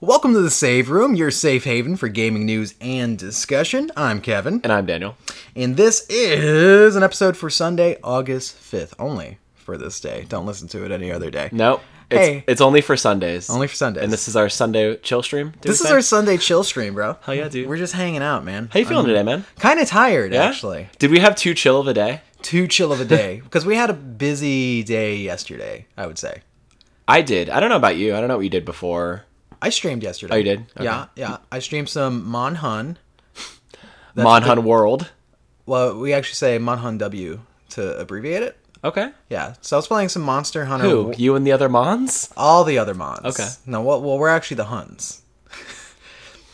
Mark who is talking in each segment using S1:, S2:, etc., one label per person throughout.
S1: Welcome to the Save Room, your safe haven for gaming news and discussion. I'm Kevin,
S2: And I'm Daniel.
S1: and this is an episode for Sunday, August 5th, only for this day. Don't listen to it any other day.
S2: No, it's,
S1: Hey.
S2: it's only for Sundays.
S1: Only for Sundays.
S2: And this is our Sunday chill stream. did
S1: This
S2: we
S1: is
S2: say?
S1: our Sunday chill stream, bro. Hell
S2: yeah, dude.
S1: We're just hanging out, man.
S2: How you feeling today, man?
S1: Kind of tired,
S2: Yeah?
S1: actually.
S2: Did we have too chill of a day?
S1: Too chill of a day because we had a busy day yesterday. I would say
S2: I did. I don't know about you. I don't know what you did before.
S1: I streamed yesterday.
S2: Oh, you did? Okay.
S1: Yeah, yeah. I streamed some Monhun.
S2: Monhun World.
S1: Well, we actually say Monhun W to abbreviate it.
S2: Okay.
S1: Yeah. So I was playing some Monster Hunter.
S2: Who? You and the other Mons?
S1: All the other Mons.
S2: Okay.
S1: No, well, well, we're actually the Huns.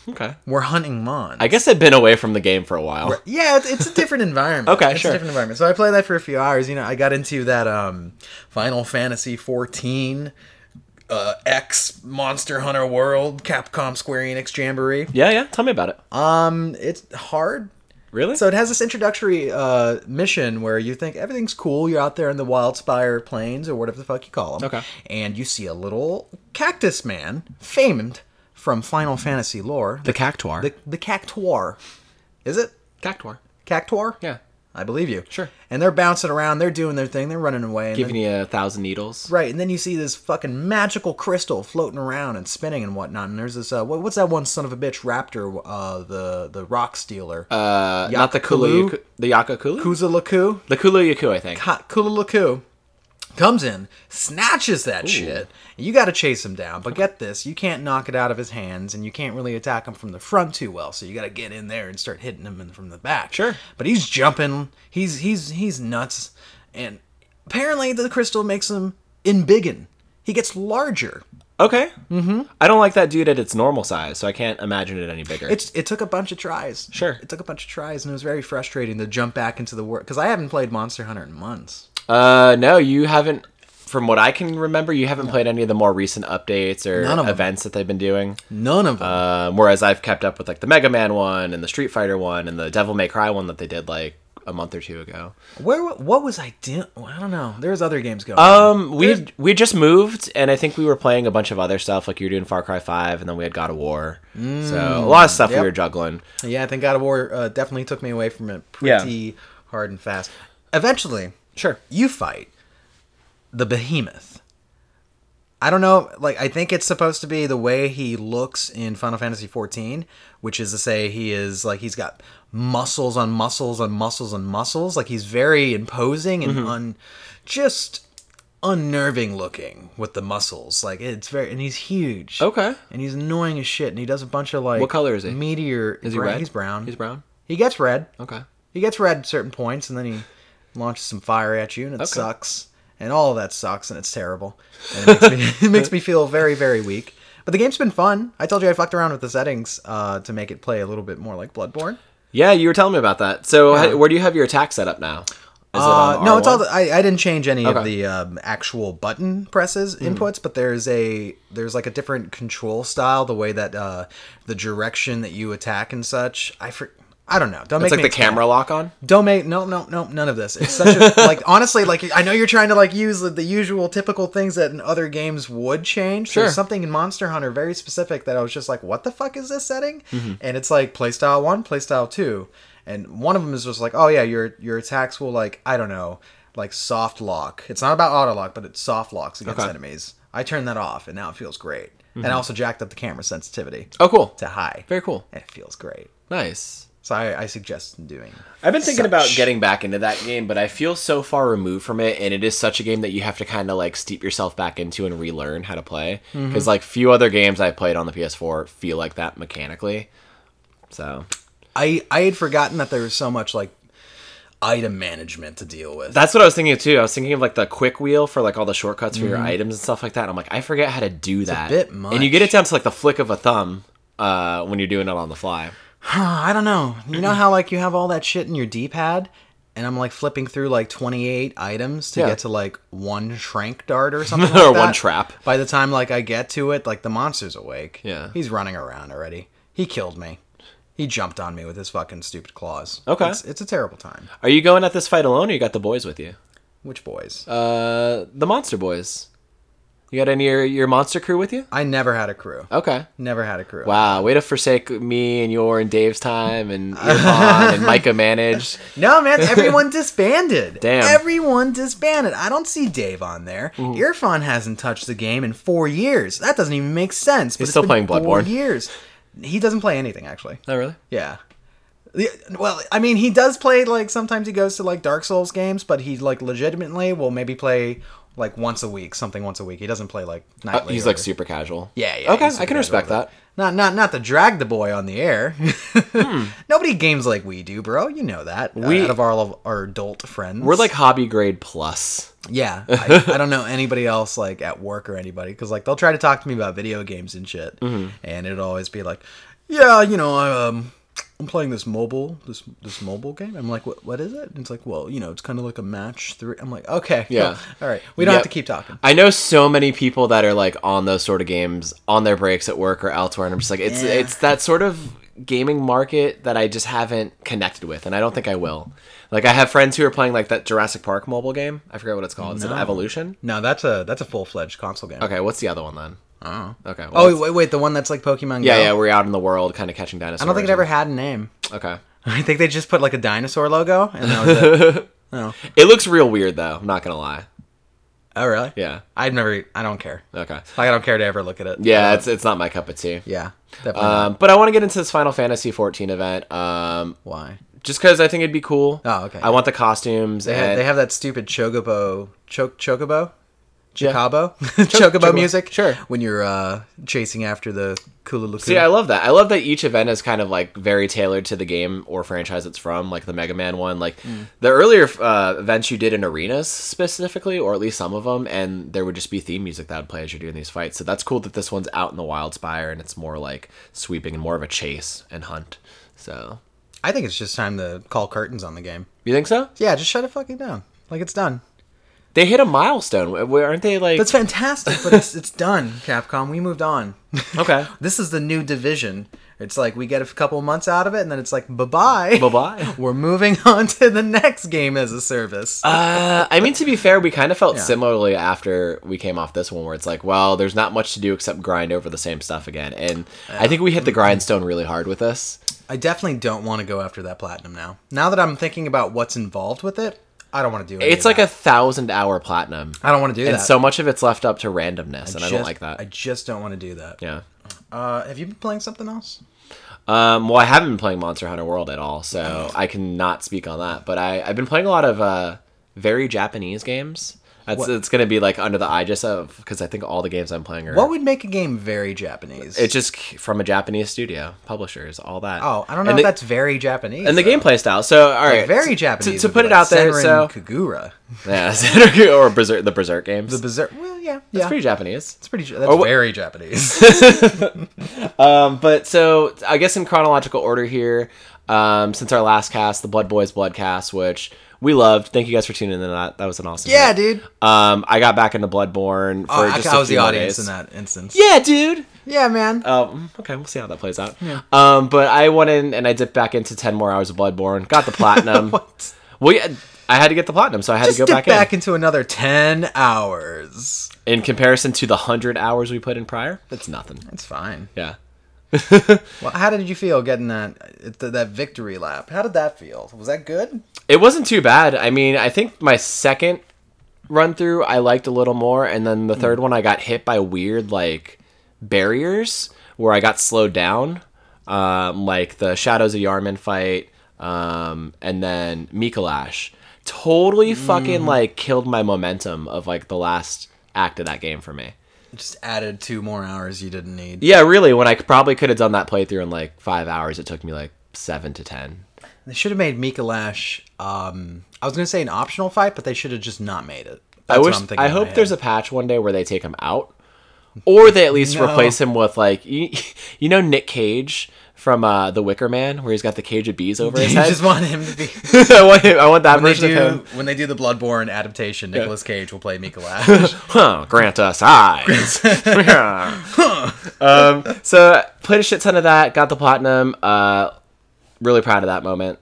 S2: Okay.
S1: We're hunting Mons.
S2: I guess I've been away from the game for a while.
S1: Yeah, it's, it's a different environment.
S2: Okay,
S1: it's
S2: sure.
S1: A different environment. So I played that for a few hours. You know, I got into that um, Final Fantasy fourteen uh, X Monster Hunter World Capcom Square Enix Jamboree.
S2: Yeah, yeah. Tell me about it.
S1: Um, it's hard.
S2: Really?
S1: So it has this introductory uh, mission where you think everything's cool. You're out there in the Wildspire Plains or whatever the fuck you call them.
S2: Okay.
S1: And you see a little cactus man, famed from Final Fantasy lore.
S2: the Cactuar.
S1: The, the Cactuar. Is it?
S2: Cactuar.
S1: Cactuar?
S2: Yeah.
S1: I believe you.
S2: Sure.
S1: And they're bouncing around, they're doing their thing, they're running away. And
S2: Giving
S1: then,
S2: you a thousand needles.
S1: right, and then you see this fucking magical crystal floating around and spinning and whatnot. And there's this, uh, what, what's that one son of a bitch raptor, uh, the the rock stealer? Uh,
S2: Uh, not the
S1: Yakakulu?
S2: Kulu. Yaku- the Yakakulu?
S1: Kuzalaku?
S2: the Kulu Yaku, I think.
S1: Ka- Kulalaku comes in, snatches that shit. And you got to chase him down. But get this, you can't knock it out of his hands, and you can't really attack him from the front too well. So you got to get in there and start hitting him in from the back.
S2: Sure.
S1: But he's jumping. He's he's he's nuts, and apparently the crystal makes him embiggen. He gets larger.
S2: Okay. Mm-hmm. I don't like that dude at its normal size, so I can't imagine it any bigger.
S1: It's it took a bunch of tries.
S2: Sure.
S1: It took a bunch of tries, and it was very frustrating to jump back into the world because I haven't played Monster Hunter in months.
S2: Uh, no, you haven't. From what I can remember, you haven't played any of the more recent updates or
S1: None of 'em.
S2: events that they've been doing.
S1: None of them.
S2: Um, whereas I've kept up with like the Mega Man one and the Street Fighter one and the Devil May Cry one that they did like a month or two ago.
S1: Where wa- what was I doing? I don't know. There was other games going. on.
S2: Um, we we just moved, and I think we were playing a bunch of other stuff. Like you were doing Far Cry Five, and then we had God of War. so a lot of stuff
S1: Mm, yep.
S2: we were juggling.
S1: Yeah, I think God of War uh, definitely took me away from it pretty hard and fast. Eventually,
S2: Sure.
S1: you fight the behemoth. I don't know, like I think it's supposed to be the way he looks in Final Fantasy 14, which is to say he is like he's got muscles on muscles on muscles on muscles, like he's very imposing and un just unnerving looking with the muscles. Like it's very and he's huge.
S2: Okay.
S1: And he's annoying as shit and he does a bunch of like
S2: What color is he?
S1: Meteor
S2: Is he
S1: brown-
S2: red?
S1: He's brown.
S2: He's brown.
S1: He gets red.
S2: Okay.
S1: He gets red at certain points, and then he launches some fire at you, and it sucks. And all of that sucks, and it's terrible. And it, makes me, it makes me feel very, very weak. But the game's been fun. I told you I fucked around with the settings uh, to make it play a little bit more like Bloodborne.
S2: Yeah, you were telling me about that. So h- where do you have your attack set up now? Is it
S1: Uh,
S2: on
S1: no, it's all.
S2: R1?
S1: The, I, I didn't change any of
S2: Okay. Mm-hmm.
S1: the um, actual button presses inputs, but there's a there's like a different control style, the way that uh, the direction that you attack and such. I for, I don't know. Don't
S2: It's
S1: make
S2: like
S1: me
S2: the
S1: explain.
S2: camera lock on.
S1: Don't make no no no none of this. It's such a like honestly like I know you're trying to like use the, the usual typical things that in other games would change.
S2: Sure.
S1: There's something in Monster Hunter very specific that I was just like, what the fuck is this setting?
S2: Mm-hmm.
S1: And it's like playstyle one, playstyle two, and one of them is just like, oh yeah, your your attacks will like I don't know like soft lock. It's not about auto lock, but it soft locks against
S2: Okay. Mm-hmm.
S1: enemies. I turned that off, and now it feels great. And I also jacked up the camera sensitivity
S2: Oh, cool.
S1: to high,
S2: Very cool.
S1: and it feels great.
S2: Nice.
S1: So I, I suggest doing.
S2: I've been thinking about
S1: Such.
S2: getting back into that game, but I feel so far removed from it, and it is such a game that you have to kind of like steep yourself back into and relearn how to play. Because
S1: Mm-hmm.
S2: like few other games I've played on the PS4 feel like that mechanically. So
S1: I I had forgotten that there was so much like item management to deal with.
S2: that's what I was thinking of too. I was thinking of like the quick wheel for like all the shortcuts for your items and stuff like that. I'm like, I forget how to do that.
S1: Mm-hmm. bit
S2: And you
S1: much.
S2: get it down to like the flick of a thumb uh, when you're doing it on the fly.
S1: I don't know. You know how like you have all that shit in your D-pad and I'm like flipping through like 28 items to
S2: Yeah.
S1: get to like one shrank dart or something
S2: Or
S1: like
S2: one
S1: that?
S2: trap.
S1: By the time like I get to it, like the monster's awake.
S2: Yeah.
S1: He's running around already. He killed me. He jumped on me with his fucking stupid claws.
S2: Okay.
S1: It's, it's a terrible time.
S2: Are you going at this fight alone, or you got the boys with you?
S1: Which boys?
S2: Uh, the Monster Boys. You got any of your, your monster crew with you?
S1: I never had a crew.
S2: Okay.
S1: Never had a crew.
S2: Wow, way to forsake me and your and Dave's time and Irfan and Micah managed.
S1: No, man, everyone disbanded.
S2: Damn.
S1: Everyone disbanded. I don't see Dave on there. Irfan hasn't touched the game in four years. That doesn't even make sense. But
S2: He's
S1: it's
S2: still
S1: been
S2: playing
S1: Four
S2: Bloodborne.
S1: years. He doesn't play anything, actually.
S2: Oh, really?
S1: Yeah. Yeah, Well, I mean, he does play, like, sometimes he goes to, like, Dark Souls games, but he, like, legitimately will maybe play, like, once a week, something once a week. He doesn't play, like,
S2: Uh,
S1: nightly.
S2: he's
S1: or-
S2: like super casual.
S1: Yeah, yeah.
S2: Okay,
S1: he's
S2: I
S1: super
S2: can respect
S1: casual,
S2: that. Hmm.
S1: but Not, not, not to drag the boy on the air. Nobody games like we do, bro. You know that. uh,
S2: We-
S1: out of all of our adult friends,
S2: We're like hobby grade plus.
S1: yeah. I, I don't know anybody else like at work or anybody because like they'll try to talk to me about video games and shit,
S2: Mm-hmm.
S1: and it'll always be like, yeah, you know, I, um, I'm playing this mobile, this this mobile game. I'm like, what, what is it? And it's like, well, you know, it's kind of like a match three. I'm like, okay,
S2: Yeah.
S1: all right. We don't
S2: Yep.
S1: have to keep talking.
S2: I know so many people that are like on those sort of games on their breaks at work or elsewhere, and I'm just like, it's
S1: Yeah.
S2: it's that sort of gaming market that I just haven't connected with, and I don't think I will. Like I have friends who are playing like that Jurassic Park mobile game. I forget what it's called. Is it Evolution?
S1: No, that's a that's a full fledged console game.
S2: Okay, what's the other one then?
S1: Oh.
S2: Okay. well,
S1: Oh wait, wait, the one that's like Pokemon.
S2: yeah,
S1: Go?
S2: yeah, we're out in the world, kind of catching dinosaurs.
S1: I don't think it ever had a name.
S2: Okay.
S1: I think they just put like a dinosaur logo, and that was it.
S2: It looks real weird though. I'm not gonna lie.
S1: oh, really?
S2: Yeah.
S1: I've never. I don't care.
S2: Okay.
S1: Like, I don't care to ever look at it.
S2: Yeah, it's it's not my cup of tea.
S1: yeah. Definitely. not.
S2: Um, but I want to get into this Final Fantasy 14 event. Um,
S1: Why?
S2: just because I think it'd be cool.
S1: Oh, okay.
S2: I want the costumes.
S1: They,
S2: and,
S1: ha- they have that stupid chocobo, choc chocobo,
S2: Yeah.
S1: chocobo, chocobo,
S2: chocobo.
S1: music.
S2: Sure.
S1: When you're uh, chasing after the Kulaluku.
S2: See, I love that. I love that each event is kind of like very tailored to the game or franchise it's from, like the Mega Man one. Like
S1: Mm.
S2: the earlier uh, events you did in arenas specifically, or at least some of them, and there would just be theme music that would play as you're doing these fights. So that's cool that this one's out in the wild spire and it's more like sweeping and more of a chase and hunt. So
S1: I think it's just time to call curtains on the game.
S2: you think so?
S1: Yeah, just shut it fucking down. Like it's done.
S2: They hit a milestone, W- w- aren't they? Like
S1: That's fantastic, but it's it's done. Capcom, we moved on.
S2: okay.
S1: This is the new division. It's like we get a couple months out of it, and then it's like bye bye.
S2: Bye-bye.
S1: We're moving on to the next game as a service.
S2: Uh, I mean, to be fair, we kind of felt similarly after we came off this one, where it's like, well, there's not much to do except grind over the same stuff again. And I think we hit the grindstone really hard with this.
S1: I definitely don't want to go after that platinum now. Now that I'm thinking about what's involved with it, I don't want to do it.
S2: It's like a thousand hour platinum,
S1: I don't want to do
S2: and
S1: that.
S2: so much of it's left up to randomness, and I don't
S1: Just-
S2: like that.
S1: I just don't want to do that.
S2: yeah.
S1: Uh, have you been playing something else?
S2: Um, well, I haven't been playing Monster Hunter World at all, so I cannot speak on that. But I, I've been playing a lot of uh, very Japanese games. That's, it's going to be like under the aegis of because I think all the games I'm playing are
S1: What would make a game very Japanese?
S2: It's just c- from a Japanese studio, publishers, all that.
S1: oh, I don't know
S2: and
S1: if
S2: the,
S1: that's very Japanese.
S2: and the gameplay style. So, all right,
S1: very
S2: to-
S1: Japanese.
S2: To,
S1: would
S2: put
S1: be
S2: it
S1: like
S2: out there,
S1: Senran
S2: so
S1: Kagura,
S2: yeah, Senran- or Berserk, the Berserk games.
S1: the berserk. Well, yeah,
S2: It's
S1: yeah.
S2: pretty Japanese.
S1: It's pretty. That's
S2: wha-
S1: very Japanese.
S2: Um, but so I guess in chronological order here, um, since our last cast, the Blood Boys Blood cast, which we loved. Thank you guys for tuning in. to That that was an awesome.
S1: yeah,
S2: hit.
S1: dude.
S2: Um, I got back into Bloodborne for
S1: Oh, I,
S2: just
S1: I
S2: a
S1: was the
S2: few more
S1: audience
S2: days.
S1: in that instance. Uh,
S2: Yeah, dude.
S1: Yeah, man.
S2: Um, okay, we'll see how that plays out. Um, but I went in and I dipped back into ten more hours of Bloodborne. Got the platinum.
S1: What?
S2: Well, yeah, I had to get the platinum, so I had
S1: Just
S2: to go
S1: dip
S2: back,
S1: back, into another ten hours.
S2: in. In comparison to the hundred hours we put in prior, that's nothing.
S1: That's fine.
S2: Yeah.
S1: Well, how did you feel getting that th- that victory lap? How did that feel? Was that good?
S2: It wasn't too bad. I mean, I think my second run through I liked a little more, and then the third one I got hit by weird like barriers where I got slowed down, um, like the Shadows of Yarman fight, um, and then Mikolash. Totally fucking like killed my momentum of like the last act of that game for me.
S1: Just added two more hours you didn't need.
S2: Yeah, really. When I c- probably could have done that playthrough in like five hours, it took me like seven to ten.
S1: They should have made Mika Lash. Um, I was gonna say an optional fight, but they should have just not made it. That's
S2: I
S1: what
S2: wish.
S1: I'm thinking
S2: I
S1: in my
S2: hope
S1: head.
S2: there's a patch one day where they take him out, or they at least
S1: No.
S2: replace him with like you, you know Nick Cage from uh, The Wicker Man, where he's got the cage of bees over his
S1: You
S2: head.
S1: just want him to be.
S2: I want him, I want that
S1: When they,
S2: version of
S1: do,
S2: him.
S1: when they do the Bloodborne adaptation, Nicolas Cage will play Mika Lash.
S2: Huh, grant us eyes. um, so played a shit ton of that. Got the platinum. Uh, really proud of that moment.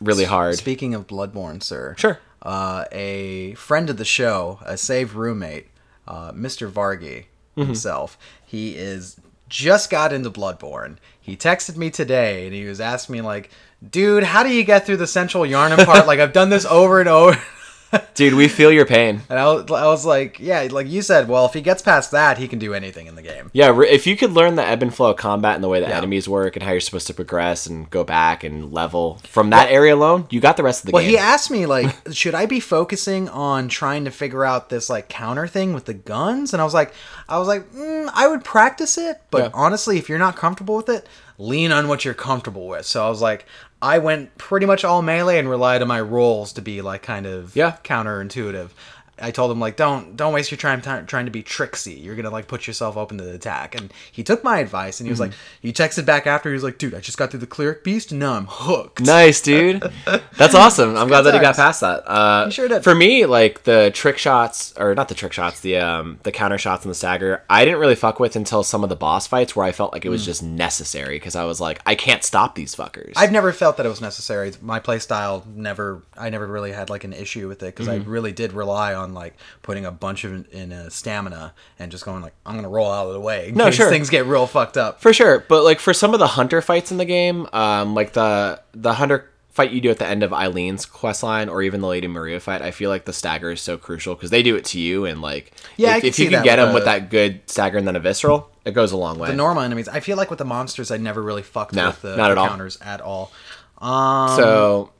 S2: Really hard.
S1: Speaking of Bloodborne, sir.
S2: Sure.
S1: uh, a friend of the show, a save roommate, uh, Mr. Vargi himself. He is just got into Bloodborne. He texted me today and he was asking me like, "Dude, how do you get through the central Yarnum part? like I've done this over and over."
S2: Dude, we feel your pain.
S1: And I was, I was like, "Yeah, like you said, well, if he gets past that, he can do anything in the game."
S2: Yeah, re- if you could learn the ebb and flow of combat and the way the enemies work and how you're supposed to progress and go back and level from that area alone, you got the rest of the
S1: Well,
S2: game.
S1: he asked me like, should I be focusing on trying to figure out this like counter thing with the guns? And I was like, I was like, mm, I would practice it, but
S2: Yeah.
S1: honestly, if you're not comfortable with it, lean on what you're comfortable with. So I was like, I went pretty much all melee and relied on my rolls to be like kind of
S2: Yeah.
S1: counterintuitive. I told him like, don't don't waste your time time trying to be tricksy. You're gonna like put yourself open to the attack. And he took my advice and he was
S2: Mm-hmm.
S1: like, he texted back after he was like, dude, I just got through the cleric beast and now I'm hooked.
S2: Nice, dude. That's awesome. I'm glad that he got
S1: times.
S2: past that. Uh,
S1: sure did.
S2: For me, like the trick shots, or not the trick shots, the um, the counter shots and the stagger, I didn't really fuck with until some of the boss fights where I felt like it
S1: Mm.
S2: was just necessary because I was like, I can't stop these fuckers.
S1: I've never felt that it was necessary. My playstyle never, I never really had like an issue with it because
S2: Mm-hmm.
S1: I really did rely on like putting a bunch of in a stamina and just going like, I'm gonna roll out of the way. In
S2: No,
S1: case
S2: sure.
S1: Things get real fucked up.
S2: For sure, but like for some of the hunter fights in the game, um, like the the hunter fight you do at the end of Eileen's quest line, or even the Lady Maria fight, I feel like the stagger is so crucial because they do it to you, and like
S1: Yeah, I
S2: if,
S1: can
S2: if you
S1: see
S2: can
S1: that
S2: get
S1: with
S2: them with
S1: the-
S2: that good stagger and then a visceral, it goes a long way.
S1: The normal enemies. I feel like with the monsters, I never really fucked
S2: No,
S1: with the
S2: not at all.
S1: counters at all. Um,
S2: so,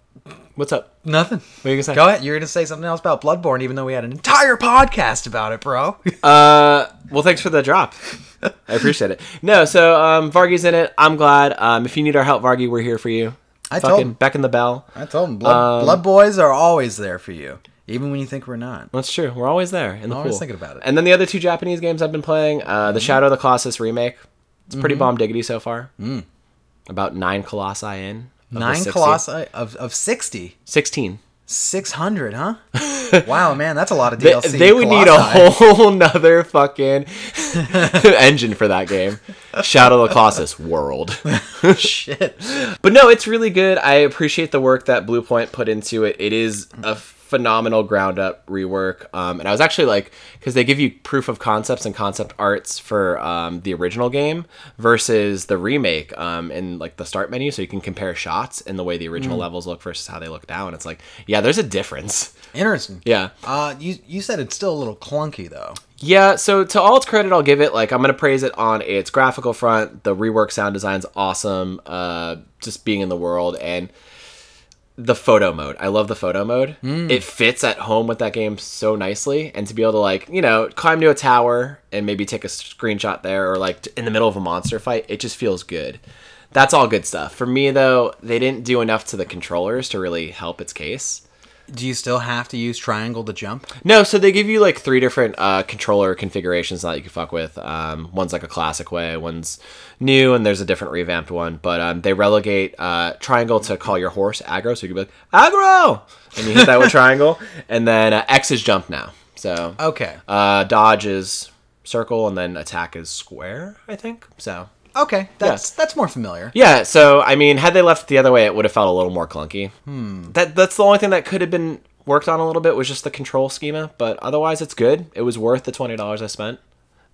S2: what's up?
S1: nothing.
S2: What are you gonna say?
S1: Go ahead. You're gonna say something else about Bloodborne, even though we had an entire podcast about it, bro.
S2: Uh, well, thanks for the drop. I appreciate it. No, so um, Vargi's in it. I'm glad. Um, if you need our help, Vargi, we're here for you.
S1: I told him.
S2: beck in the bell.
S1: I told him, blood,
S2: Um,
S1: blood boys are always there for you, even when you think we're not.
S2: That's true. We're always there in the
S1: Always
S2: pool.
S1: thinking about it. Mm-hmm.
S2: And then the other two Japanese games I've been playing, uh, the Shadow of the Colossus remake. It's pretty bomb diggity so far. Mm. About nine colossi in. of the
S1: Nine
S2: 60.
S1: colossi of of sixty.
S2: Sixteen.
S1: Six hundred, huh? wow, man, that's a lot of
S2: They,
S1: DLC.
S2: they would need a
S1: Colossi.
S2: whole nother fucking engine for that game. Shadow of the Colossus World.
S1: shit.
S2: But no, it's really good. I appreciate the work that Blue Point put into it. It is a phenomenal ground up rework. Um, and I was actually like, because they give you proof of concepts and concept arts for um, the original game versus the remake um, in like the start menu, so you can compare shots and the way the original levels look versus how they look now. And it's like, yeah, there's a difference.
S1: Interesting.
S2: Yeah.
S1: Uh, you you said it's still a little clunky though.
S2: Yeah, so to all its credit, I'll give it. Like, I'm gonna praise it on its graphical front. The rework sound design's awesome. Uh, just being in the world and the photo mode. I love the photo mode. It fits at home with that game so nicely, and to be able to like, you know, climb to a tower and maybe take a screenshot there, or like in the middle of a monster fight, it just feels good. That's all good stuff. For me though, they didn't do enough to the controllers to really help its case.
S1: Do you still have to use triangle to jump?
S2: No, so they give you like three different uh, controller configurations that you can fuck with. Um, one's like a classic way, one's new, and there's a different revamped one. But um, they relegate uh, triangle to call your horse aggro, so you can be like aggro, and you hit that with triangle, and then uh, X is jump now. So
S1: Okay.
S2: uh, dodge is circle, and then attack is square, I think. So
S1: Okay. That's that's more familiar.
S2: yeah, so I mean, had they left it the other way, it would have felt a little more clunky. Hmm. That that's the only thing that could have been worked on a little bit was just the control schema, but otherwise it's good. It was worth the twenty dollars I spent,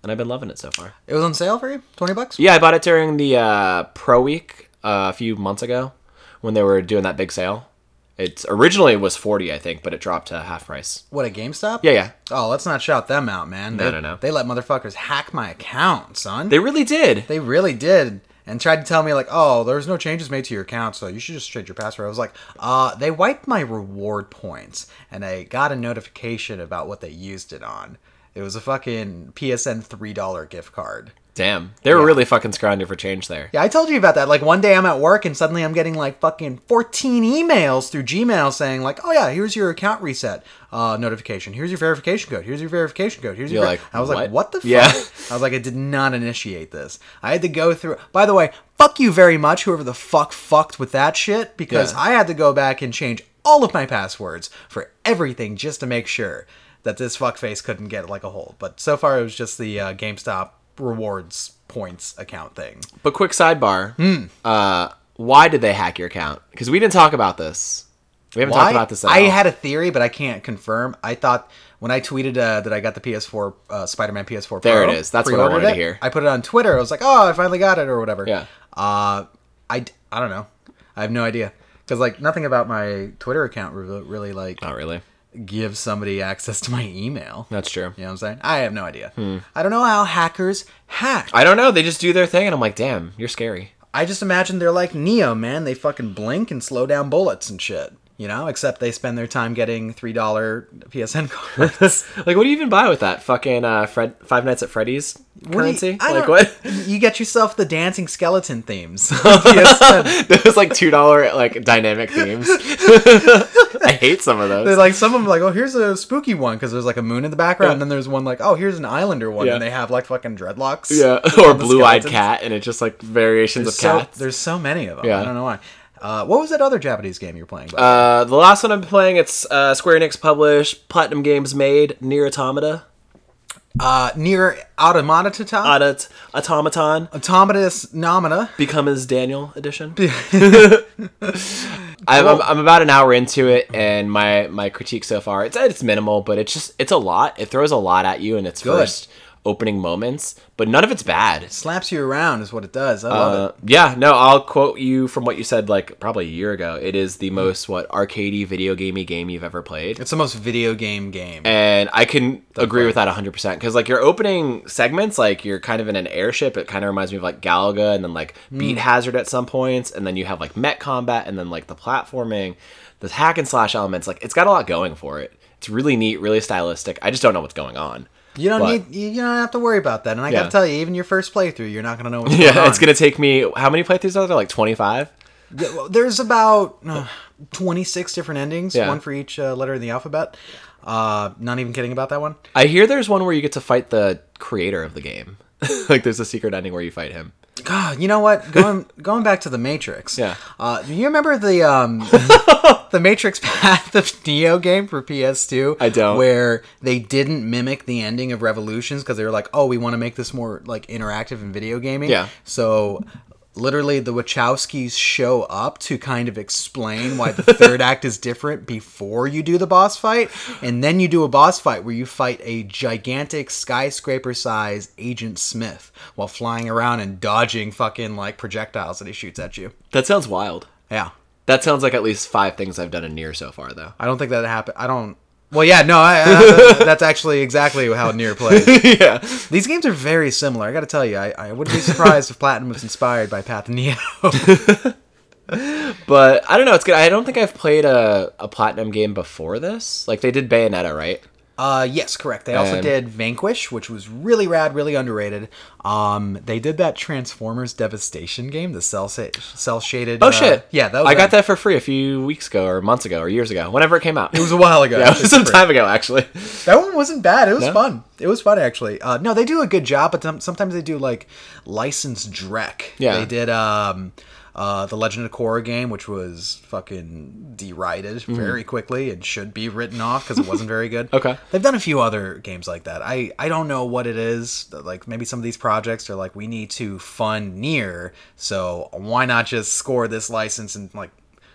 S2: and I've been loving it so far.
S1: It was on sale for you, twenty bucks.
S2: Yeah, I bought it during the uh, Pro Week uh, a few months ago when they were doing that big sale. It's originally it was forty, I think, but it dropped to half price.
S1: What a GameStop.
S2: Yeah, yeah,
S1: Oh, let's not shout them out, man.
S2: No,
S1: they,
S2: no, no.
S1: They let motherfuckers hack my account, son.
S2: they really did.
S1: They really did. And tried to tell me like, oh, there's no changes made to your account, so you should just change your password. I was like, uh, they wiped my reward points, and I got a notification about what they used it on. It was a fucking PSN three dollar gift card.
S2: Damn, they were really fucking scrounging for change there.
S1: Yeah, I told you about that. Like one day I'm at work and suddenly I'm getting like fucking 14 emails through Gmail saying like, "Oh yeah, here's your account reset uh, notification. Here's your verification code. Here's your verification code. Here's your."
S2: You're
S1: ver-"
S2: like,
S1: I was like,
S2: "What?"
S1: "What the fuck?"
S2: Yeah.
S1: I was like, "I did not initiate this. I had to go through." By the way, fuck you very much, whoever the fuck fucked with that shit, because
S2: Yeah.
S1: I had to go back and change all of my passwords for everything just to make sure that this fuckface couldn't get like a hold. But so far, it was just the uh, GameStop rewards points account thing.
S2: But
S1: Hmm.
S2: quick sidebar. Uh, why did they hack your account? Because we didn't talk about this. We haven't
S1: Why?
S2: talked about this at
S1: I
S2: all.
S1: had a theory, but I can't confirm. I thought when I tweeted uh, that I got the PS4 uh, Spider-Man PS4
S2: There
S1: Pro,
S2: it is. That's what I
S1: pre-ordered
S2: wanted to
S1: it,
S2: hear.
S1: I put it on Twitter. I was like, "Oh, I finally got it," or whatever.
S2: Yeah.
S1: Uh, I d- I don't know. I have no idea because like nothing about my Twitter account re- really like
S2: Not really.
S1: gives somebody access to my email.
S2: That's true.
S1: You know what I'm saying? I have no idea.
S2: Hmm.
S1: I don't know how hackers hack.
S2: I don't know. They just do their thing, and I'm like, damn, you're scary.
S1: I just imagine they're like Neo, man. They fucking blink and slow down bullets and shit. You know, except they spend their time getting three dollar PSN cards.
S2: Like, what do you even buy with that fucking uh, Fred Five Nights at Freddy's
S1: What do you-
S2: currency?
S1: I
S2: like
S1: don't-
S2: what?
S1: You get yourself the dancing skeleton themes. PSN.
S2: Those like two dollar like dynamic themes. I hate some of
S1: They're
S2: those.
S1: like some of them, like oh here's a spooky one because there's like a moon in the background, and then there's one like oh here's an Islander one,
S2: Yeah.
S1: and they have like fucking dreadlocks.
S2: Yeah,
S1: with all
S2: or
S1: the
S2: blue eyed
S1: skeletons.
S2: cat, and it's just like variations
S1: There's
S2: of
S1: so,
S2: cats.
S1: there's so many of them.
S2: Yeah.
S1: I don't know why. Uh, what was that other Japanese game you were playing? by the way?
S2: Uh, the last one I'm playing, it's uh, Square Enix published, Platinum Games made, Near Automata,
S1: Uh, near Automata,
S2: Auto- Automaton,
S1: Automatus Nomina.
S2: Become as Daniel edition. I'm, I'm, I'm about an hour into it, and my my critique so far it's it's minimal, but it's just it's a lot. It throws a lot at you in its
S1: Good.
S2: first opening moments, but none of it's bad.
S1: slaps you around is what it does. I love
S2: Uh, yeah, no, I'll quote you from what you said like probably a year ago. It is the most what arcadey video gamey game you've ever played.
S1: it. It's the most video game game.
S2: and I can agree with that 100% because like your opening segments, like you're kind of in an airship. It kind of reminds me of like Galaga and then like
S1: Hmm.
S2: Beat Hazard at some points, and then you have like Met Combat and then like the platforming, the hack and slash elements. Like it's got a lot going for it. It's really neat, really stylistic. I just don't know what's going on.
S1: You don't
S2: but-
S1: need. You you don't have to worry about that. And I
S2: Yeah.
S1: gotta tell you, even your first playthrough, you're not gonna know what's going
S2: Yeah,
S1: on.
S2: it's gonna take me how many playthroughs are there? Like 25.
S1: Yeah, well, There's about uh, 26 different endings,
S2: Yeah.
S1: one for each uh, letter in the alphabet. Uh, not even kidding about that one.
S2: I hear there's one where you get to fight the creator of the game. like there's a secret ending where you fight him.
S1: God, you know what? Going going back to the Matrix.
S2: Yeah.
S1: Uh, do you remember the um, the Matrix Path of Neo game for PS2?
S2: I don't.
S1: Where they didn't mimic the ending of Revolutions because they were like, oh, we want to make this more like interactive and video gaming.
S2: Yeah.
S1: So. Literally, the Wachowskis show up to kind of explain why the third act is different before you do the boss fight, and then you do a boss fight where you fight a gigantic skyscraper-sized Agent Smith while flying around and dodging fucking like projectiles that he shoots at you.
S2: That sounds wild.
S1: Yeah.
S2: That sounds like at least five things I've done in near so far though.
S1: I don't think that happened. I don't. Well, yeah, no, I, I, that's actually exactly how Nier plays.
S2: yeah.
S1: These games are very similar. I got to tell you, I, I wouldn't be surprised if Platinum was inspired by Path of Neo.
S2: But I don't know. It's good. I don't think I've played a, a platinum game before this. Like they did Bayonetta, right?
S1: uh, yes, correct. They also
S2: Um,
S1: did Vanquish, which was really rad, really underrated. Um, they did that Transformers Devastation game, the cell sa- cell shaded. uh,
S2: Oh shit!
S1: Yeah, that was
S2: I got
S1: that.
S2: that for free a few weeks ago, or months ago, or years ago, whenever it came out.
S1: It was a while ago.
S2: yeah, it was some time ago actually.
S1: That one wasn't bad. It was fun. It was fun actually. Uh, no, they do a good job, but some- sometimes they do like licensed dreck.
S2: Yeah.
S1: they did um, uh, the Legend of Korra game, which was fucking derided
S2: Mm-hmm.
S1: very quickly and should be written off because it wasn't very good.
S2: Okay.
S1: they've done a few other games like that. I I don't know what it is. Like maybe some of these projects are like we need to fund near, so why not just score this license and like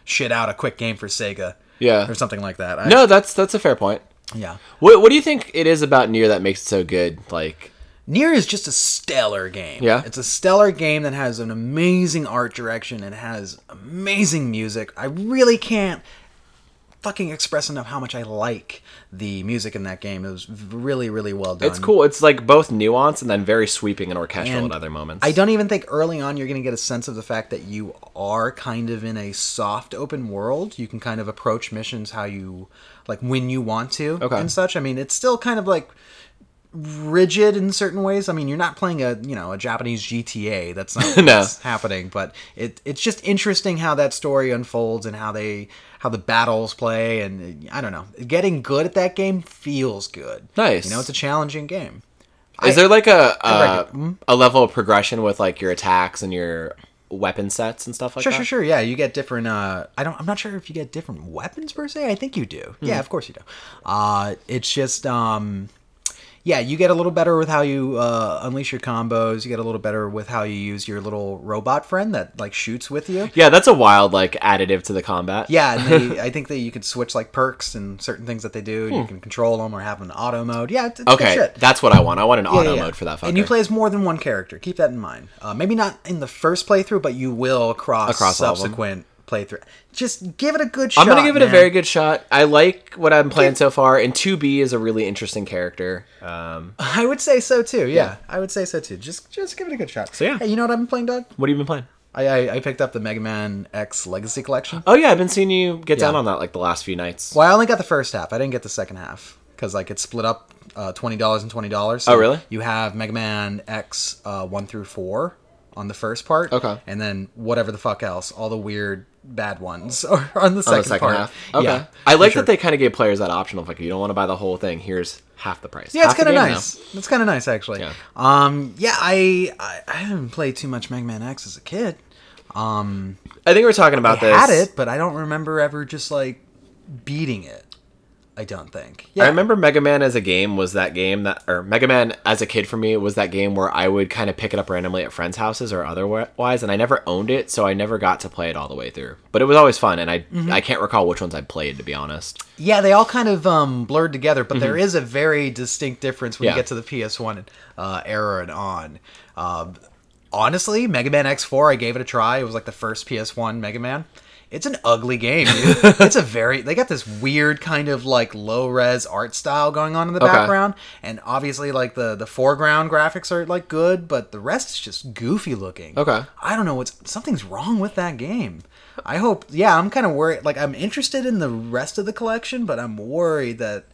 S1: shit out a quick game for Sega.
S2: Yeah.
S1: or something like that. I,
S2: No, that's that's a fair point.
S1: yeah.
S2: What What do you think it is about near that makes it so good? Like,
S1: Nier is just a stellar game.
S2: Yeah.
S1: It's a stellar game that has an amazing art direction and has amazing music. I really can't fucking express enough how much I like the music in that game. It was really, really well done.
S2: it's cool. It's like both nuance and then very sweeping and orchestral
S1: And
S2: at other moments.
S1: I don't even think early on you're going to get a sense of the fact that you are kind of in a soft open world. You can kind of approach missions how you like when you want to
S2: Okay.
S1: and such. I mean, it's still kind of like rigid in certain ways. I mean, you're not playing a, you know, a Japanese GTA. That's not
S2: No.
S1: what's happening, but it it's just interesting how that story unfolds and how they how the battles play and I don't know. Getting good at that game feels good.
S2: Nice.
S1: You know, it's a challenging game.
S2: Is there like a uh,
S1: reckon-
S2: a level of progression with like your attacks and your weapon sets and stuff like
S1: Sure,
S2: that?
S1: sure, sure. Yeah, you get different. Uh, I don't. I'm not sure if you get different weapons per se. I think you do. Yeah, of course you do. Uh, it's just um, yeah, you get a little better with how you uh, unleash your combos. You get a little better with how you use your little robot friend that like shoots with you.
S2: Yeah, that's a wild like additive to the combat.
S1: Yeah, and they, I think that you can switch like perks and certain things that they do. and You can control them or have an auto mode. Yeah, it's, it's good
S2: Okay,
S1: shit.
S2: that's what I want. I want an
S1: Yeah,
S2: auto
S1: yeah, yeah.
S2: mode for that fucker.
S1: And you play as more than one character. Keep that in mind. Uh, maybe not in the first playthrough, but you will cross,
S2: Across all of 'em.
S1: subsequent playthrough. Just give it a good shot.
S2: I'm gonna give it a
S1: man.
S2: very good shot. I like what I'm playing so far, and 2B is a really interesting character. Um,
S1: I would say so too. Yeah, I would say so too. Just just give it a good shot. So
S2: yeah.
S1: Hey, you know what I've been playing, Doug?
S2: what have you been playing?
S1: I I, I picked up the Mega Man X Legacy Collection.
S2: Oh yeah, I've been seeing you get down on that like the last few nights.
S1: Well, I only got the first half. I didn't get the second half because like it's split up uh, twenty dollars and twenty dollars. So
S2: Oh, really?
S1: You have Mega Man X uh, one through four on the first part.
S2: Okay.
S1: And then whatever the fuck else, all the weird bad ones are on the second,
S2: the second
S1: part.
S2: half. Okay.
S1: Yeah,
S2: I
S1: for
S2: like
S1: sure.
S2: that they kind of gave players that option of like, if you don't want to buy the whole thing, here's half the price.
S1: Yeah, it's
S2: Half the
S1: kind of
S2: game
S1: nice.
S2: now.
S1: It's kind of nice actually.
S2: Yeah.
S1: Um. Yeah. I, I I haven't played too much Mega Man X as a kid.
S2: I think we were talking about
S1: I
S2: this.
S1: had it, but I don't remember ever just like beating it. I don't think. Yeah.
S2: I remember Mega Man as a game was that game that, or Mega Man as a kid for me was that game where I would kind of pick it up randomly at friends' houses or otherwise, and I never owned it, so I never got to play it all the way through. But it was always fun, and I
S1: Mm-hmm.
S2: I can't recall which ones I played to be honest.
S1: Yeah, they all kind of um, blurred together, but there is a very distinct difference when
S2: Mm-hmm. Yeah.
S1: you get to the PS1 uh, era and on. Um, honestly, Mega Man X4, I gave it a try. It was like the first PS1 Mega Man. It's an ugly game. dude. it's a very they got this weird kind of like low res art style going on in the
S2: Okay.
S1: background, and obviously like the the foreground graphics are like good, but the rest is just goofy looking.
S2: Okay.
S1: I don't know what's something's wrong with that game. I hope. Yeah, I'm kind of worried. Like I'm interested in the rest of the collection, but I'm worried that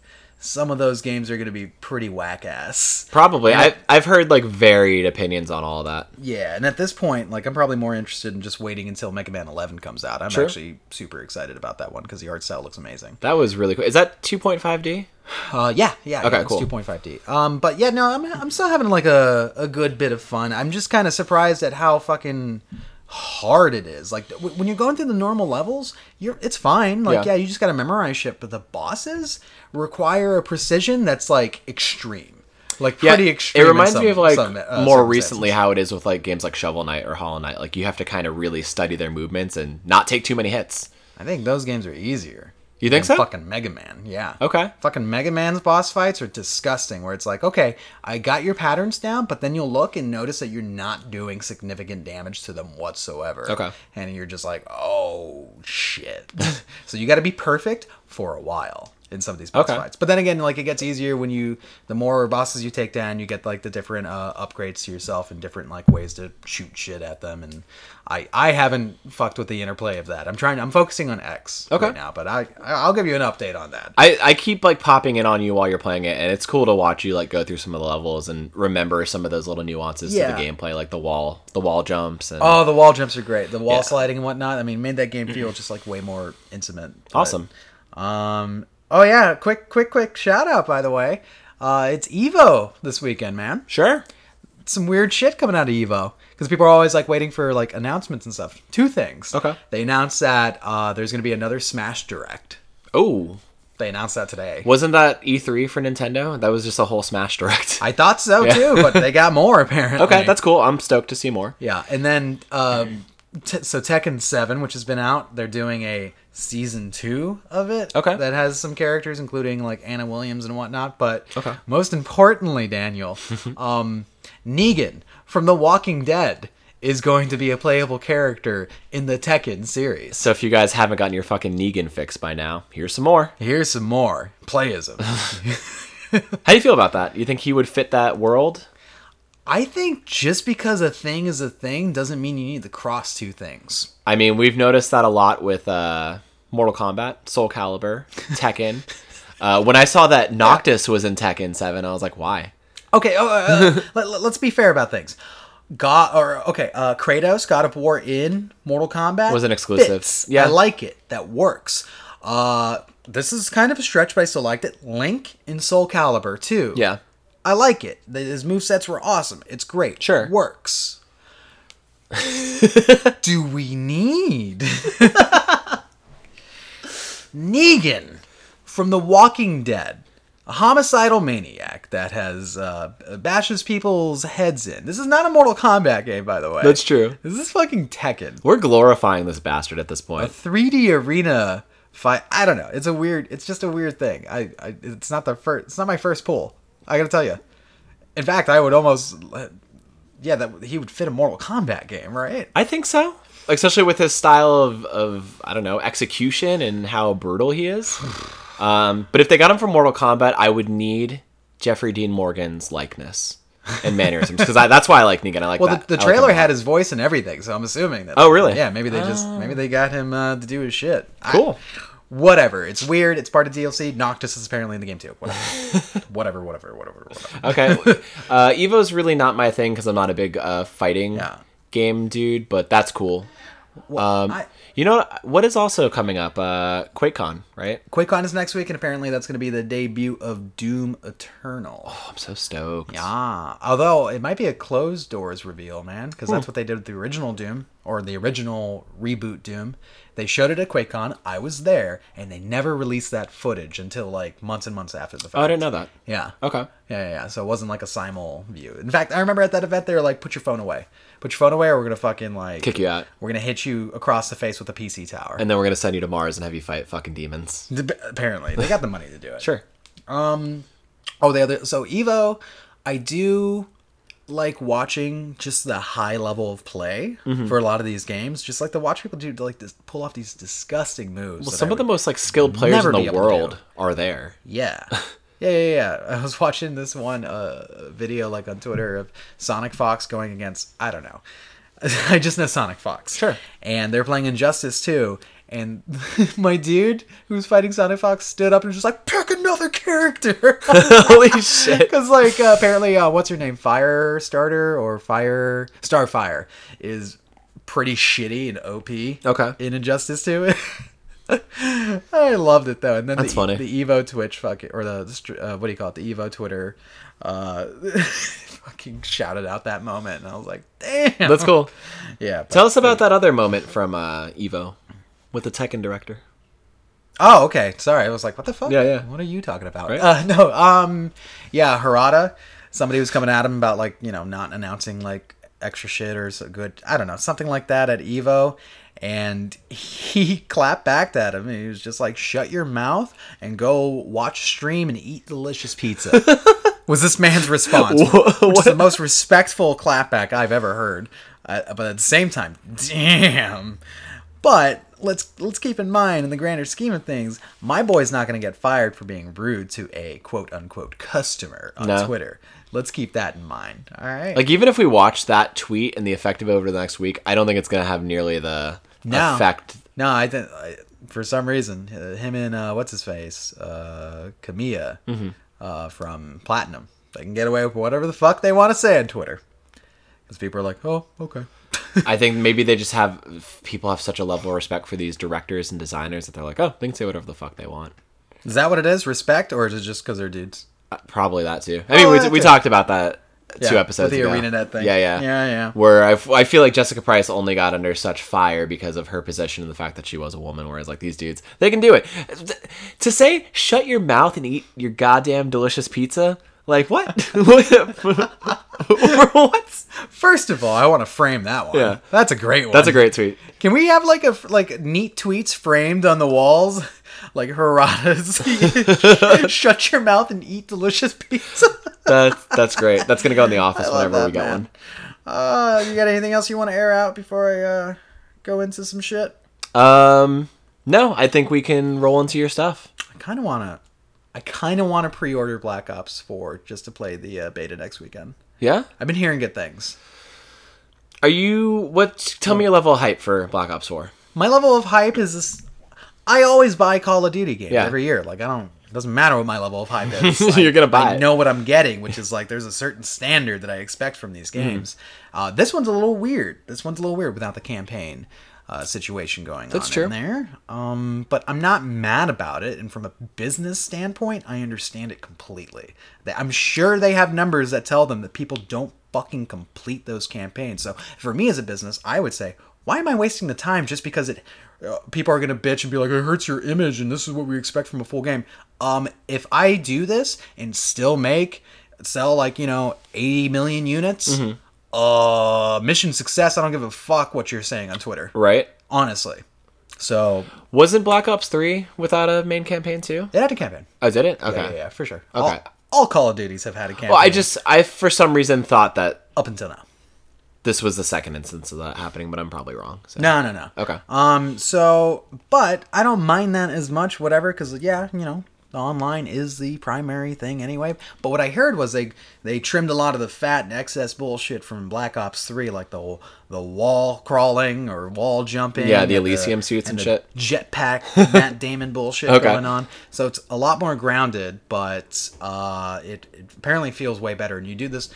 S1: some of those games are going to be pretty whack ass.
S2: Probably I I've heard like varied opinions on all that.
S1: Yeah, and at this point, like I'm probably more interested in just waiting until Mega Man 11 comes out. I'm
S2: Sure.
S1: actually super excited about that one because the art style looks amazing.
S2: That was really cool. Is that 2.5D?
S1: Uh, yeah, yeah.
S2: Okay,
S1: yeah, it's
S2: cool.
S1: 2.5D. Um, but yeah, no, I'm I'm still having like a a good bit of fun. I'm just kind of surprised at how fucking hard it is. Like w- when you're going through the normal levels, you're it's fine. Like
S2: Yeah.
S1: yeah, you just got to memorize shit, but the bosses require a precision that's like extreme. Like pretty extreme.
S2: It
S1: in
S2: reminds
S1: some-
S2: me of like
S1: some, uh,
S2: more
S1: circumstances.
S2: recently how it is with like games like Shovel Knight or Hollow Knight. Like you have to kind of really study their movements and not take too many hits.
S1: I think those games are easier.
S2: You think
S1: than
S2: so?
S1: Fucking Mega Man, yeah.
S2: Okay.
S1: Fucking Mega Man's boss fights are disgusting. Where it's like, okay, I got your patterns down, but then you'll look and notice that you're not doing significant damage to them whatsoever.
S2: Okay.
S1: And you're just like, oh shit. so you got to be perfect for a while in some of these boss
S2: Okay.
S1: fights. But then again, like it gets easier when you the more bosses you take down, you get like the different uh, upgrades to yourself and different like ways to shoot shit at them. And I I haven't fucked with the interplay of that. I'm trying. I'm focusing on X
S2: Okay.
S1: right now, but I I'll give you an update on that.
S2: I, I keep like popping in on you while you're playing it, and it's cool to watch you like go through some of the levels and remember some of those little nuances
S1: Yeah.
S2: to the gameplay, like the wall, the wall jumps, and
S1: Oh, the wall jumps are great. The wall
S2: Yeah.
S1: sliding and whatnot. I mean, made that game feel just like way more intimate. But,
S2: awesome.
S1: Um. Oh yeah. Quick, quick, quick shout out by the way. Uh, it's Evo this weekend, man.
S2: Sure.
S1: Some weird shit coming out of Evo because people are always like waiting for like announcements and stuff. Two things.
S2: Okay.
S1: They announced that uh, there's going to be another Smash Direct.
S2: Oh,
S1: They announced that today.
S2: wasn't that E3 for Nintendo? That was just a whole Smash Direct.
S1: I thought so too, but they got more apparently.
S2: okay, that's cool. I'm stoked to see more.
S1: Yeah, and then
S2: Mm-hmm.
S1: um, t- so Tekken Seven, which has been out, they're doing a season two of it.
S2: Okay.
S1: that has some characters, including like Anna Williams and whatnot. But
S2: Okay. Mm-hmm.
S1: most importantly, Daniel, um, Negan from The Walking Dead is going to be a playable character in the Tekken series.
S2: So if you guys haven't gotten your fucking Negan fix by now, here's some more.
S1: Here's some more playism.
S2: How do you feel about that? You think he would fit that world?
S1: I think just because a thing is a thing doesn't mean you need to cross two things.
S2: I mean, we've noticed that a lot with uh, Mortal Kombat, Soul Calibur, Tekken. uh, when I saw that Noctis was in Tekken 7, I was like, why?
S1: Okay, oh, uh, uh, let, let- let's be fair about things. God, or okay, uh, Kratos, God of War in Mortal Kombat
S2: Was an exclusive.
S1: fits.
S2: Yeah.
S1: I like it. That works. Uh, this is kind of a stretch, but I still liked it. Link in Soul Calibur too.
S2: Yeah.
S1: I like it. The- His movesets were awesome. It's great.
S2: Sure.
S1: works. Do we need Negan from The Walking Dead, a homicidal maniac that has uh, bashes people's heads in. This is not a Mortal Kombat game, by the way.
S2: That's true.
S1: This is fucking Tekken.
S2: We're glorifying this bastard at this
S1: A
S2: point.
S1: 3D arena fight. I don't know. It's a weird. It's just a weird thing. I. I it's not the first. It's not my first pull. I gotta tell you. In fact, I would almost. Yeah, that he would fit a Mortal Kombat game, right?
S2: I think so. Like, Especially with his style of, of I don't know execution and how brutal he is. Um, but if they got him from Mortal Kombat, I would need Jeffrey Dean Morgan's likeness and mannerisms because that's why I like Negan. I like
S1: Well,
S2: that.
S1: the, the
S2: I like him
S1: trailer
S2: a lot.
S1: had his voice and everything, so I'm assuming that.
S2: Oh, really? Ah.
S1: Yeah, maybe they just maybe they got him uh, to do his shit. I-
S2: Cool.
S1: whatever. It's weird. It's part of DLC. Noctis is apparently in the game too. Whatever. whatever. Whatever. Whatever. Whatever.
S2: okay. Uh, Evo's really not my thing because I'm not a big uh, fighting
S1: Yeah.
S2: game dude, but that's cool. Um,
S1: I-
S2: you know what- what is also coming up? Uh, QuakeCon, right?
S1: QuakeCon is next week, and apparently that's going to be the debut of Doom Eternal.
S2: Oh, I'm so stoked.
S1: Ah, although it might be a closed doors reveal, man, because
S2: Hmm.
S1: that's what they did with the original Doom or the original reboot Doom. They showed it at QuakeCon. I was there, and they never released that footage until like months and months after the fact.
S2: Oh, I didn't know that.
S1: Yeah.
S2: Okay.
S1: Yeah, yeah, yeah. So it wasn't like a simul view. In fact, I remember at that event they were like, "Put your phone away. Put your phone away, or we're gonna fucking like
S2: Kick you out.
S1: We're gonna hit you across the face with a PC tower."
S2: And then we're gonna send you to Mars and have you fight fucking demons.
S1: And apparently, they got the money to do it.
S2: Sure.
S1: Oh, the other. So Evo, I do like watching just the high level of play
S2: Mm-hmm.
S1: for a lot of these games. Just like to watch people do like this, pull off these disgusting moves. that I
S2: Some of the most like skilled players
S1: never
S2: in
S1: be
S2: the
S1: able to do.
S2: world are there.
S1: Yeah. Yeah, yeah, yeah. I was watching this one uh, video like on Twitter of Sonic Fox going against I don't know. I just know Sonic Fox.
S2: Sure.
S1: And they're playing Injustice too. And my dude who was fighting Sonic Fox stood up and was just like, pick another character.
S2: Holy shit!
S1: Because like uh, apparently, uh, what's her name, Firestarter or Fire Starfire is pretty shitty and OP.
S2: Okay.
S1: In Injustice Two. I loved it though, and then
S2: That's
S1: the, E
S2: funny.
S1: the Evo Twitch fucking or the str- uh, what do you call it? The Evo Twitter, uh, fucking shouted out that moment, and I was like, damn,
S2: That's cool.
S1: yeah. but-
S2: Tell us about that other moment from uh, Evo with the Tekken director.
S1: Oh, okay. Sorry, I was like, what the fuck?
S2: Yeah, yeah.
S1: What are you talking about?
S2: Right?
S1: Uh, no, um, yeah, Harada. Somebody was coming at him about like you know not announcing like extra shit or so good. I don't know something like that at Evo, and he clapped back at him. And he was just like, "Shut your mouth and go watch stream and eat delicious pizza." was this man's response, which is the most respectful clapback I've ever heard. Uh, but at the same time, damn. But let's let's keep in mind, in the grander scheme of things, my boy's not going to get fired for being rude to a quote unquote customer on
S2: No.
S1: Twitter. Let's keep that in mind. All right.
S2: Like even if we watch that tweet and the effect of it over the next week, I don't think it's gonna have nearly the
S1: No.
S2: effect.
S1: no, I think I- for some reason uh, him and uh, what's his face, uh, Camilla
S2: Mm-hmm.
S1: uh, from Platinum, they can get away with whatever the fuck they want to say on Twitter. Because people are like, oh, okay.
S2: I think maybe they just have people have such a level of respect for these directors and designers that they're like, oh, they can say whatever the fuck they want.
S1: Is that what it is? Respect, or is it just because they're dudes?
S2: Uh, probably that too. I mean,
S1: Oh,
S2: we,
S1: that
S2: we
S1: too.
S2: talked about that two
S1: Yeah,
S2: episodes
S1: with the
S2: ago.
S1: ArenaNet thing.
S2: Yeah, yeah,
S1: Yeah, yeah.
S2: Where I, f- I feel like Jessica Price only got under such fire because of her position and the fact that she was a woman. Whereas like these dudes, they can do it. To say shut your mouth and eat your goddamn delicious pizza. Like what? what?
S1: First of all, I want to frame that one.
S2: Yeah.
S1: That's a great one.
S2: That's a great tweet.
S1: Can we have like a like neat tweets framed on the walls, like Harada's? Shut your mouth and eat delicious pizza.
S2: That's that's great. That's gonna go in the office
S1: love
S2: whenever we
S1: that,
S2: get
S1: man.
S2: one.
S1: Uh, you got anything else you want to air out before I uh, go into some shit?
S2: Um, no, I think we can roll into your stuff.
S1: I kind of wanna, I kind of wanna pre-order Black Ops Four just to play the uh, beta next weekend.
S2: Yeah.
S1: I've been hearing good things.
S2: Are you? What? Tell me your level of hype for Black Ops Four.
S1: My level of hype is this. I always buy Call of Duty games
S2: Yeah.
S1: every year. Like I don't. It doesn't matter what my level of hype is. Like,
S2: You're gonna buy
S1: I
S2: it.
S1: know what I'm getting, which is like there's a certain standard that I expect from these games. Uh, this one's a little weird. This one's a little weird without the campaign uh, situation going
S2: That's
S1: on
S2: true.
S1: in there. Um, but I'm not mad about it, and from a business standpoint, I understand it completely. They- I'm sure they have numbers that tell them that people don't fucking complete those campaigns. So for me as a business, I would say, why am I wasting the time just because it? uh, People are gonna bitch and be like, it hurts your image, and this is what we expect from a full game. Um, if I do this and still make sell like you know 80 million units uh mission success i don't give a fuck what you're saying on twitter
S2: right?
S1: honestly so
S2: Wasn't Black Ops Three without a main campaign too?
S1: it had a campaign
S2: Oh, did it? Okay.
S1: yeah, yeah, yeah for sure
S2: Okay.
S1: all, all call of duties have had a campaign
S2: Well, I just I for some reason thought that
S1: up until now
S2: this was the second instance of that happening, but I'm probably wrong. So.
S1: no no no
S2: Okay.
S1: um so but i don't mind that as much whatever because yeah you know the online is the primary thing anyway but what i heard was they they trimmed a lot of the fat and excess bullshit from black ops 3 like the whole the wall crawling or wall jumping
S2: Yeah, the
S1: and
S2: Elysium suits and
S1: the jetpack matt damon bullshit
S2: Okay.
S1: going on so it's a lot more grounded but uh it, it apparently feels way better and you do this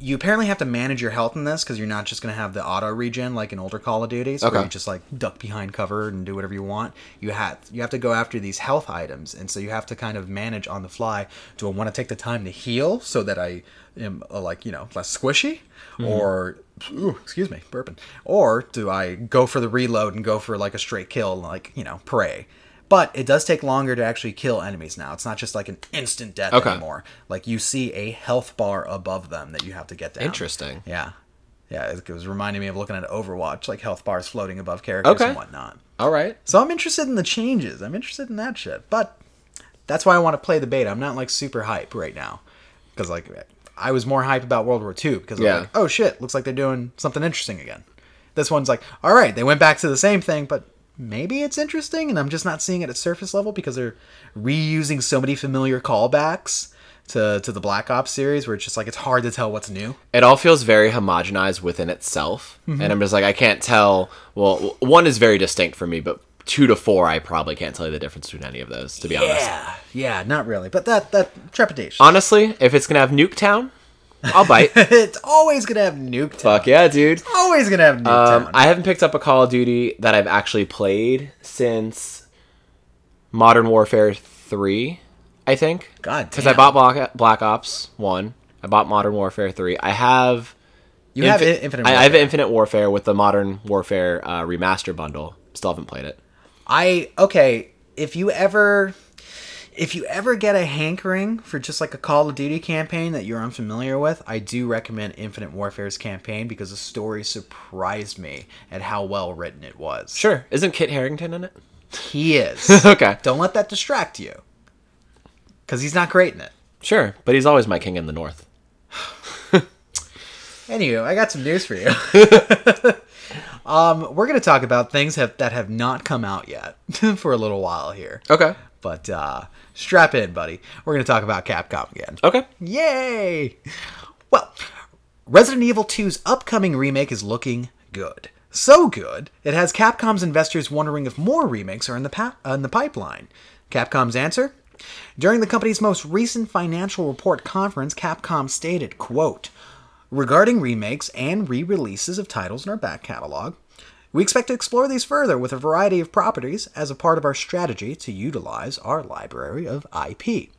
S1: you apparently have to manage your health in this because you're not just going to have the auto regen like in older call of duties where
S2: Okay.
S1: you just like duck behind cover and do whatever you want you have you have to go after these health items and so you have to kind of manage on the fly do i want to take the time to heal so that i am uh, like you know less squishy
S2: Mm-hmm.
S1: or ooh, excuse me burping or do i go for the reload and go for like a straight kill like you know pray but it does take longer to actually kill enemies now. It's not just like an instant death
S2: Okay.
S1: anymore. Like you see a health bar above them that you have to get down.
S2: Interesting.
S1: Yeah. Yeah, it was reminding me of looking at Overwatch, like health bars floating above characters
S2: Okay.
S1: and whatnot.
S2: All right.
S1: So I'm interested in the changes. I'm interested in that shit. But that's why I want to play the beta. I'm not like super hype right now. Because like I was more hype about World War II because
S2: Yeah.
S1: I'm like, oh shit, looks like they're doing something interesting again. This one's like, all right, they went back to the same thing, but maybe it's interesting and I'm just not seeing it at surface level because they're reusing so many familiar callbacks to to the Black Ops series where it's just like it's hard to tell what's new.
S2: it all feels very homogenized within itself
S1: Mm-hmm.
S2: and i'm just like i can't tell well w- one is very distinct for me but two to four i probably can't tell you the difference between any of those to be honest Uh,
S1: Yeah. Yeah, not really. But that that trepidation.
S2: honestly if it's gonna have nuketown i'll bite
S1: it's always gonna have Nuketown.
S2: fuck yeah dude
S1: always gonna have Nuketown.
S2: um, i haven't picked up a call of duty that i've actually played since modern warfare 3 i think
S1: God
S2: because i
S1: damn.
S2: bought black, black ops 1 i bought modern warfare 3 i have
S1: you have
S2: Infi-
S1: I- Infinite.
S2: I, I
S1: Warfare.
S2: have Infinite Warfare with the Modern Warfare uh, remaster bundle. Still haven't played it.
S1: I okay. If you ever, if you ever get a hankering for just like a Call of Duty campaign that you're unfamiliar with, I do recommend Infinite Warfare's campaign because the story surprised me at how well written it was.
S2: Sure. Isn't Kit Harrington in it?
S1: He is.
S2: okay.
S1: Don't let that distract you, because he's not great in it.
S2: Sure. But he's always my king in the north.
S1: Anywho, I got some news for you. um, we're gonna talk about things have, that have not come out yet for a little while here.
S2: Okay.
S1: But uh, strap in, buddy. We're going to talk about Capcom again.
S2: Okay.
S1: Yay! Well, Resident Evil 2's upcoming remake is looking good. So good, it has Capcom's investors wondering if more remakes are in the, pa- uh, in the pipeline. Capcom's answer? During the company's most recent financial report conference, Capcom stated, quote, Regarding remakes and re releases of titles in our back catalog, we expect to explore these further with a variety of properties as a part of our strategy to utilize our library of IP.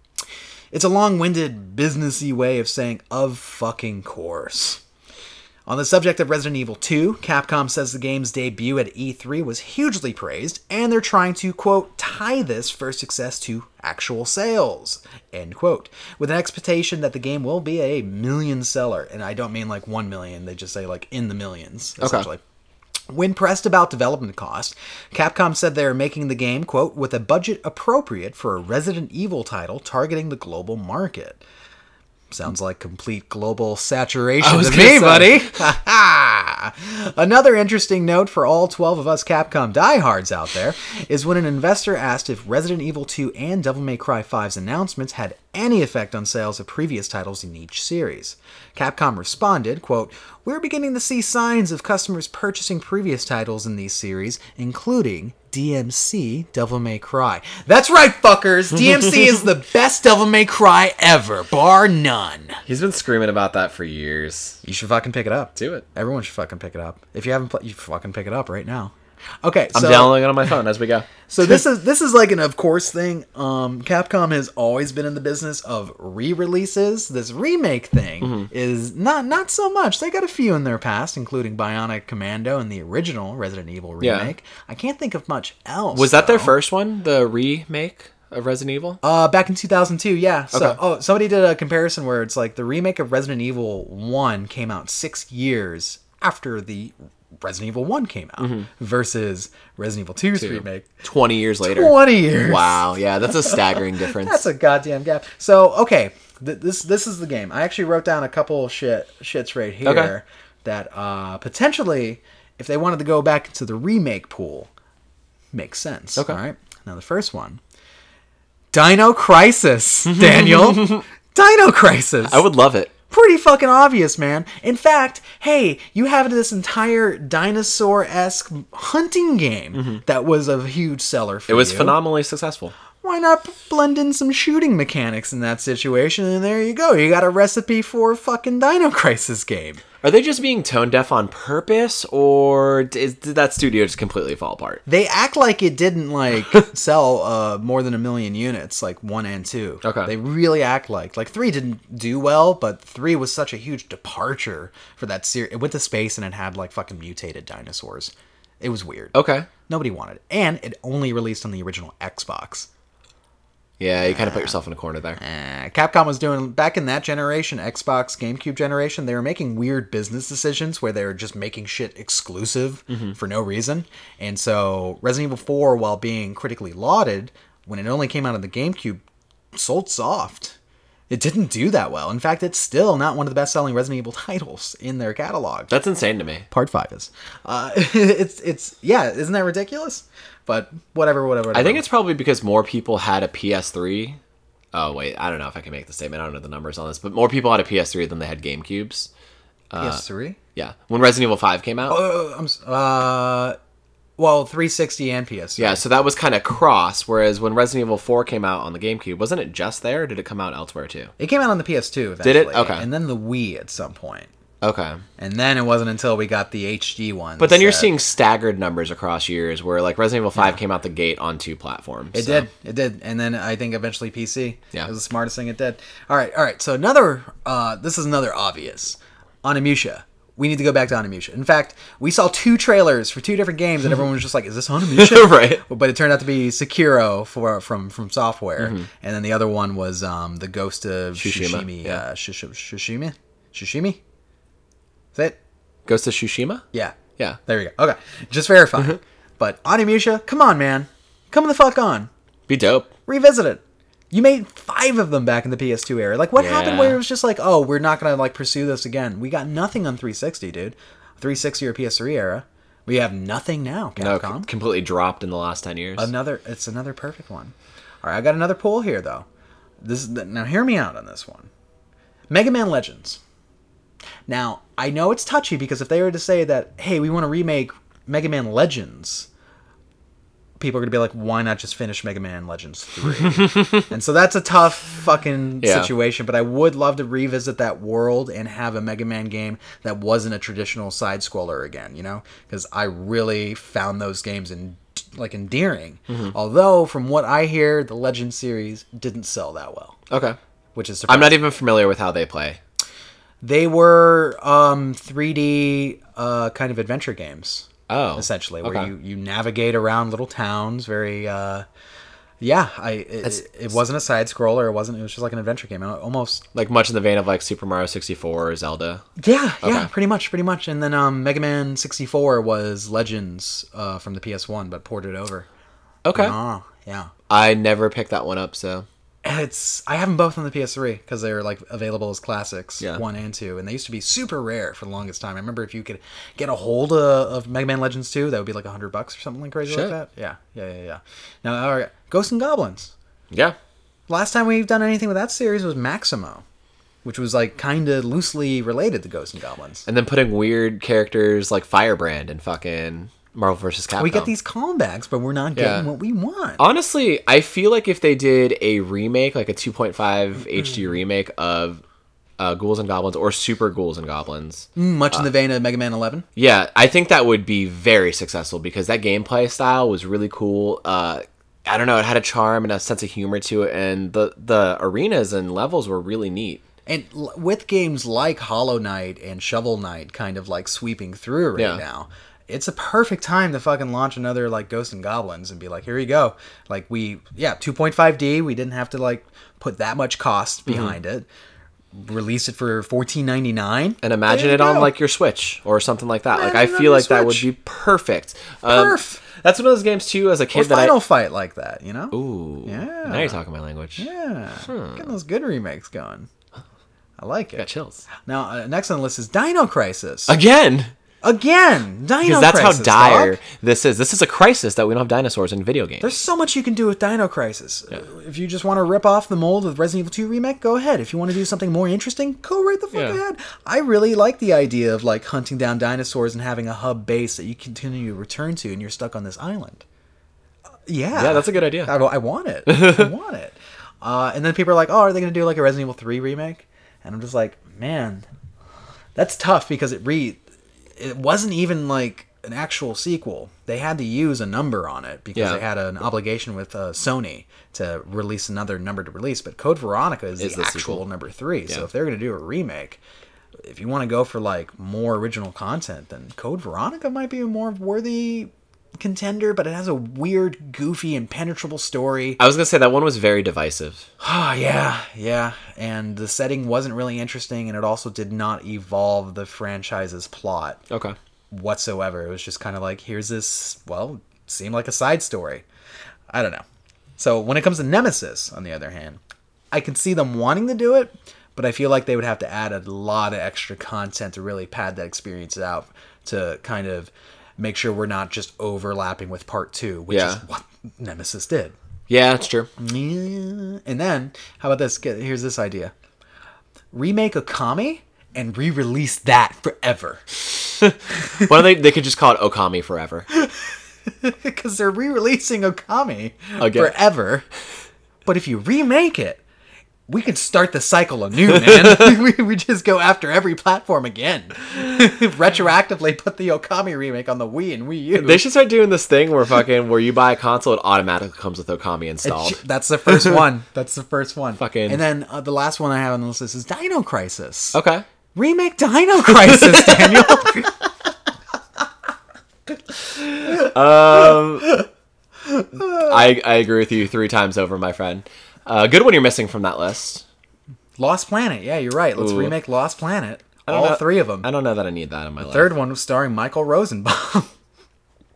S1: It's a long winded, businessy way of saying, of fucking course. On the subject of Resident Evil 2, Capcom says the game's debut at E3 was hugely praised, and they're trying to, quote, tie this first success to actual sales, end quote, with an expectation that the game will be a million seller. And I don't mean like one million, they just say like in the millions, essentially. When pressed about development cost, Capcom said they are making the game, quote, with a budget appropriate for a Resident Evil title targeting the global market. Sounds like complete global saturation.
S2: was
S1: to
S2: gonna
S1: me,
S2: say.
S1: buddy. Ha ha! Another interesting note for all 12 of us Capcom diehards out there is when an investor asked if Resident Evil 2 and Devil May Cry 5's announcements had any effect on sales of previous titles in each series. Capcom responded, quote, "We're beginning to see signs of customers purchasing previous titles in these series, including DMC Devil May Cry. That's right, fuckers. DMC is the best Devil May Cry ever, bar none.
S2: He's been screaming about that for years.
S1: You should fucking pick it up.
S2: Do it.
S1: Everyone should fucking pick it up. If you haven't played, you fucking pick it up right now. Okay,
S2: I'm
S1: so
S2: downloading it on my phone as we go.
S1: so this is this is like an of course thing. Um, Capcom has always been in the business of re-releases. This remake thing
S2: Mm-hmm.
S1: is not not so much. They got a few in their past, including Bionic Commando and the original Resident Evil
S2: Yeah.
S1: remake. I can't think of much else.
S2: Was that their
S1: though.
S2: first one? The remake of Resident Evil?
S1: Uh, back in 2002, yeah. So,
S2: Okay.
S1: oh, somebody did a comparison where it's like the remake of Resident Evil 1 came out six years after the Resident Evil 1 came out
S2: Mm-hmm.
S1: versus Resident Evil 2's remake
S2: 20 years later.
S1: 20 years.
S2: Wow, yeah, that's a staggering difference.
S1: That's a goddamn gap. So, okay, th- this this is the game. I actually wrote down a couple shit shits right here
S2: Okay.
S1: that uh, potentially, if they wanted to go back into the remake pool, makes sense.
S2: Okay.
S1: All right. Now the first one, Dino Crisis, Daniel. Dino Crisis
S2: I would love it.
S1: pretty fucking obvious, man. In fact, hey, you have this entire dinosaur-esque hunting game that was a huge seller for
S2: Mm-hmm. It was
S1: you.
S2: phenomenally successful.
S1: Why not blend in some shooting mechanics in that situation? And there you go. You got a recipe for a fucking Dino Crisis game.
S2: Are they just being tone deaf on purpose, or d- is, did that studio just completely fall apart?
S1: They act like it didn't like sell uh, more than a million units, like one and two.
S2: Okay.
S1: They really act like like three didn't do well, but three was such a huge departure for that series. It went to space and it had like fucking mutated dinosaurs. It was weird.
S2: Okay.
S1: Nobody wanted it. And it only released on the original Xbox.
S2: Yeah, you kind of put yourself in a corner there.
S1: Eh, Capcom was doing, back in that generation, Xbox, GameCube generation, they were making weird business decisions where they were just making shit exclusive
S2: Mm-hmm.
S1: for no reason. And so Resident Evil 4, while being critically lauded, when it only came out on the GameCube, sold soft. It didn't do that well. In fact, it's still not one of the best selling Resident Evil titles in their catalog.
S2: That's insane to me.
S1: Part 5 is. Uh, it's, it's, yeah, isn't that ridiculous? But whatever, whatever.
S2: I
S1: whatever.
S2: think it's probably because more people had a PS3. Oh wait, I don't know if I can make the statement. I don't know the numbers on this, but more people had a PS3 than they had GameCubes.
S1: PS3.
S2: Yeah, when Resident Evil 5 came out.
S1: Uh, I'm s- uh, well, 360 and PS.
S2: Yeah, so that was kind of cross. Whereas when Resident Evil 4 came out on the GameCube, wasn't it just there? Or did it come out elsewhere too?
S1: It came out on the PS2 eventually.
S2: Did it? Okay.
S1: And then the Wii at some point.
S2: Okay,
S1: And then it wasn't until we got the HD one.
S2: but then you're seeing staggered numbers across years, where like Resident Evil 5 came out the gate on two platforms.
S1: It did. It did. And then I think eventually PC.
S2: Yeah.
S1: It was the smartest thing it did. All right. All right. So another, uh, this is another obvious. Onimusha. We need to go back to Onimusha. In fact, we saw two trailers for two different games, and everyone was just like, "Is this Onimusha?"
S2: Right.
S1: But it turned out to be Sekiro for from from Software, and then the other one was um, the Ghost of
S2: Mm-hmm. Tsushima,
S1: Shishimi.
S2: yeah.
S1: Uh, Shish- Shishimi. Shishimi. Is that? it?
S2: Ghost of Tsushima.
S1: Yeah.
S2: Yeah.
S1: There we go. Okay. Just
S2: Mm-hmm.
S1: verify. but Onimusha, come on, man, come the fuck on
S2: Be dope.
S1: revisit it. You made five of them back in the PS2 era. Like, what happened
S2: Yeah.
S1: where it was just like, oh, we're not gonna like pursue this again. We got nothing on 360, dude. 360 or PS3 era. We have nothing now.
S2: No,
S1: Capcom.
S2: com- completely dropped in the last ten years.
S1: Another. It's another perfect one. All right, I got another poll here though. This is now. Hear me out on this one. Mega Man Legends. Now I know it's touchy because if they were to say that, hey, we want to remake Mega Man Legends, people are gonna be like, why not just finish Mega Man Legends three? and so that's a tough fucking
S2: Yeah.
S1: situation. But I would love to revisit that world and have a Mega Man game that wasn't a traditional side scroller again. You know, because I really found those games in like endearing.
S2: Mm-hmm.
S1: Although from what I hear, the Legend series didn't sell that well,
S2: okay.
S1: which is
S2: I'm
S1: surprising.
S2: not even familiar with how they play.
S1: They were um, 3D uh, kind of adventure games,
S2: Oh,
S1: essentially, where
S2: okay.
S1: you, you navigate around little towns. Very, uh, yeah, I it, it wasn't a side scroller. It wasn't. It was just like an adventure game. Al- Almost,
S2: like much in the vein of like Super Mario 64 or Zelda.
S1: yeah, yeah, pretty much, pretty much. And then um, Mega Man 64 was Legends uh, from the PS1, but ported over.
S2: Okay,
S1: Oh, yeah.
S2: Uh-huh. I never picked that one up. So
S1: It's I have them both on the PS3 because they were like available as classics
S2: Yeah.
S1: one and two, and they used to be super rare for the longest time. I remember if you could get a hold of, of Mega Man Legends two, that would be like hundred bucks or something like crazy
S2: Shit.
S1: like that. Yeah, yeah, yeah, yeah. Now, all right, Ghosts and Goblins.
S2: yeah,
S1: Last time we've done anything with that series was Maximo, which was like kind of loosely related to Ghosts and Goblins.
S2: and then putting weird characters like Firebrand and fucking Marvel vs. Capcom.
S1: We get these comebacks, but we're not getting
S2: Oh. Yeah. Uh,
S1: what we want.
S2: Honestly, I feel like if they did a remake, like a 2.5
S1: Mm-hmm.
S2: HD remake of uh, Ghouls and Goblins or Super Ghouls and Goblins,
S1: Much in the vein of Mega Man Eleven.
S2: yeah, I think that would be very successful because that gameplay style was really cool. Uh, I don't know, it had a charm and a sense of humor to it, and the the arenas and levels were really neat.
S1: And l- with games like Hollow Knight and Shovel Knight kind of like sweeping through right
S2: Yeah.
S1: now, it's a perfect time to fucking launch another like Ghosts and Goblins and be like, here you go. Like we, yeah, 2.5D. We didn't have to like put that much
S2: Mm-hmm.
S1: cost behind it. Release it for 14.99.
S2: And imagine
S1: There you
S2: it on
S1: go.
S2: like your Switch or something like that. like
S1: Imagine
S2: I
S1: it
S2: feel
S1: on
S2: like
S1: your
S2: that would be
S1: Switch.
S2: perfect. Um,
S1: Perf.
S2: That's one of those games too. As a kid,
S1: or
S2: that
S1: Final Fight like that, you know?
S2: I, ooh, Hmm.
S1: Yeah.
S2: Now you're talking my language.
S1: Yeah, getting those good remakes going. I like
S2: Got
S1: it.
S2: chills
S1: Now, uh, next on the list is Dino Crisis.
S2: again.
S1: Again, Dino
S2: Because that's
S1: Crisis.
S2: how dire
S1: dog.
S2: this is. This is a crisis that we don't have dinosaurs in video games.
S1: There's so much you can do with Dino Crisis. If you just want to rip off the mold of Resident Evil 2 remake, go ahead. If you want to do something more interesting, go right the fuck
S2: Yeah.
S1: ahead. I really like the idea of like hunting down dinosaurs and having a hub base that you continue to return to, and you're stuck on this island. Uh, yeah,
S2: yeah, that's a good idea.
S1: I, I want it. I want it. Uh, and then people are like, oh, are they going to do like a Resident Evil 3 remake? And I'm just like, man, that's tough because it re it wasn't even like an actual sequel. They had to use a number on it because
S2: Yeah.
S1: they had an obligation with uh, Sony to release another number to release. But Code Veronica is,
S2: Is
S1: the,
S2: the
S1: actual
S2: sequel.
S1: number three. So
S2: Yeah.
S1: if they're going to do a remake, if you want to go for like more original content, then Code Veronica might be a more worthy contender. But it has a weird, goofy, impenetrable story.
S2: I was gonna say that one was very divisive.
S1: Oh, yeah, yeah. And the setting wasn't really interesting, and it also did not evolve the franchise's plot
S2: Okay.
S1: whatsoever. It was just kind of like, here's this, well, seemed like a side story. I don't know. So when it comes to Nemesis, on the other hand, I can see them wanting to do it, but I feel like they would have to add a lot of extra content to really pad that experience out to kind of make sure we're not just overlapping with part two, which
S2: Yeah.
S1: is what Nemesis did.
S2: Yeah, that's true.
S1: Yeah. And then, how about this? Get- Here's this idea: remake Okami and re-release that forever,
S2: Why don't they? They could just call it Okami forever.
S1: because they're re-releasing Okami
S2: Again.
S1: forever. But if you remake it, we could start the cycle anew, man. we, we just go after every platform again, retroactively. Put the Okami remake on the Wii and Wii U.
S2: They should start doing this thing where fucking where you buy a console, it automatically comes with Okami installed.
S1: Sh- That's the first one. That's the first one.
S2: Fucking- Oh.
S1: And then uh, the last one I have on the list is Dino Crisis.
S2: okay.
S1: Remake Dino Crisis, Daniel.
S2: I, I agree with you three times over, my friend. Uh, good one you're missing from that list.
S1: Lost Planet. Yeah, you're right. Let's
S2: Ooh.
S1: remake Lost Planet.
S2: don't
S1: All
S2: know-
S1: three of them.
S2: I don't know that I need that in my life.
S1: Third one was starring Michael Rosenbaum.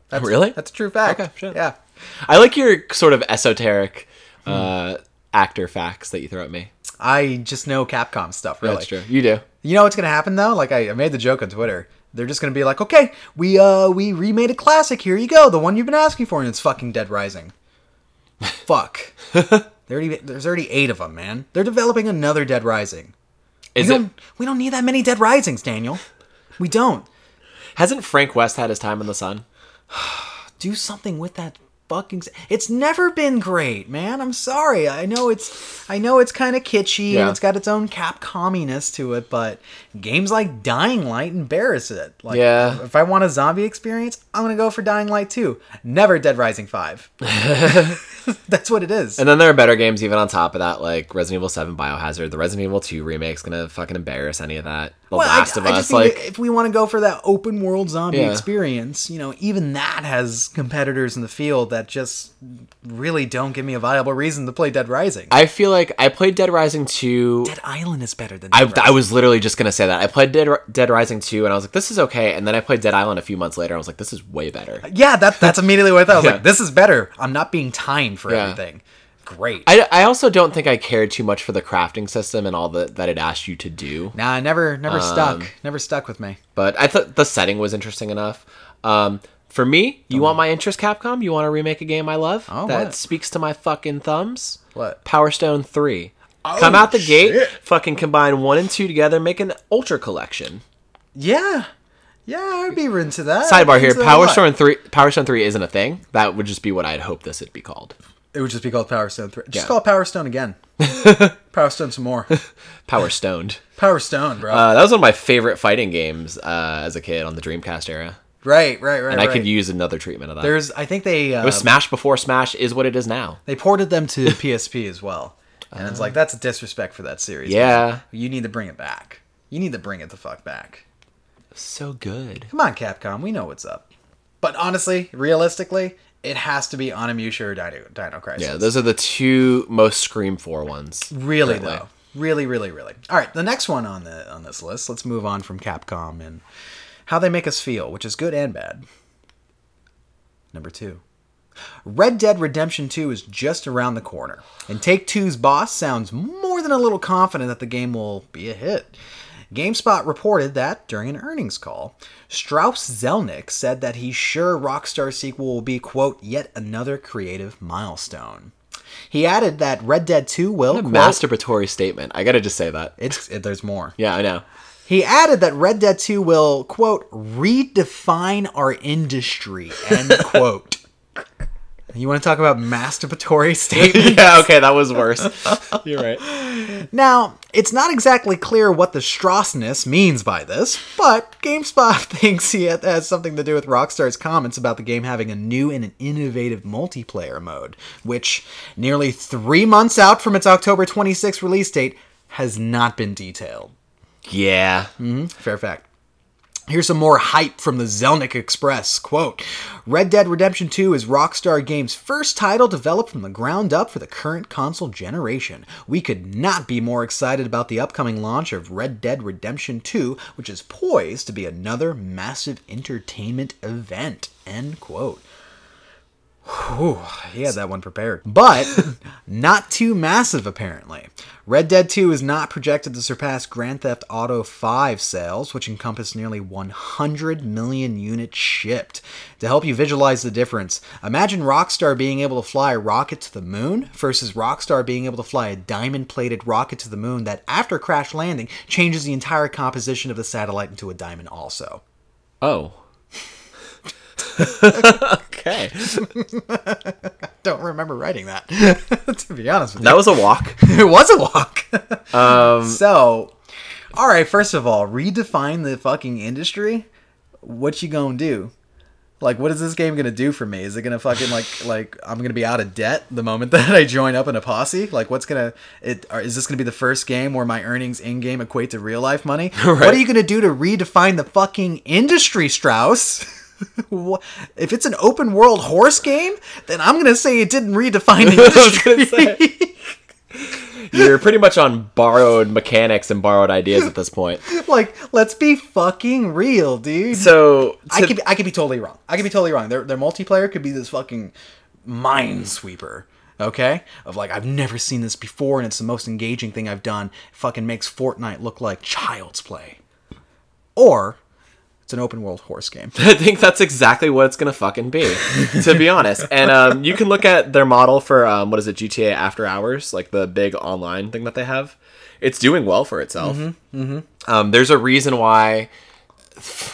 S1: that's,
S2: Oh, Really?
S1: That's a true fact.
S2: Okay, shit.
S1: Yeah.
S2: I like your sort of esoteric
S1: Hmm.
S2: uh, actor facts that you throw at me.
S1: I just know Capcom stuff, really.
S2: That's true. You do.
S1: You know what's gonna happen though? Like I, I made the joke on Twitter. They're just gonna be like, okay, we uh we remade a classic. Here you go, the one you've been asking for, and it's fucking Dead Rising. Fuck. There already, there's already eight of them, man. They're developing another Dead Rising.
S2: Is
S1: we
S2: it
S1: don't, we don't need that many Dead Risings, Daniel. We don't.
S2: hasn't Frank West had his time in the sun?
S1: do something with that fucking s- it's never been great man i'm sorry i know it's i know it's kind of kitschy and
S2: Yeah.
S1: it's got its own capcominess to it but games like dying light embarrass it like
S2: Yeah.
S1: if i want a zombie experience i'm gonna go for dying light 2 never dead rising 5 that's what it is
S2: And then there are better games even on top of that, like Resident Evil 7 Biohazard. The Resident Evil 2 remake's gonna fucking embarrass any of that. The
S1: Well,
S2: Last
S1: I,
S2: of
S1: I
S2: Us,
S1: just think
S2: like
S1: that if we want to go for that open world zombie
S2: Yeah.
S1: experience, you know, even that has competitors in the field that just really don't give me a viable reason to play Dead Rising.
S2: I feel like I played Dead Rising 2.
S1: Dead Island is better than
S2: I,
S1: Dead
S2: I
S1: Rising.
S2: was literally just gonna say that. I played Dead, Ri- Dead Rising 2 and I was like, this is okay. And then I played Dead Island a few months later. and I was like, this is way better.
S1: yeah, that that's immediately what I thought. I was
S2: Yeah.
S1: like, this is better. I'm not being timed for
S2: Yeah.
S1: everything. Great.
S2: I, I also don't think I cared too much for the crafting system and all that that it asked you to do.
S1: nah, I never never
S2: Um,
S1: stuck. Never stuck with me.
S2: But I thought the setting was interesting enough. Um, for me, you want my interest, Capcom? You want to remake a game I love
S1: Oh,
S2: that
S1: what?
S2: speaks to my fucking thumbs?
S1: What?
S2: Power Stone 3.
S1: Oh,
S2: Come out the gate,
S1: shit.
S2: fucking combine one and two together, make an Ultra Collection.
S1: Yeah. Yeah, I'd be into that. I'd
S2: Sidebar
S1: be
S2: here:
S1: into that a
S2: Power
S1: lot.
S2: Stone three. Power Stone three isn't a thing. That would just be what I'd hope this would be called.
S1: It would just be called Power Stone 3. Just
S2: Yeah.
S1: call it Power Stone again. Power Stone some more.
S2: Power Stoned.
S1: Power Stone, bro.
S2: Uh, that was one of my favorite fighting games uh, as a kid on the Dreamcast era,
S1: right, right, right.
S2: and
S1: right.
S2: I could use another treatment of that.
S1: There's I think they uh,
S2: But Smash before Smash is what it is now.
S1: they ported them to PSP as well. And it's like that's a disrespect for that series.
S2: Uh, Yeah,
S1: You need to bring it back. You need to bring it the fuck back.
S2: so good.
S1: Come on, Capcom. We know what's up. But honestly, realistically, it has to be Onimusha or Dino, Dino Crisis.
S2: Yeah, those are the two most Scream 4 ones.
S1: Really
S2: currently.
S1: though. Really, really, really. All right, the next one on the on this list. Let's move on from Capcom and how they make us feel, which is good and bad. Number two. Red Dead Redemption 2 is just around the corner, and Take Two's boss sounds more than a little confident that the game will be a hit. GameSpot reported that, during an earnings call, Strauss Zelnick said that he's sure Rockstar's sequel will be, quote, yet another creative milestone. He added that Red Dead 2 will, quote,
S2: Masturbatory statement. I gotta just say that.
S1: it's it, there's more.
S2: Yeah, I know.
S1: He added that Red Dead 2 will quote redefine our industry end quote. You want to talk about masturbatory statement?
S2: yeah, okay, that was worse. You're right.
S1: now, it's not exactly clear what the Strassness means by this, but GameSpot thinks he had- has something to do with Rockstar's comments about the game having a new and an innovative multiplayer mode, which, nearly three months out from its October 26th release date, has not been detailed.
S2: Yeah.
S1: Fair fact. Here's some more hype from the Zelnick Express. Quote Red Dead Redemption 2 is Rockstar Games' first title developed from the ground up for the current console generation. We could not be more excited about the upcoming launch of Red Dead Redemption 2, which is poised to be another massive entertainment event. End quote. Whew, he had that one prepared. But not too massive, apparently. Red Dead 2 is not projected to surpass Grand Theft Auto 5 sales, which encompassed nearly 100 million units shipped. To help you visualize the difference, imagine Rockstar being able to fly a rocket to the moon versus Rockstar being able to fly a diamond plated rocket to the moon that, after crash landing, changes the entire composition of the satellite into a diamond, also.
S2: Oh. okay.
S1: Don't remember writing that, to be honest with you.
S2: That was a walk.
S1: it was a walk.
S2: Um,
S1: so, all right. First of all, redefine the fucking industry. What you gonna do? Like, what is this game gonna do for me? Is it gonna fucking like like I'm gonna be out of debt the moment that I join up in a posse? Like, what's gonna it? Or is this gonna be the first game where my earnings in game equate to real life money? What are you gonna do to redefine the fucking industry, Strauss? Wha- if it's an open world horse game, then I'm gonna say it didn't redefine the
S2: I was
S1: industry.
S2: gonna say. You're pretty much on borrowed mechanics and borrowed ideas at this point.
S1: like let's be fucking real dude
S2: So
S1: i
S2: to-
S1: could be, i could be totally wrong i could be totally wrong their, their multiplayer could be this fucking minesweeper okay of like i've never seen this before and it's the most engaging thing i've done fucking makes fortnite look like child's play or it's an open world horse game
S2: I think that's exactly what it's gonna fucking be, to be honest. And um, you can look at their model for um, what is it, GTA After Hours, like the big online thing that they have. It's doing well for itself.
S1: Mm-hmm.
S2: Um, there's a reason why.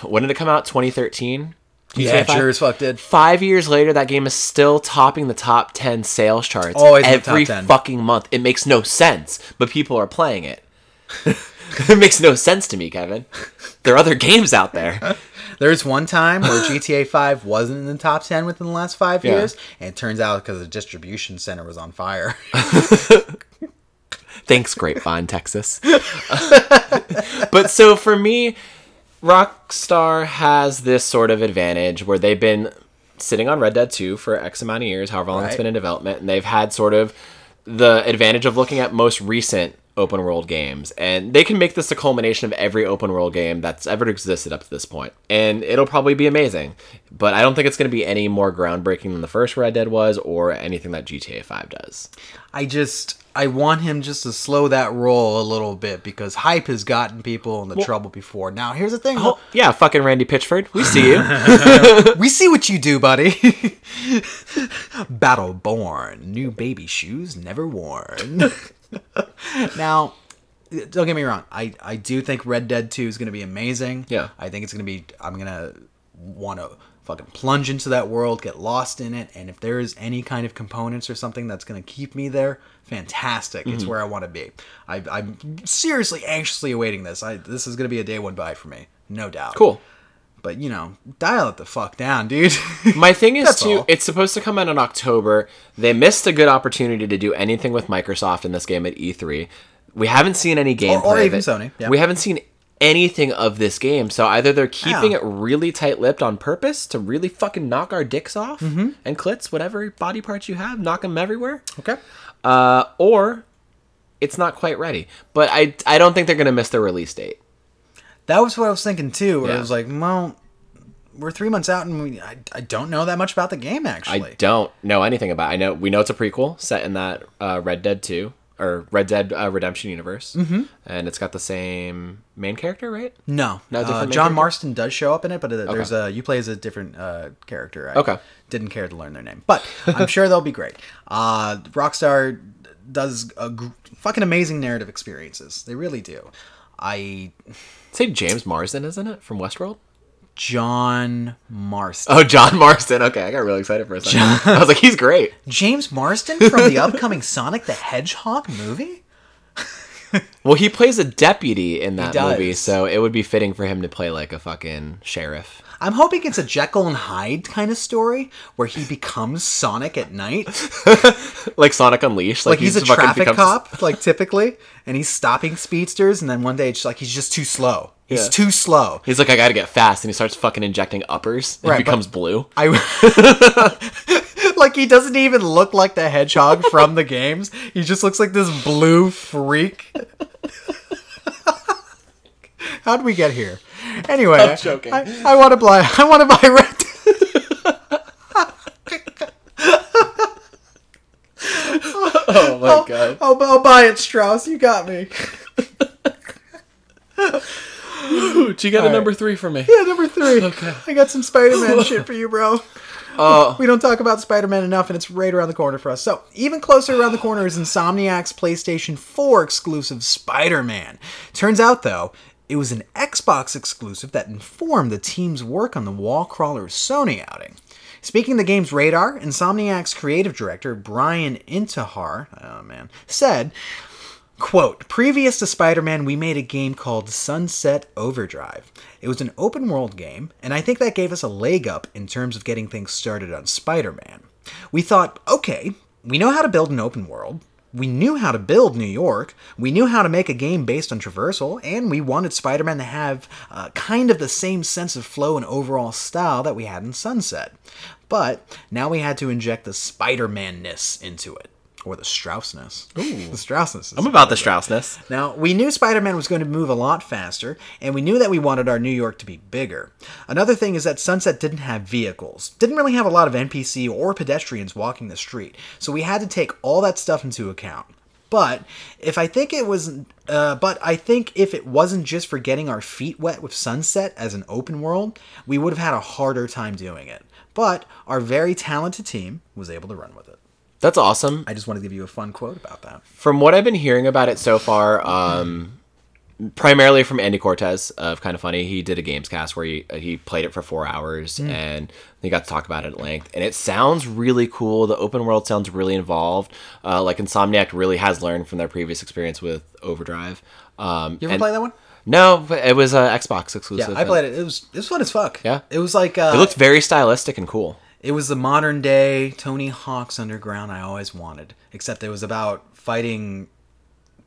S2: When did it come out? 2013.
S1: yeah it sure as fuck did
S2: Five years later, that game is still topping the top ten sales charts
S1: Always in the top
S2: every
S1: 10.
S2: fucking month. It makes no sense, but people are playing it. it makes no sense to me, Kevin. There are other games out there.
S1: There's one time where GTA 5 wasn't in the top 10 within the last five
S2: Yeah.
S1: years, and it turns out because the distribution center was on fire.
S2: Thanks, Grapevine, Texas. but so for me, Rockstar has this sort of advantage where they've been sitting on Red Dead 2 for X amount of years, however long it's
S1: Right.
S2: been in development, and they've had sort of the advantage of looking at most recent open world games. And they can make this the culmination of every open world game that's ever existed up to this point. And it'll probably be amazing. But I don't think it's going to be any more groundbreaking than the first Red Dead was or anything that GTA 5 does.
S1: I just I want him just to slow that roll a little bit because hype has gotten people into trouble before. Now here's the thing:
S2: Oh, yeah, fucking Randy Pitchford. We see you.
S1: we see what you do, buddy. Battle born, new baby shoes never worn. now, don't get me wrong. I I do think Red Dead Two is going to be amazing.
S2: Yeah.
S1: I think it's going to be. I'm gonna want to fucking plunge into that world, get lost in it, and if there is any kind of components or something that's going to keep me there, fantastic.
S2: Mm-hmm.
S1: It's where I want to be. I, I'm seriously anxiously awaiting this. I this is going to be a day one buy for me, no doubt.
S2: Cool.
S1: But you know, dial it the fuck down, dude.
S2: My thing is
S1: That's
S2: too.
S1: all.
S2: It's supposed to come out in October. They missed a good opportunity to do anything with Microsoft in this game at E3. E We haven't seen any gameplay
S1: or
S2: of
S1: even
S2: it.
S1: Sony, yeah.
S2: We haven't seen anything of this game. So either they're keeping
S1: Yeah.
S2: it really tight-lipped on purpose to really fucking knock our dicks off
S1: Mm-hmm.
S2: and clits, whatever body parts you have, knock them everywhere,
S1: Okay.
S2: uh, or it's not quite ready. But I I don't think they're gonna miss their release date.
S1: That was what I was thinking too. Where I
S2: Yeah.
S1: was like, well, we're three months out, and we, I, I don't know that much about the game
S2: I
S1: actually.
S2: don't know anything about. I know we know it's a prequel set in that uh, Red Dead Two or Red Dead uh, Redemption universe, mm-hmm. and it's got the same main character, right?
S1: no,
S2: No,
S1: Uh,
S2: different main
S1: John
S2: character?
S1: Marston does show up in it, but uh, there's a you play as a different uh, character. I
S2: Okay.
S1: didn't care to learn their name, but I'm sure they'll be great. Uh, Rockstar does a gr- fucking amazing narrative experiences. They really do. I
S2: Say James Marsden, isn't it from Westworld?
S1: John Marston.
S2: Oh, John Marsden. Okay, I got really excited for a second. I was like, he's great.
S1: James Marston from the upcoming Sonic the Hedgehog movie?
S2: Well, he plays a deputy in that
S1: does.
S2: movie, so it would be fitting for him to play like a fucking sheriff.
S1: I'm hoping it's a Jekyll and Hyde kind of story where he becomes Sonic at night.
S2: Like Sonic Unleashed. Like,
S1: Like he's,
S2: fucking
S1: a traffic
S2: becomes-
S1: cop, like typically, and he's stopping speedsters, and then one day it's just like he's just too slow. He's
S2: Yeah.
S1: too slow.
S2: He's like, I gotta get fast, and he starts fucking injecting uppers and
S1: Right, but-
S2: becomes blue.
S1: I like he doesn't even look like the hedgehog from the games. He just looks like this blue freak. How'd we get here? Anyway, I'm
S2: joking.
S1: I, I want to buy. I want to buy Red. Dead.
S2: Oh my god.
S1: I'll, I'll buy it, Strauss. You got me.
S2: you got a
S1: number
S2: number three for me.
S1: Yeah, number three. Okay. I got some Spider Man shit for you, bro.
S2: Oh,
S1: We don't talk about Spider Man enough, and it's right around the corner for us. So, even closer around the corner is Insomniac's PlayStation 4 exclusive Spider Man. Turns out, though, it was an Xbox exclusive that informed the team's work on the wall crawler Sony outing. Speaking of the game's radar, Insomniac's creative director, Brian Intihar, oh man, said, Quote, previous to Spider Man, we made a game called Sunset Overdrive. It was an open world game, and I think that gave us a leg up in terms of getting things started on Spider Man. We thought, okay, we know how to build an open world, we knew how to build New York, we knew how to make a game based on traversal, and we wanted Spider Man to have uh, kind of the same sense of flow and overall style that we had in Sunset. But now we had to inject the Spider Man ness into it. Or the Straussness. Ooh. The Straussness. is
S2: I'm about the Straussness.
S1: now, we knew Spider Man was going to move a lot faster, and we knew that we wanted our New York to be bigger. Another thing is that Sunset didn't have vehicles, didn't really have a lot of NPC or pedestrians walking the street, so we had to take all that stuff into account. But if I think it was, uh, but I think if it wasn't just for getting our feet wet with Sunset as an open world, we would have had a harder time doing it. But our very talented team was able to run with it.
S2: That's awesome.
S1: I just want to give you a fun quote about that.
S2: from what I've been hearing about it so far, um, primarily from Andy Cortez of Kind of Funny, he did a games cast where he uh, he played it for four hours
S1: Mm.
S2: and they got to talk about it at length. And it sounds really cool. The open world sounds really involved. Uh, like Insomniac really has learned from their previous experience with Overdrive. Um,
S1: You ever
S2: and-
S1: play that one?
S2: No, but it was an Xbox exclusive.
S1: Yeah, I played it. It was it was fun as fuck.
S2: Yeah.
S1: it was like uh,
S2: It looked very stylistic and cool.
S1: it was the modern day Tony Hawk's Underground I always wanted, except it was about fighting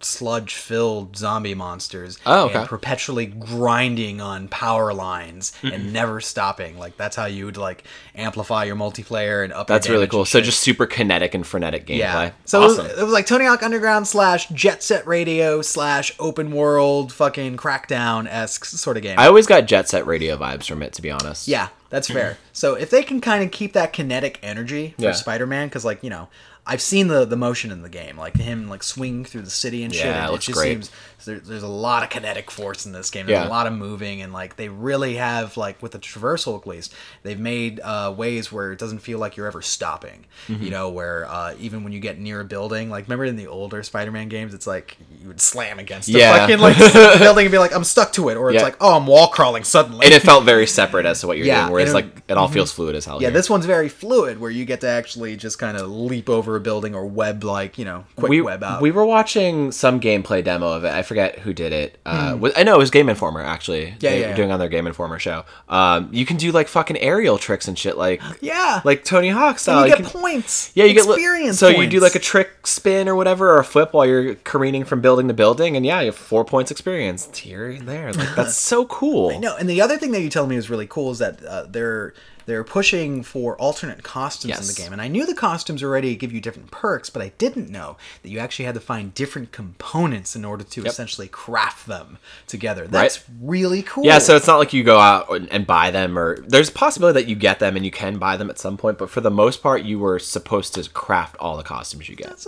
S1: sludge filled zombie monsters
S2: Oh, okay.
S1: and perpetually grinding on power lines and never stopping. Like that's how you would like amplify your multiplayer and up. your
S2: That's really
S1: damage
S2: cool.
S1: and
S2: So
S1: shit.
S2: just super kinetic and frenetic gameplay.
S1: Yeah. So
S2: awesome.
S1: it, was, it was like Tony Hawk Underground slash Jet Set Radio slash open world fucking crackdown esque sort of game.
S2: I always got Jet Set Radio vibes from it, to be honest.
S1: Yeah, that's fair. so if they can kind of keep that kinetic energy for
S2: Mm-hmm. Yeah.
S1: Spider-Man, because like you know, I've seen the the motion in the game, like him like swinging through the city and shit.
S2: Yeah, it
S1: and
S2: looks great.
S1: seems there, there's a lot of kinetic force in this game. There's a
S2: Yeah.
S1: lot of moving, and like they really have like with the traversal at least, they've made uh, ways where it doesn't feel like you're ever stopping.
S2: Mm-hmm.
S1: You know, where uh, even when you get near a building, like remember in the older Spider-Man games, it's like you would slam against the
S2: Yeah.
S1: fucking like building and be like, I'm stuck to it, or it's
S2: Yeah.
S1: like, oh, I'm wall crawling suddenly.
S2: and it felt very separate as to what you're
S1: Yeah,
S2: doing. Where Whereas
S1: Inter-
S2: like it all feels fluid as hell.
S1: Yeah,
S2: here.
S1: this one's very fluid, where you get to actually just kind of leap over a building or web like you know quick
S2: we
S1: web out.
S2: we were watching some gameplay demo of it. I forget who did it. Uh, wa- I know it was Game Informer actually.
S1: Hmm. Yeah,
S2: they
S1: yeah,
S2: were
S1: yeah.
S2: doing on their Game Informer show. Um, you can do like fucking aerial tricks and shit, like
S1: yeah,
S2: like Tony Hawk style.
S1: you
S2: You
S1: get
S2: can-
S1: points.
S2: Yeah, you get li-
S1: experience.
S2: So you
S1: points.
S2: do like a trick spin or whatever, or a flip while you're careening from building to building, and yeah, you have four points experience here and there. Like that's so cool.
S1: No, and the other thing that you told me was really cool is that uh, they're they're pushing for alternate costumes in
S2: Yes.
S1: the game. And I knew the costumes already give you different perks, but I didn't know that you actually had to find different components in order to essentially craft them together. That's really cool.
S2: Yeah, so it's not like you go out and- and buy them, or there's a possibility that you get them and you can buy them at some point, but for the most part, you were supposed to craft all the costumes you get.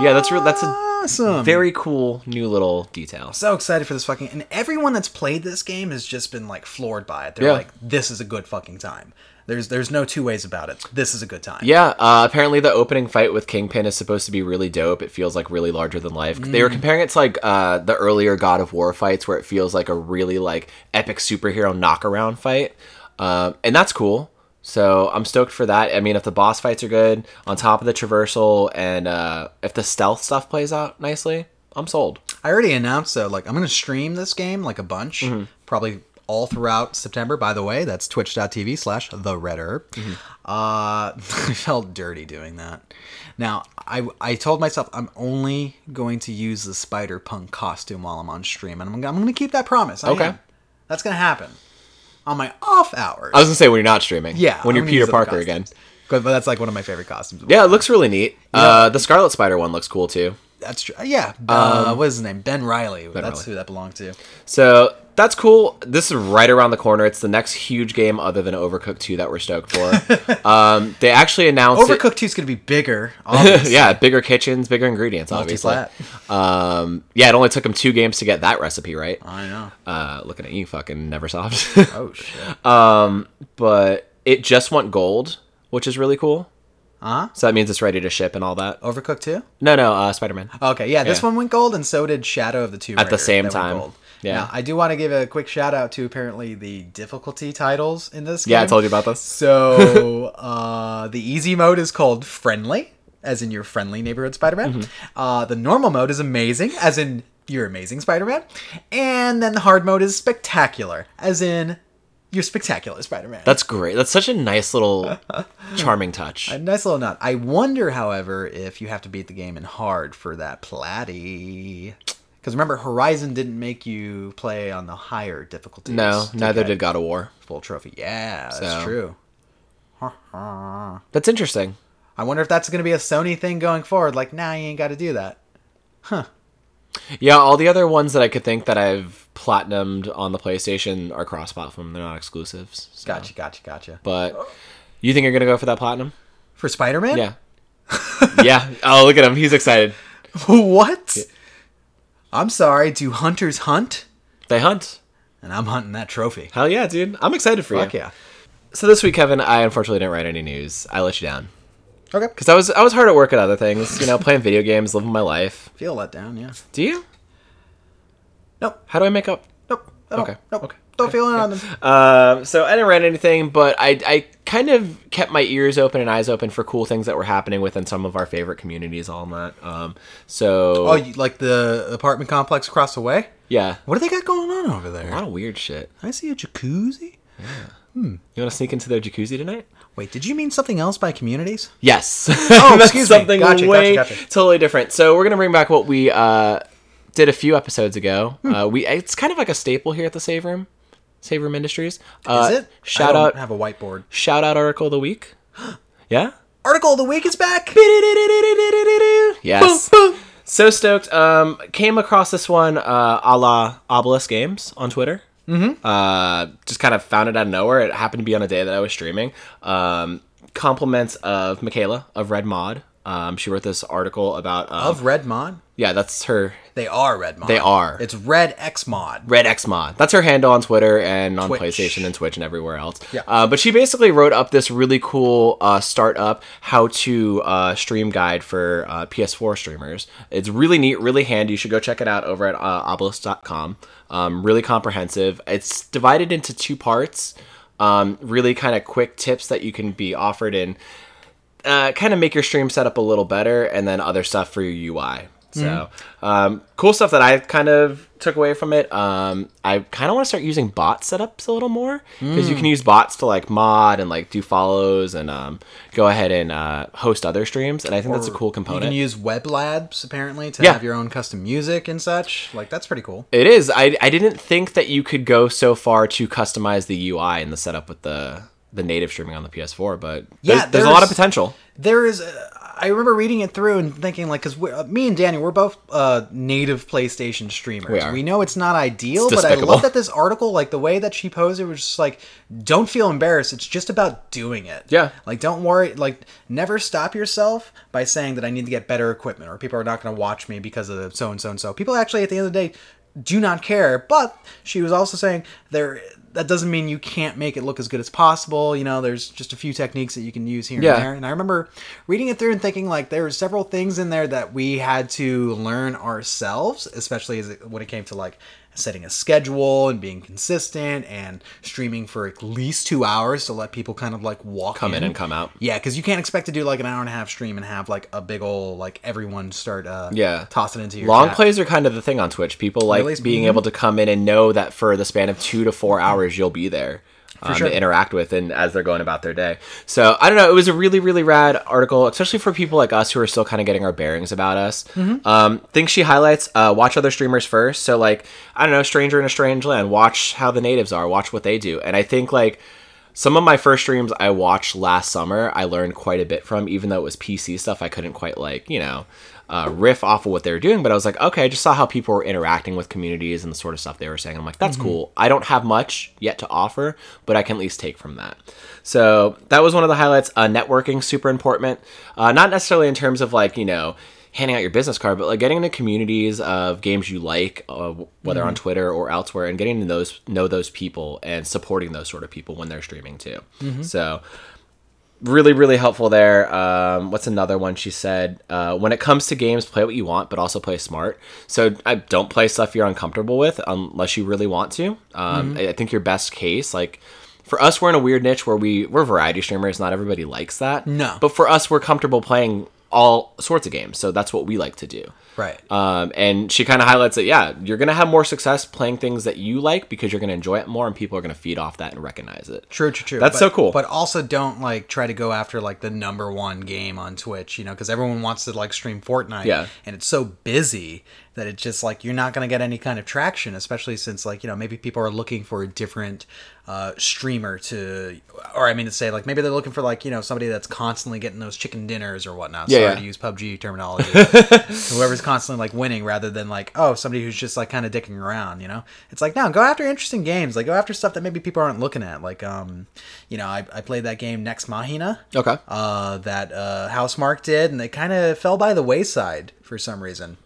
S2: yeah, that's real. That's a
S1: awesome.
S2: very cool new little detail.
S1: so excited for this fucking and everyone that's played this game has just been like floored by it. They're
S2: Yeah.
S1: like, this is a good fucking time. There's there's no two ways about it. This is a good time.
S2: Yeah, uh, apparently the opening fight with Kingpin is supposed to be really dope. It feels like really larger than life. They were
S1: Mm.
S2: comparing it to like uh, the earlier God of War fights, where it feels like a really like epic superhero knockaround fight, um, and that's cool. So I'm stoked for that. I mean, if the boss fights are good, on top of the traversal, and uh, if the stealth stuff plays out nicely, I'm sold.
S1: I already announced though, like I'm gonna stream this game like a bunch,
S2: Mm-hmm.
S1: probably all throughout September. By the way, that's twitch.tv slash the red herb.
S2: Mm-hmm.
S1: Uh, I felt dirty doing that. Now I I told myself I'm only going to use the spider punk costume while I'm on stream, and I'm gonna, I'm gonna keep that promise. I
S2: Okay.
S1: am. that's gonna happen on my off hours.
S2: I was gonna say when you're not streaming,
S1: yeah,
S2: when
S1: I'm
S2: you're
S1: gonna
S2: Peter
S1: use other
S2: Parker again.
S1: costumes. Good, but that's like one of my favorite costumes. of all
S2: Yeah, it looks really neat. Uh, the Scarlet Spider one looks cool too.
S1: that's true. Yeah, uh, what is his name? Ben Riley. that's
S2: Um, Reilly.
S1: who that belonged to.
S2: So that's cool. This is right around the corner. It's the next huge game other than Overcooked 2 that we're stoked for. um, they actually announced it-
S1: Overcooked 2 is going to be bigger. Obviously.
S2: yeah, bigger kitchens, bigger ingredients, obviously.
S1: Multi-plat.
S2: Um, yeah, it only took them two games to get that recipe right.
S1: I know.
S2: Uh, looking at you, fucking never soft.
S1: Oh shit.
S2: but it just went gold, which is really cool.
S1: Huh?
S2: So that means it's ready to ship and all that.
S1: Overcooked too?
S2: No, no, uh, Spider Man.
S1: Okay, yeah, this
S2: Yeah.
S1: one went gold, and so did Shadow of the Tomb
S2: At the
S1: Raider
S2: same
S1: that went
S2: time.
S1: gold.
S2: Yeah.
S1: Now, I do want to give a quick shout out to apparently the difficulty titles in this game.
S2: Yeah, I told you about this.
S1: So uh, the easy mode is called friendly, as in your friendly neighborhood Spider-Man.
S2: Mm-hmm.
S1: Uh, the normal mode is amazing, as in you're amazing Spider-Man, and then the hard mode is spectacular, as in you're spectacular Spider-Man.
S2: That's great. That's such a nice little charming touch.
S1: A nice little nut. I wonder, however, if you have to beat the game in hard for that platy. Because remember, Horizon didn't make you play on the higher difficulties.
S2: No,
S1: to
S2: neither
S1: get
S2: did God of War.
S1: full trophy. Yeah, that's
S2: So.
S1: true.
S2: That's interesting.
S1: I wonder if that's going to be a Sony thing going forward. Like, nah, you ain't got to do that.
S2: Yeah, all the other ones that I could think that I've platinumed on the PlayStation are cross-platform. They're not exclusives. so-
S1: Gotcha, gotcha, gotcha.
S2: But you think you're gonna go for that platinum?
S1: For Spider-Man?
S2: Yeah. yeah. Oh, look at him. He's excited.
S1: what? I'm sorry. Do hunters hunt?
S2: They hunt.
S1: And I'm hunting that trophy.
S2: Hell yeah, dude. I'm excited for
S1: Fuck
S2: you.
S1: yeah.
S2: So this week, Kevin, I unfortunately didn't write any news. I let you down
S1: Okay.
S2: because I was I was hard at work at other things. You know, playing video games, living my life.
S1: Feel let down, yeah.
S2: Do you?
S1: Nope.
S2: How do I make up?
S1: Nope. I don't-
S2: Okay,
S1: Nope. Don't feel it on them.
S2: Um, so I didn't write anything, but I, I kind of kept my ears open and eyes open for cool things that were happening within some of our favorite communities on that. Um, so
S1: Oh, you, like the apartment complex across the way?
S2: yeah,
S1: What do they got going on over
S2: a lot
S1: there?
S2: of weird shit.
S1: I see a jacuzzi.
S2: You want to sneak into their jacuzzi tonight?
S1: Wait, did you mean something else by communities?
S2: Yes.
S1: Oh,
S2: That's
S1: excuse me.
S2: Something
S1: Gotcha, gotcha,
S2: way
S1: gotcha.
S2: totally different. So we're gonna bring back what we uh, did a few episodes ago.
S1: Hmm.
S2: Uh, we it's kind of like a staple here at the Save Room, Save Room Industries. Uh,
S1: Is it?
S2: Shout
S1: I don't
S2: out,
S1: Have a whiteboard.
S2: shout out article of the week. yeah.
S1: Article of the week is back.
S2: Yes.
S1: Boom, boom.
S2: So stoked. Um, came across this one uh, a la Obelisk Games on Twitter. Mm-hmm. Uh, just kind of found it out of nowhere. It happened to be on a day that I was streaming. Um, compliments of Michaela of Red Mod. Um, she wrote this article about. Um,
S1: Of Red Mod.
S2: yeah, that's her.
S1: They are Red Mod.
S2: They are.
S1: It's Red X Mod.
S2: Red X Mod. That's her handle on Twitter and on
S1: Twitch.
S2: PlayStation and Twitch and everywhere else.
S1: Yeah.
S2: Uh, but she basically wrote up this really cool uh, startup how to uh, stream guide for uh, PS4 streamers. It's really neat, really handy. You should go check it out over at uh, obelisk.com. Um, really comprehensive. It's divided into two parts. um, really kind of quick tips that you can be offered and uh, kind of make your stream setup a little better, and then other stuff for your UI. So,
S1: Mm-hmm.
S2: um, cool stuff that I kind of took away from it. Um, I kind of want to start using bot setups a little more because
S1: Mm.
S2: you can use bots to like mod and like do follows and um, go ahead and uh, host other streams, and I think that's a cool component.
S1: You can use web labs apparently to
S2: Yeah.
S1: have your own custom music and such. Like that's pretty cool.
S2: It is. I, I didn't think that you could go so far to customize the UI and the setup with the the native streaming on the PS4, but
S1: Yeah,
S2: there's, there's a lot of
S1: there's-
S2: potential.
S1: There is. Uh, I remember reading it through and thinking like, because uh, me and Daniel, we're both uh, native PlayStation streamers.
S2: We are.
S1: know it's not ideal,
S2: It's
S1: but I
S2: despicable.
S1: love that this article, like the way that she posed it, was just like, don't feel embarrassed. It's just about doing it.
S2: Yeah.
S1: Like, don't worry. Like, never stop yourself by saying that I need to get better equipment or people are not going to watch me because of so and so and so. People actually, at the end of the day, do not care. But she was also saying there. That doesn't mean you can't make it look as good as possible. You know, there's just a few techniques that you can use here
S2: Yeah.
S1: and there. And I remember reading it through and thinking like there were several things in there that we had to learn ourselves, especially as it, when it came to like setting a schedule and being consistent and streaming for at least two hours to let people kind of like walk
S2: Come in and come out.
S1: Yeah, because you can't expect to do like an hour and a half stream and have like a big old like everyone start uh
S2: Yeah.
S1: toss it into your
S2: Long
S1: chat.
S2: plays are kind of the thing on Twitch. People like
S1: Really?
S2: being able to come in and know that for the span of two to four hours, you'll be there um,
S1: sure.
S2: to interact with and as they're going about their day. So I don't know. It was a really, really rad article, especially for people like us who are still kind of getting our bearings about us.
S1: Mm-hmm.
S2: Um, things she highlights: uh, watch other streamers first. So like I don't know, stranger in a strange land. Watch how the natives are. Watch what they do. And I think like. Some of my first streams I watched last summer, I learned quite a bit from, even though it was PC stuff. I couldn't quite like, you know, uh, riff off of what they were doing, but I was like, okay, I just saw how people were interacting with communities and the sort of stuff they were saying. I'm like, that's cool. I don't have much yet to offer, but I can at least take from that. So that was one of the highlights. Uh, networking super important, uh, not necessarily in terms of like, you know, handing out your business card, but like getting into communities of games you like, uh, whether on Twitter or elsewhere, and getting to those know those people and supporting those sort of people when they're streaming too. So really really helpful there um, what's another one she said uh, when it comes to games play what you want but also play smart so i don't play stuff you're uncomfortable with unless you really want to um, I- i think your best case like for us we're in a weird niche where we we're variety streamers not everybody likes that
S1: No.
S2: but for us we're comfortable playing all sorts of games so that's what we like to do
S1: Right.
S2: um, and she kind of highlights that yeah you're gonna have more success playing things that you like because you're gonna enjoy it more and people are gonna feed off that and recognize it
S1: True, true, true.
S2: That's
S1: But-
S2: so cool.
S1: But also, don't like try to go after like the number one game on Twitch, you know, because everyone wants to like stream Fortnite.
S2: Yeah.
S1: And it's so busy that it's just like you're not going to get any kind of traction, especially since like you know maybe people are looking for a different uh, streamer to, or I mean to say like maybe they're looking for like you know somebody that's constantly getting those chicken dinners or whatnot.
S2: Yeah,
S1: Sorry
S2: yeah.
S1: to use PUBG terminology. but whoever's constantly like winning rather than like oh somebody who's just like kind of dicking around. You know, it's like no, go after interesting games. Like go after stuff that maybe people aren't looking at. Like um, you know, I, I played that game Next Mahina
S2: okay
S1: uh, that uh, Housemark did, and they kind of fell by the wayside for some reason.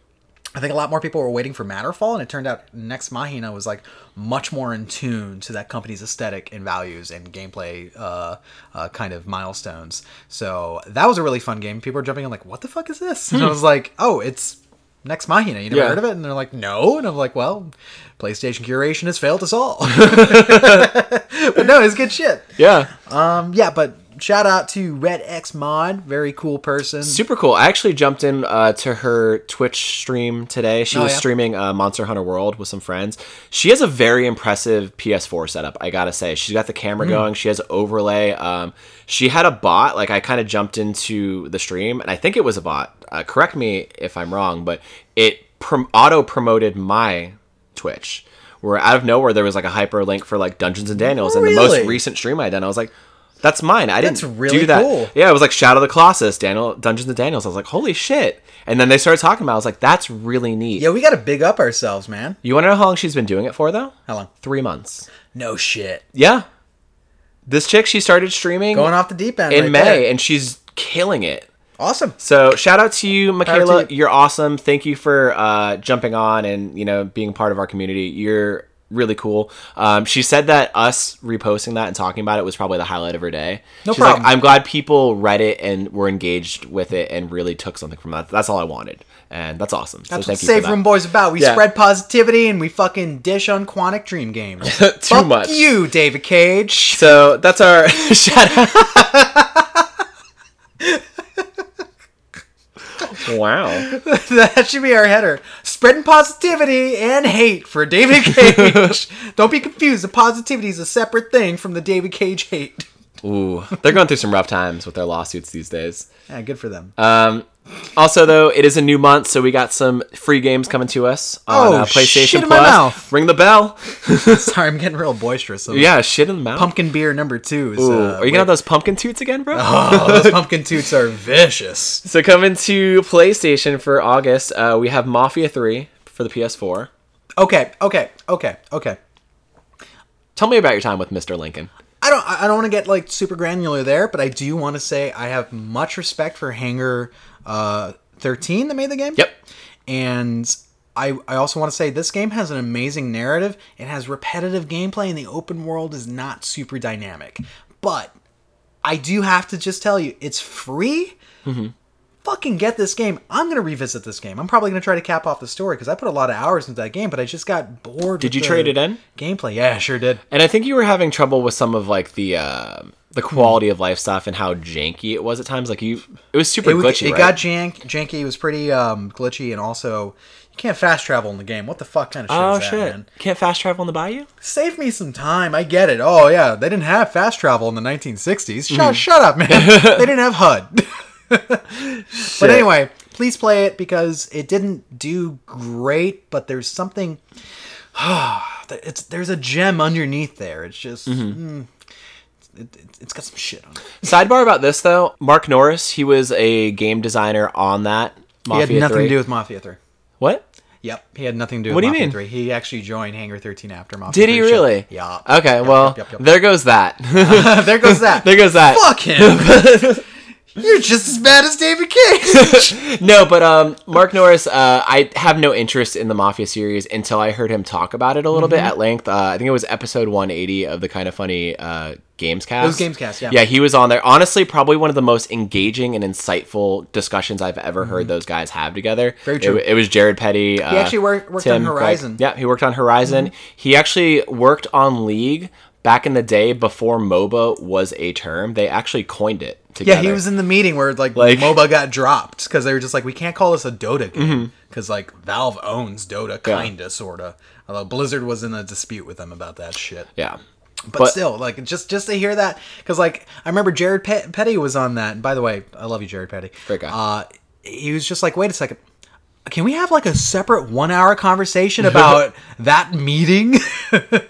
S1: I think a lot more people were waiting for Matterfall, and it turned out Next Mahina was like much more in tune to that company's aesthetic and values and gameplay uh, uh, kind of milestones. So that was a really fun game. People were jumping in like, "What the fuck is this?" And I was like, "Oh, it's." Next Mahina, you never
S2: Yeah.
S1: heard of it? And they're like, no. And I'm like, well, PlayStation curation has failed us all. but no, it's good shit.
S2: yeah
S1: Um, yeah, but shout out to Red X Mod, very cool person.
S2: Super cool. I actually jumped in uh, to her Twitch stream today. She
S1: Oh,
S2: was
S1: yeah?
S2: streaming uh, Monster Hunter World with some friends. She has a very impressive PS4 setup, I gotta say. She's got the
S1: Hmm.
S2: camera going, she has overlay. Um, she had a bot. Like, I kind of jumped into the stream, and I think it was a bot. Uh, correct me if I'm wrong, but it prom- auto promoted my Twitch. Where out of nowhere there was like a hyperlink for like Dungeons and Daniels, and the most
S1: Really?
S2: recent stream I done, I was like, "That's mine." I didn't
S1: That's really
S2: do that.
S1: cool.
S2: Yeah, it was like Shadow of the Colossus, Daniel Dungeons and Daniels. I was like, holy shit! And then they started talking about. it. I was like, that's really neat.
S1: Yeah, we gotta big up ourselves, man.
S2: You want to know how long she's been doing it for though?
S1: How long?
S2: Three months.
S1: No shit.
S2: Yeah, this chick she started streaming
S1: Going off the deep end
S2: in
S1: right
S2: May,
S1: there.
S2: and she's killing it.
S1: Awesome.
S2: So shout out to you, Michaela.
S1: to you.
S2: You're awesome. Thank you for uh, jumping on and you know being part of our community. You're really cool. Um, she said that us reposting that and talking about it was probably the highlight of her day.
S1: No
S2: She's like,
S1: problem.
S2: I'm glad people read it and were engaged with it and really took something from that. That's all I wanted, and that's awesome. So
S1: That's
S2: thank
S1: what
S2: you for
S1: Safe
S2: that.
S1: Room Boys about. We
S2: Yeah.
S1: spread positivity and we fucking dish on Quantic Dream games.
S2: Too
S1: Fuck
S2: much.
S1: you, David Cage.
S2: So that's our shut up. wow.
S1: that should be our header. Spreading positivity and hate for David Cage. Don't be confused. The positivity is a separate thing from the David Cage hate.
S2: Ooh, they're going through some rough times with their lawsuits these days. Um,
S1: Yeah, good for them.
S2: Uh, Also, though, it is a new month, so we got some free games coming to us on
S1: Oh,
S2: uh, PlayStation
S1: shit in my
S2: Plus.
S1: mouth.
S2: Ring the bell.
S1: Sorry, I'm getting real boisterous.
S2: Yeah, shit in the mouth.
S1: Pumpkin beer number two is.
S2: Ooh,
S1: uh,
S2: are you gonna have those pumpkin toots again, bro?
S1: Oh, those pumpkin toots are vicious.
S2: So coming to PlayStation for August, uh, we have Mafia Three for the PS4.
S1: Okay, okay, okay, okay.
S2: Tell me about your time with Mr. Lincoln.
S1: I don't I I don't want to get like super granular there, but I do want to say I have much respect for Hanger uh, 13 that made the game.
S2: Yep.
S1: And I, I also want to say this game has an amazing narrative. It has repetitive gameplay, and the open world is not super dynamic. But I do have to just tell you, it's free.
S2: Mm-hmm.
S1: Fucking get this game. I'm gonna revisit this game. I'm probably gonna try to cap off the story because I put a lot of hours into that game, but I just got bored.
S2: Did you trade it in?
S1: Gameplay, yeah, I sure did.
S2: And I think you were having trouble with some of like the uh, the quality of life stuff and how janky it was at times. Like you, it was super
S1: it, was-
S2: glitchy.
S1: it
S2: right?
S1: got jank, janky. It was pretty um, glitchy, and also you can't fast travel in the game. What the fuck kind of shit
S2: oh
S1: is that,
S2: shit!
S1: man?
S2: Can't fast travel in the bayou.
S1: Save me some time. I get it. Oh yeah, they didn't have fast travel in the 1960s.
S2: Hmm.
S1: Shut, shut up, man. they didn't have HUD. but anyway, please play it because it didn't do great. But there's something. it's there's a gem underneath there. It's just.
S2: Mm-hmm.
S1: mm, it, it, it's got some shit on it.
S2: Sidebar about this though, Mark Norris, he was a game designer on that.
S1: He
S2: Mafia
S1: had nothing
S2: 3.
S1: to do with Mafia 3.
S2: what?
S1: Yep, he had nothing to do. with
S2: What do you
S1: Mafia
S2: mean?
S1: Three. He actually joined Hangar Thirteen after Mafia.
S2: Did he
S1: 3 shut-
S2: really?
S1: Yeah.
S2: Okay. well,
S1: yep, yep.
S2: there goes that.
S1: there goes that.
S2: there goes that.
S1: Fuck him. You're just as bad as David Cage.
S2: No, but um, Mark Norris, uh, I have no interest in the Mafia series until I heard him talk about it a
S1: Mm-hmm.
S2: little bit at length. Uh, I think it was episode 180 of the kind of funny uh, Games cast.
S1: was Games Cast, yeah.
S2: Yeah, he was on there. Honestly, probably one of the most engaging and insightful discussions I've ever heard those guys have together.
S1: Mm-hmm. Very
S2: It
S1: true.
S2: w- It, was Jared Petty. He
S1: actually wor- worked on Horizon. Mm-hmm.
S2: Yeah, he worked on Horizon. He actually worked on League back in the day before MOBA was a term. They actually coined it together.
S1: yeah, he was in the meeting where like,
S2: Like-
S1: MOBA got dropped because they were just like, we can't call this a Dota
S2: Mm-hmm.
S1: game because like Valve owns Dota, kinda, sorta. Although Blizzard was in a dispute with them about that shit.
S2: Yeah.
S1: but, still, like just just to hear that, because like I remember Jared Pe- Petty was on that. And by the way, I love you, Jared Petty.
S2: Great guy.
S1: Uh, he was just like, wait a second, can we have like a separate one-hour conversation about that meeting?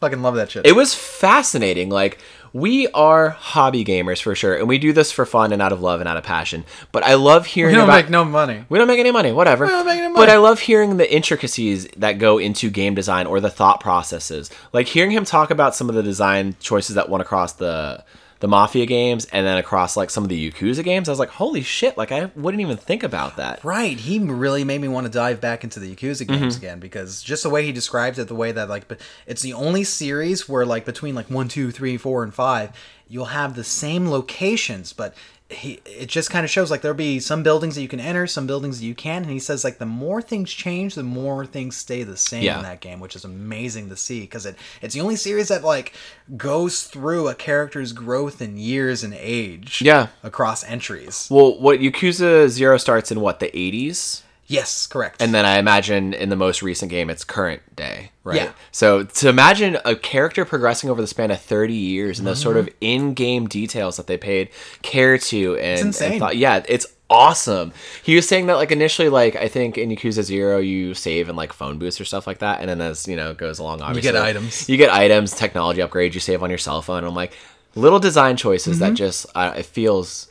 S1: Fucking love that shit.
S2: it was fascinating. Like we are hobby gamers for sure, and we do this for fun and out of love and out of passion. But I love hearing
S1: we don't
S2: about
S1: make no money.
S2: we don't make any money, whatever.
S1: don't make any
S2: But
S1: money.
S2: I love hearing the intricacies that go into game design or the thought processes. Like hearing him talk about some of the design choices that went across the the mafia games and then across like some of the Yakuza games. I was like, holy shit! Like I wouldn't even think about that.
S1: Right, he really made me want to dive back into the Yakuza games
S2: Mm-hmm.
S1: again because just the way he describes it, the way that like, but it's the only series where like between like one, two, three, four, and five, you'll have the same locations, but he it just kind of shows like there'll be some buildings that you can enter, some buildings that you can, and he says like the more things change, the more things stay the same
S2: Yeah.
S1: in that game, which is amazing to see because it it's the only series that like goes through a character's growth in years and age,
S2: Yeah.
S1: across entries.
S2: Well, what Yakuza Zero starts in what the eighties.
S1: Yes, correct.
S2: And then I imagine in the most recent game, it's current day, right?
S1: Yeah.
S2: So to imagine a character progressing over the span of 30 years and those sort
S1: Mm-hmm.
S2: of in game details that they paid care to and,
S1: insane.
S2: and thought, yeah, it's awesome. He was saying that, like, initially, like, I think in Yakuza Zero, you save in like phone booths or stuff like that. And then as, you know, it goes along, obviously,
S1: items.
S2: You get items, technology upgrades, you save on your cell phone. I'm like, little design choices
S1: Mm-hmm.
S2: that just, uh, it feels.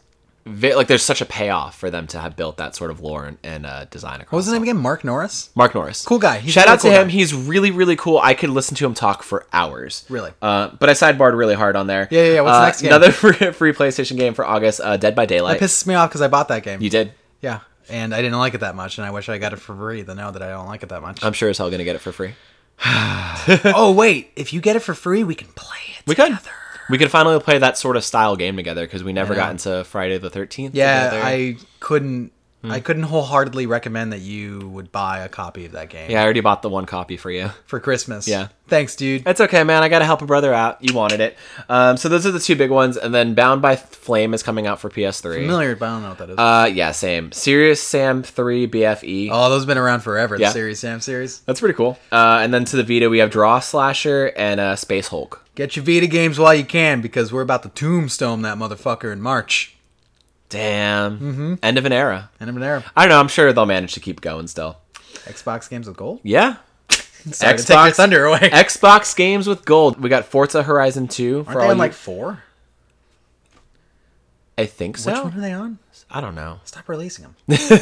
S2: ve- Like there's such a payoff for them to have built that sort of lore and, and uh, design across.
S1: What was his name again? Mark Norris.
S2: Mark Norris.
S1: Cool guy. He's
S2: Shout
S1: really
S2: out to
S1: cool
S2: him.
S1: guy.
S2: He's really, really cool. I could listen to him talk for hours.
S1: Really?
S2: Uh, but I sidebarred really hard on there.
S1: Yeah, yeah, yeah. What's the
S2: Uh,
S1: next game?
S2: Another free, free PlayStation game for August, uh, Dead by
S1: It
S2: Daylight.
S1: pisses me off because I bought that game.
S2: you did.
S1: yeah, and I didn't like it that much, and I wish I got it for free. To know that I don't like it that much.
S2: Uh, I'm sure as hell going to get it for free.
S1: oh wait, if you get it for free, we can play it.
S2: We could. We could finally play that sort of style game together because we never got into Friday the 13th.
S1: Yeah,
S2: together. Hmm.
S1: I couldn't. I couldn't wholeheartedly recommend that you would buy a copy of that game
S2: Yeah, I already bought the one copy for you.
S1: for Christmas.
S2: Yeah.
S1: Thanks, dude.
S2: It's okay, man. I gotta help a brother out. You wanted it. Um, so those are the two big ones, and then Bound by Flame is coming out for PS3.
S1: Familiar, but I don't know what that is.
S2: Uh, yeah, same. Serious Sam 3 BFE.
S1: oh, those have been around forever.
S2: yeah.
S1: The series, Sam series.
S2: That's pretty cool. Uh, and then to the Vita, we have Draw Slasher and uh, Space Hulk.
S1: Get your Vita games while you can because we're about to tombstone that motherfucker in March.
S2: Damn.
S1: Mm-hmm.
S2: End of an era.
S1: End of an era.
S2: I don't know. I'm sure they'll manage to keep going still.
S1: Xbox games with gold.
S2: Yeah.
S1: Sorry to take your thunder away.
S2: Xbox games with gold. We got Forza Horizon 2 for
S1: Aren't
S2: all
S1: they on
S2: you-
S1: like four?
S2: I think
S1: Which
S2: so.
S1: one are they on?
S2: I don't know.
S1: Stop releasing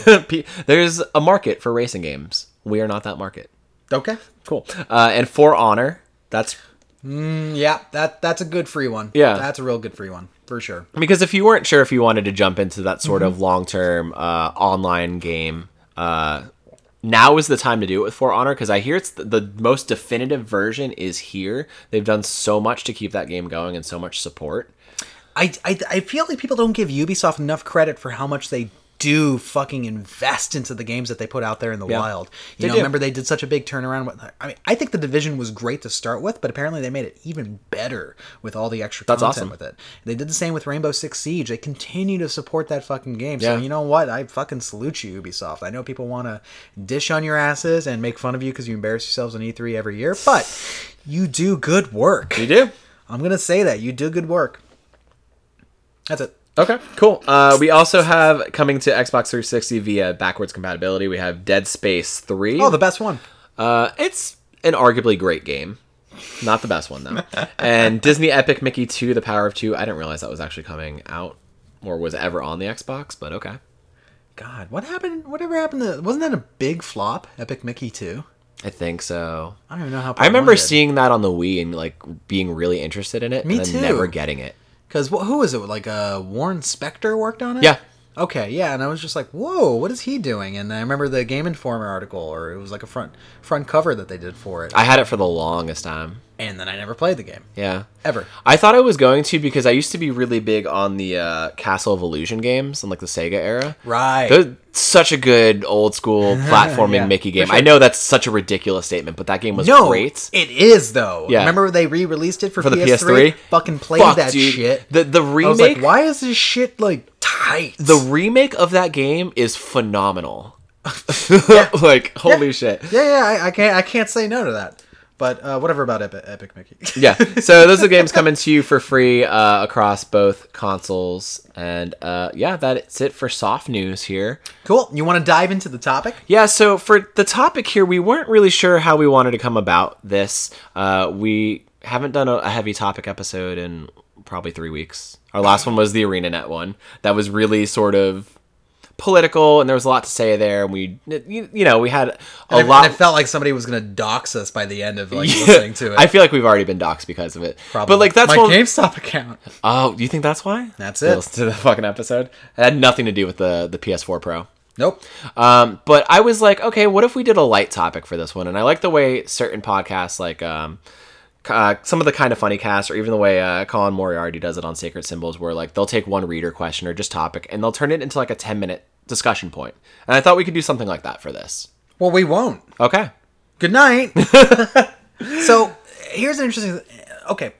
S1: them.
S2: P- There's a market for racing games. We are not that market.
S1: okay.
S2: Cool. Uh, and For Honor. That's
S1: Mm, yeah, that that's a good free one.
S2: Yeah.
S1: that's a real good free one for sure.
S2: because if you weren't sure if you wanted to jump into that sort of long-term uh, online game uh, now is the time to do it with for honor because i hear it's the, the most definitive version is here they've done so much to keep that game going and so much support
S1: I, I I feel like people don't give Ubisoft enough credit for how much they do fucking invest into the games that they put out there in the wild. You know,
S2: do.
S1: remember they did such a big turnaround. With, I mean, I think the division was great to start with, but apparently they made it even better with all the extra
S2: That's
S1: content
S2: awesome.
S1: with it. They did the same with Rainbow Six Siege. They continue to support that fucking game.
S2: Yeah.
S1: So you know what? I fucking salute you, Ubisoft. I know people want to dish on your asses and make fun of you because you embarrass yourselves on E3 every year, but you do good work.
S2: you do
S1: I'm gonna say that you do good work. That's it.
S2: okay cool uh, we also have coming to xbox 360 via backwards compatibility we have dead space 3
S1: Oh, the best one.
S2: Uh, it's an arguably great game. Not the best one though. and Disney Epic Mickey 2 The Power of 2. I didn't realize that was actually coming out or was ever on the Xbox, but okay.
S1: God, what happened? Whatever happened to? Wasn't that a big flop? Epic Mickey two.
S2: I think so.
S1: I don't even know how.
S2: I remember seeing that on the Wii and like being really interested in it
S1: Me
S2: and then
S1: too.
S2: never getting it.
S1: because who was it? Like uh, Warren Spector worked on it.
S2: Yeah.
S1: Okay, yeah, and I was just like, "Whoa, what is he doing?" And I remember the Game Informer article, or it was like a front front cover that they did for it,
S2: I had it for the longest time.
S1: and then I never played the game
S2: Yeah.
S1: ever.
S2: I thought I was going to because I used to be really big on the uh, Castle of Illusion games and like the Sega era.
S1: Right.
S2: They're such a good old school platforming
S1: Yeah,
S2: Mickey
S1: for
S2: game.
S1: sure.
S2: I know that's such a ridiculous statement, but that game was
S1: No,
S2: great.
S1: it is though.
S2: Yeah.
S1: Remember they re-released it for,
S2: For the
S1: PS3?
S2: PS3.
S1: Fucking played
S2: Fuck,
S1: that
S2: dude.
S1: shit.
S2: The the
S1: I was
S2: remake
S1: like, why is this shit like tight?
S2: the remake of that game is phenomenal. like holy
S1: Yeah.
S2: shit.
S1: yeah, yeah, I, I can't, I can't say no to that. But uh, whatever about Epic, Epic Mickey.
S2: Yeah. So those are games coming to you for free uh, across both consoles and uh, yeah, that's it for soft news here.
S1: cool. You want to dive into the topic?
S2: Yeah, so for the topic here, we weren't really sure how we wanted to come about this. Uh, we haven't done a, a heavy topic episode in probably three weeks. Our last one was the ArenaNet one. That was really sort of political, and there was a lot to say there. And we, you, you know, we had a
S1: And it-
S2: lot.
S1: and it felt like somebody was gonna dox us by the end of like listening to it.
S2: I feel like we've already been doxxed because of it. But like that's
S1: my
S2: one.
S1: GameStop account.
S2: Oh, you think that's why?
S1: That's
S2: They
S1: it.
S2: Listened to the fucking episode. It had nothing to do with the the PS4 Pro.
S1: Nope.
S2: Um, but I was like, okay, what if we did a light topic for this one? And I like the way certain podcasts, like um, c- uh, some of the kind of funny casts, or even the way uh, Colin Moriarty does it on Sacred Symbols, where like they'll take one reader question or just topic and they'll turn it into like a 10 minute discussion point. And I thought we could do something like that for this.
S1: Well, we won't.
S2: Okay.
S1: Good night. so here's an interesting. Okay,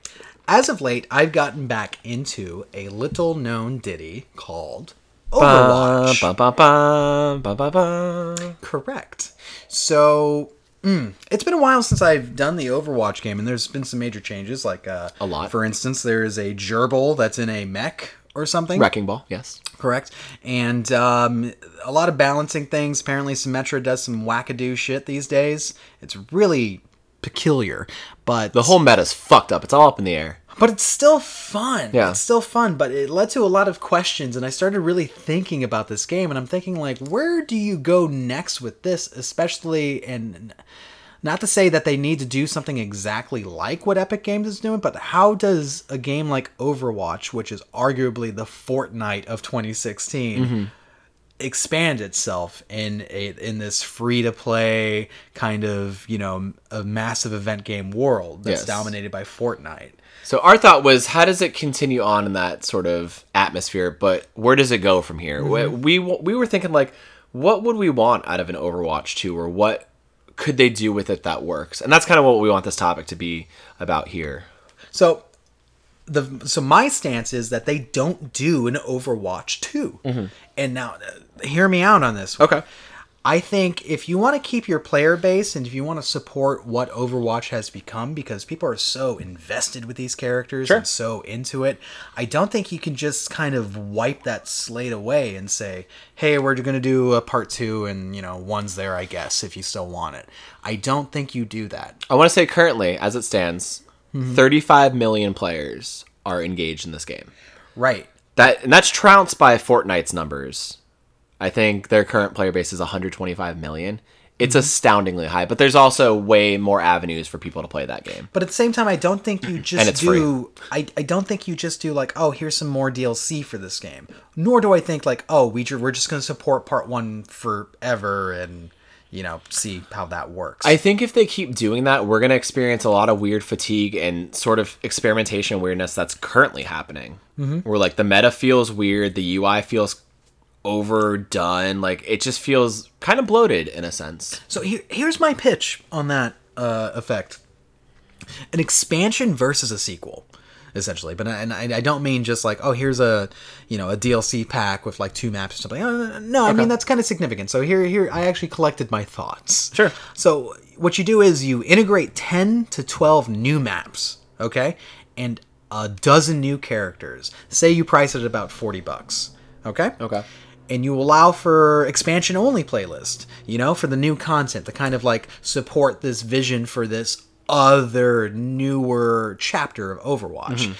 S1: as of late, I've gotten back into a little known ditty called Overwatch.
S2: Bum, bum, bum, bum, bum, bum.
S1: Correct. So mm, it's been a while since I've done the Overwatch game, and there's been some major changes. Like uh,
S2: A lot.
S1: For instance, there is a gerbil that's in a mech or something.
S2: Wrecking Ball, yes.
S1: Correct. And um, a lot of balancing things. Apparently, Symmetra does some wackadoo shit these days. It's really peculiar, but
S2: The whole meta's fucked up. It's all up in the air.
S1: but it's still fun.
S2: Yeah.
S1: It's still fun, but it led to a lot of questions and I started really thinking about this game and I'm thinking like where do you go next with this especially and not to say that they need to do something exactly like what Epic Games is doing, but how does a
S2: Mm-hmm.
S1: game like Overwatch, which is arguably the Fortnite of 2016, expand itself in a in this free to play kind of you know a massive event game world that's
S2: Yes.
S1: dominated by Fortnite.
S2: So our thought was, how does it continue on in that sort of atmosphere? But where does it go from here? We, we we were thinking like, what would we want out of an Overwatch two, or what could they do with it that works? And that's kind of what we want this topic to be about here.
S1: So the so my stance is that they don't do an Overwatch 2. And now uh, hear me out on this. one.
S2: Mm-hmm. Okay.
S1: I think if you want to keep your player base and if you want to support what Overwatch has become because people are so invested with these characters
S2: Sure.
S1: and so into it, I don't think you can just kind of wipe that slate away and say, "Hey, we're going to do a part 2 and, you know, one's there, I guess, if you still want it." I don't think you do that.
S2: I want to say currently, as it stands, five million players are engaged in this game.
S1: Right.
S2: That and that's trounced by Fortnite's numbers. I think their current player base is 125 million. It's astoundingly high, but there's also way more avenues for people to play that game.
S1: But at the same time, I don't think you just
S2: And it's
S1: do. I, I don't think you just do like, oh, here's some more DLC for this game. Nor do I think like, oh, we ju- we're just going to support part one forever and you know see how that works.
S2: I think if they keep doing that, we're going to experience a lot of weird fatigue and sort of experimentation weirdness that's currently happening. Where like the meta feels weird, the UI feels overdone, like it just feels kind of bloated in a sense.
S1: so here, here's my pitch on that uh, effect: an expansion versus a sequel. Essentially, but I- and I, I don't mean just like oh here's a you know a DLC pack with like two maps or something. Uh, No, I mean that's kind of significant. So here here I actually collected my thoughts.
S2: Sure.
S1: So what you do is you integrate 10 to 12 new maps, okay? And a dozen new characters. Say you price it at about 40 bucks, okay?
S2: Okay.
S1: And you allow for expansion only playlist, you know, for the new content to kind of like support this vision for this other newer chapter of Overwatch.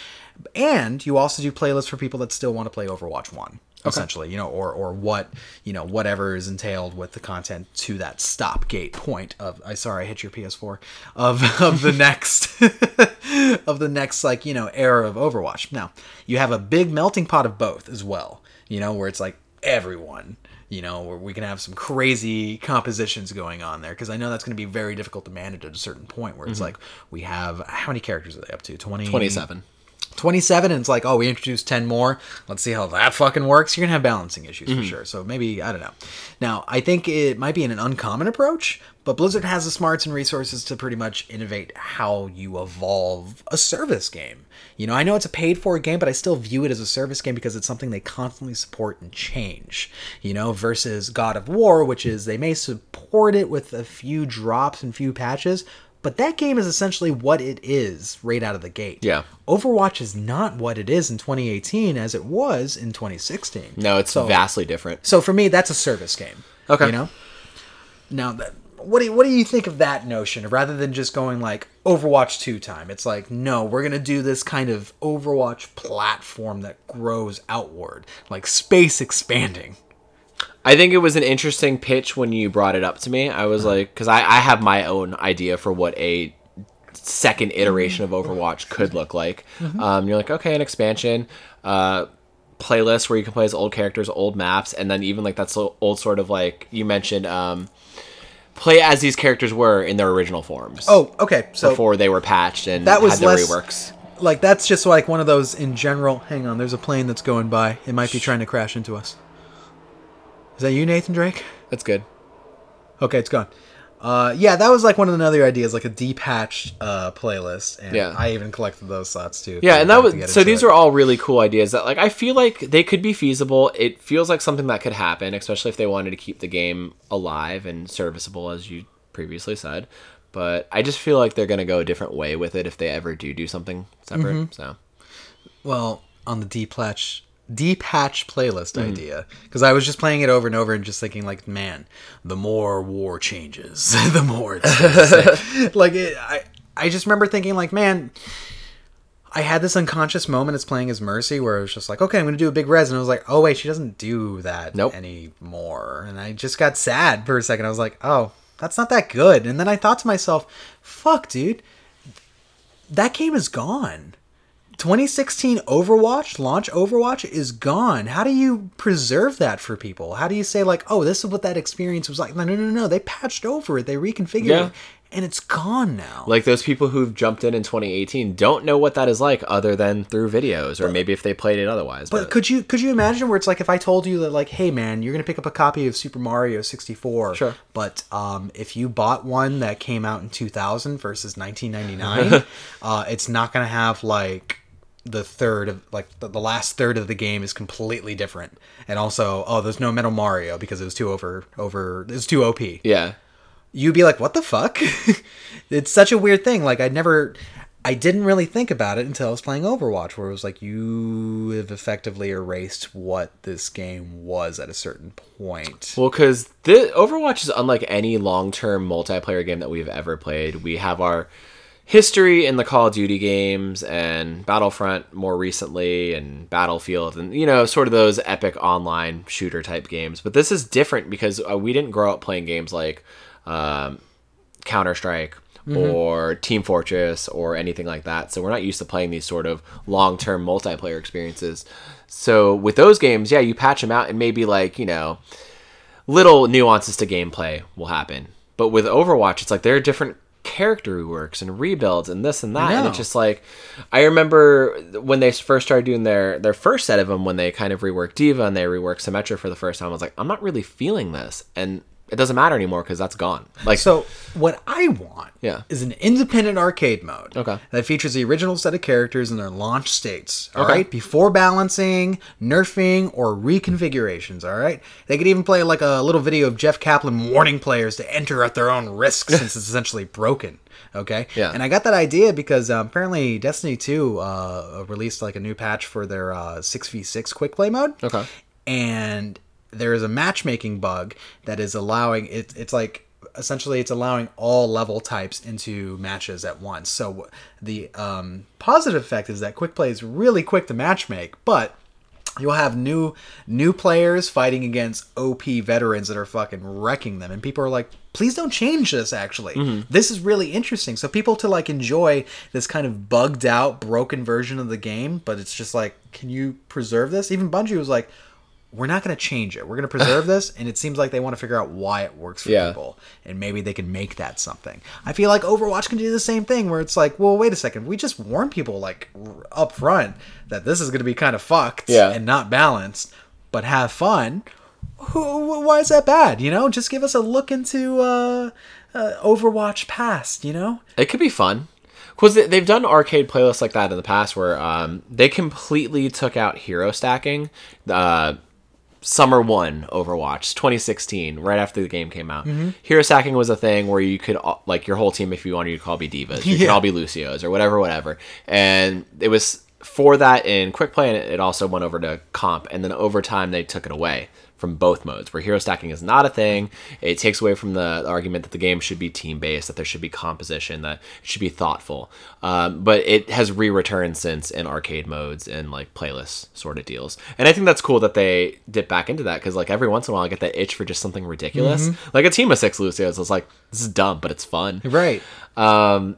S1: And you also do playlists for people that still want to play Overwatch 1 essentially you know or or what you know whatever is entailed with the content to that stop gate point of i sorry i hit your ps4 of of the next of the next like you know era of overwatch now you have a big melting pot of both as well you know where it's like everyone you know where we can have some crazy compositions going on there because i know that's going to be very difficult to manage at a certain point where it's like we have how many characters are they up to 20
S2: 27.
S1: 27 and it's like oh we introduced 10 more let's see how that fucking works you're gonna have balancing issues for sure so maybe i don't know now i think it might be an uncommon approach but blizzard has the smarts and resources to pretty much innovate how you evolve a service game you know i know it's a paid for game but i still view it as a service game because it's something they constantly support and change you know versus god of war which is they may support it with a few drops and few patches but that game is essentially what it is right out of the gate.
S2: Yeah.
S1: Overwatch is not what it is in 2018 as it was in 2016.
S2: No, it's
S1: so,
S2: vastly different.
S1: So for me, that's a service game.
S2: Okay.
S1: You know. Now, that, what do you, what do you think of that notion? Rather than just going like Overwatch two time, it's like no, we're gonna do this kind of Overwatch platform that grows outward, like space expanding.
S2: I think it was an interesting pitch when you brought it up to me. I was
S1: Mm-hmm.
S2: like, because I, I have my own idea for what a second iteration of
S1: Mm-hmm.
S2: Overwatch could look like. Um, you're like, okay, an expansion, uh, playlist where you can play as old characters, old maps, and then even like that's old sort of like you mentioned, um, play as these characters were in their original forms
S1: Oh, okay. So
S2: before they were patched and
S1: That was
S2: had their
S1: less-
S2: reworks.
S1: like that's just like one of those in general. Hang on, there's a plane that's going by. It might be trying to crash into us. Is that you, Nathan Drake?
S2: That's good.
S1: Okay, it's gone. Uh, yeah, that was like one of the other ideas, like a depatched uh, playlist, and
S2: Yeah.
S1: I even collected those thoughts too.
S2: Yeah, and that was so. These are all really cool ideas that, like, I feel like they could be feasible. It feels like something that could happen, especially if they wanted to keep the game alive and serviceable, as you previously said. But I just feel like they're gonna go a different way with it if they ever do do something separate. So
S1: well on the depatch depatch playlist
S2: Mm-hmm.
S1: idea because I was just playing it over and over and just thinking like, man, the more war changes, the more it's the same. like it, I I just remember thinking like, man, I had this unconscious moment as playing as Mercy where I was just like, okay, I'm going to do a big res. And I was like, oh, wait, she doesn't do that
S2: Nope.
S1: anymore. And I just got sad for a second. I was like, oh, that's not that good. And then I thought to myself, fuck, dude, that game is gone. 2016 Overwatch, launch Overwatch is gone. How do you preserve that for people? How do you say like, "Oh, this is what that experience was like." No, no, no, no. They patched over it. They reconfigured
S2: Yeah.
S1: it. And it's gone now.
S2: Like those people who've jumped in in 2018 don't know what that is like other than through videos or maybe if they played it otherwise.
S1: But could you could you imagine where it's like if I told you that like, hey man, you're gonna pick up a copy of Super Mario 64,
S2: Sure.
S1: But um, if you bought one that came out in 2000 versus 1999, uh, it's not gonna have like the third of like the, the last third of the game is completely different. And also, oh, there's no Metal Mario because it was too over over it was too OP
S2: yeah.
S1: you'd be like, what the fuck? it's such a weird thing. Like, I never, I didn't really think about it until I was playing Overwatch, where it was like, you have effectively erased what this game was at a certain point.
S2: Well, because the Overwatch is unlike any long-term multiplayer game that we've ever played. We have our history in the Call of Duty games and Battlefront more recently, and Battlefield, and you know, sort of those epic online shooter type games. But this is different because uh, we didn't grow up playing games like um, Counter Strike. Or Team Fortress, or anything like that. So, we're not used to playing these sort of long term multiplayer experiences. So, with those games, yeah, you patch them out and maybe, like, you know, little nuances to gameplay will happen. But with Overwatch, it's like there are different character reworks and rebuilds and this and that, and it's
S1: know.
S2: just like I remember when they first started doing their their first set of them when they kind of reworked Diva and they reworked Symmetra for the first time. I was like, I'm not really feeling this, and it doesn't matter anymore because that's gone. Like
S1: So, what I want
S2: Yeah.
S1: is an independent arcade mode
S2: Okay.
S1: that features the original set of characters in their launch states, All right, Before balancing, nerfing, or reconfigurations, all right? They could even play like a little video of Jeff Kaplan warning players to enter at their own risk since it's essentially broken. Okay.
S2: Yeah.
S1: And I got that idea because um, apparently Destiny 2 uh, released like a new patch for their uh, 6v6 quick play mode
S2: okay,
S1: and there is a matchmaking bug that is allowing it, it's like essentially it's allowing all level types into matches at once so the um, positive effect is that quick play is really quick to matchmake but you'll have new new players fighting against op veterans that are fucking wrecking them and people are like please don't change this actually this is really interesting so people to like enjoy this kind of bugged out broken version of the game but it's just like can you preserve this even bungie was like we're not going to change it. We're going to preserve this, and it seems like they want to figure out why it works for
S2: Yeah.
S1: people, and maybe they can make that something. I feel like Overwatch can do the same thing, where it's like, well, wait a second, we just warn people like r- up front that this is going to be kind of fucked
S2: Yeah.
S1: and not balanced, but have fun. Who, wh- why is that bad? You know, just give us a look into uh, uh, Overwatch past. You know,
S2: it could be fun. Because they've done arcade playlists like that in the past, where um, they completely took out hero stacking. Uh, Summer One Overwatch 2016, right after the game came out. Hero stacking was a thing where you could all- like your whole team, if you wanted, you could all be divas, you could
S1: Yeah.
S2: all be Lucios or whatever, whatever. And it was for that in quick play, and it also went over to comp. And then over time, they took it away from both modes, where hero stacking is not a thing. It takes away from the argument that the game should be team based, that there should be composition, that it should be thoughtful. Um, but it has re-returned since in arcade modes and like playlists sort of deals. And I think that's cool that they dip back into that because like every once in a while I get that itch for just something ridiculous,
S1: Mm-hmm.
S2: like a team of six Lucios. It's like this is dumb, but it's fun.
S1: right?
S2: So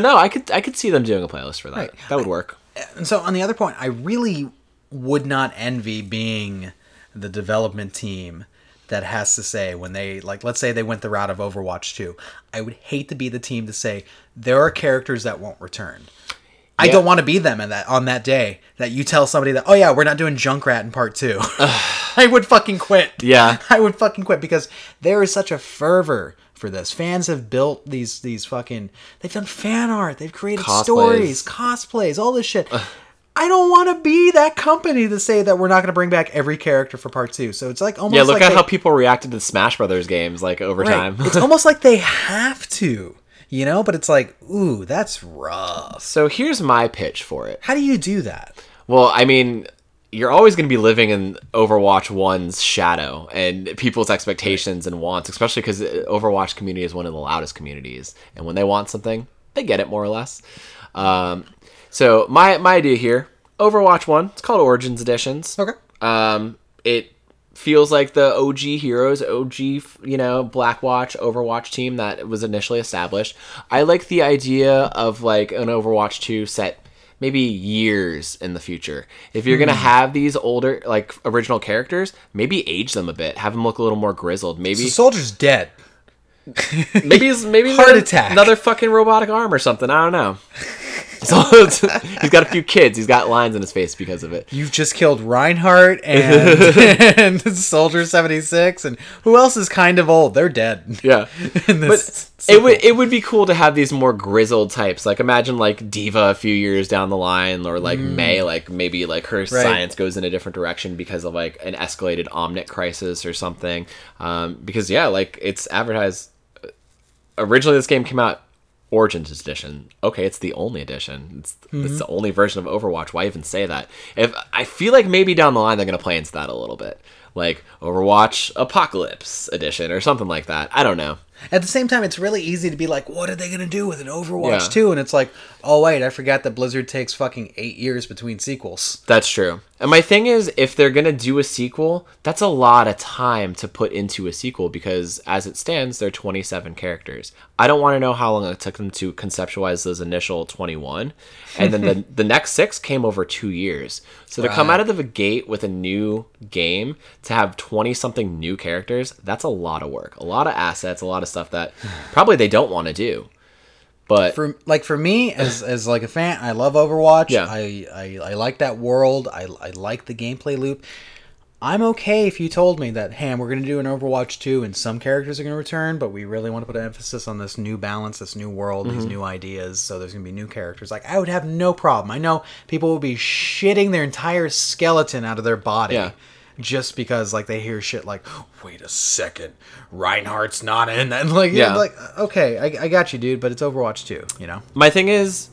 S2: no, I could I could see them doing a playlist for that.
S1: Right.
S2: That would work.
S1: And so on the other point, I really would not envy being the development team that has to say when they like let's say they went the route of Overwatch 2. I would hate to be the team to say there are characters that won't return. I
S2: Yeah.
S1: don't want to be them in that on that day that you tell somebody that oh yeah, we're not doing Junkrat in part 2. I would fucking quit.
S2: Yeah.
S1: I would fucking quit because there is such a fervor for this. Fans have built these these fucking they've done fan art, they've created
S2: Cosplays.
S1: stories, cosplays, all this shit. I don't want to be that company to say that we're not going to bring back every character for part 2. So it's like almost
S2: Yeah, look
S1: like
S2: at
S1: they-
S2: how people reacted to Smash Brothers games like over
S1: Right.
S2: time.
S1: it's almost like they have to, you know, but it's like, ooh, that's rough.
S2: so here's my pitch for it.
S1: How do you do that?
S2: Well, I mean, you're always going to be living in Overwatch 1's shadow and people's expectations and wants, especially because Overwatch community is one of the loudest communities. And when they want something, they get it more or less. Um, so my my idea here, Overwatch 1, it's called Origins Editions.
S1: Okay.
S2: Um, it feels like the OG heroes, OG, you know, Blackwatch, Overwatch team that was initially established. I like the idea of like an Overwatch 2 set maybe years in the future. If you're
S1: Hmm.
S2: gonna have these older like original characters, maybe age them a bit, have them look a little more grizzled. Maybe
S1: The soldier's dead.
S2: maybe it's maybe
S1: Heart
S2: another,
S1: attack.
S2: another fucking robotic arm or something. I don't know. So it's, he's got a few kids. He's got lines in his face because of it.
S1: You've just killed Reinhardt and, and Soldier 76, and who else is kind of old? They're dead.
S2: Yeah.
S1: In this
S2: But it would it would be cool to have these more grizzled types. Like imagine like Diva a few years down the line, or like May, like maybe like her science goes in a different direction because of like an escalated Omnic crisis or something. Um, because yeah, like it's advertised. uh, Originally, this game came out Origins Edition. Okay, it's the only edition. It's, it's the only version of Overwatch. Why even say that? If I feel like maybe down the line they're gonna play into that a little bit, like Overwatch Apocalypse Edition or something like that. I don't know.
S1: At the same time, it's really easy to be like, what are they going to do with an Overwatch
S2: Yeah.
S1: 2? And it's like, oh, wait, I forgot that Blizzard takes fucking eight years between sequels.
S2: That's true. And my thing is, if they're gonna do a sequel, that's a lot of time to put into a sequel because, as it stands, they're 27 characters. I don't want to know how long it took them to conceptualize those initial 21, and then the, the next six came over two years. So to come out of the gate with a new game to have 20 something new characters, that's a lot of work, a lot of assets, a lot of stuff that probably they don't want to do. But
S1: for like for me as as like a fan i love overwatch
S2: Yeah.
S1: I, I i like that world i i like the gameplay loop i'm okay if you told me that hey we're gonna do an overwatch 2 and some characters are gonna return but we really want to put an emphasis on this new balance this new world these
S2: Mm-hmm.
S1: new ideas so there's gonna be new characters like i would have no problem i know people will be shitting their entire skeleton out of their body
S2: Yeah.
S1: Just because like they hear shit like, wait a second, Reinhardt's not in, and like
S2: Yeah.
S1: yeah, like okay, I, I got you, dude, but it's Overwatch 2, you know?
S2: My thing is,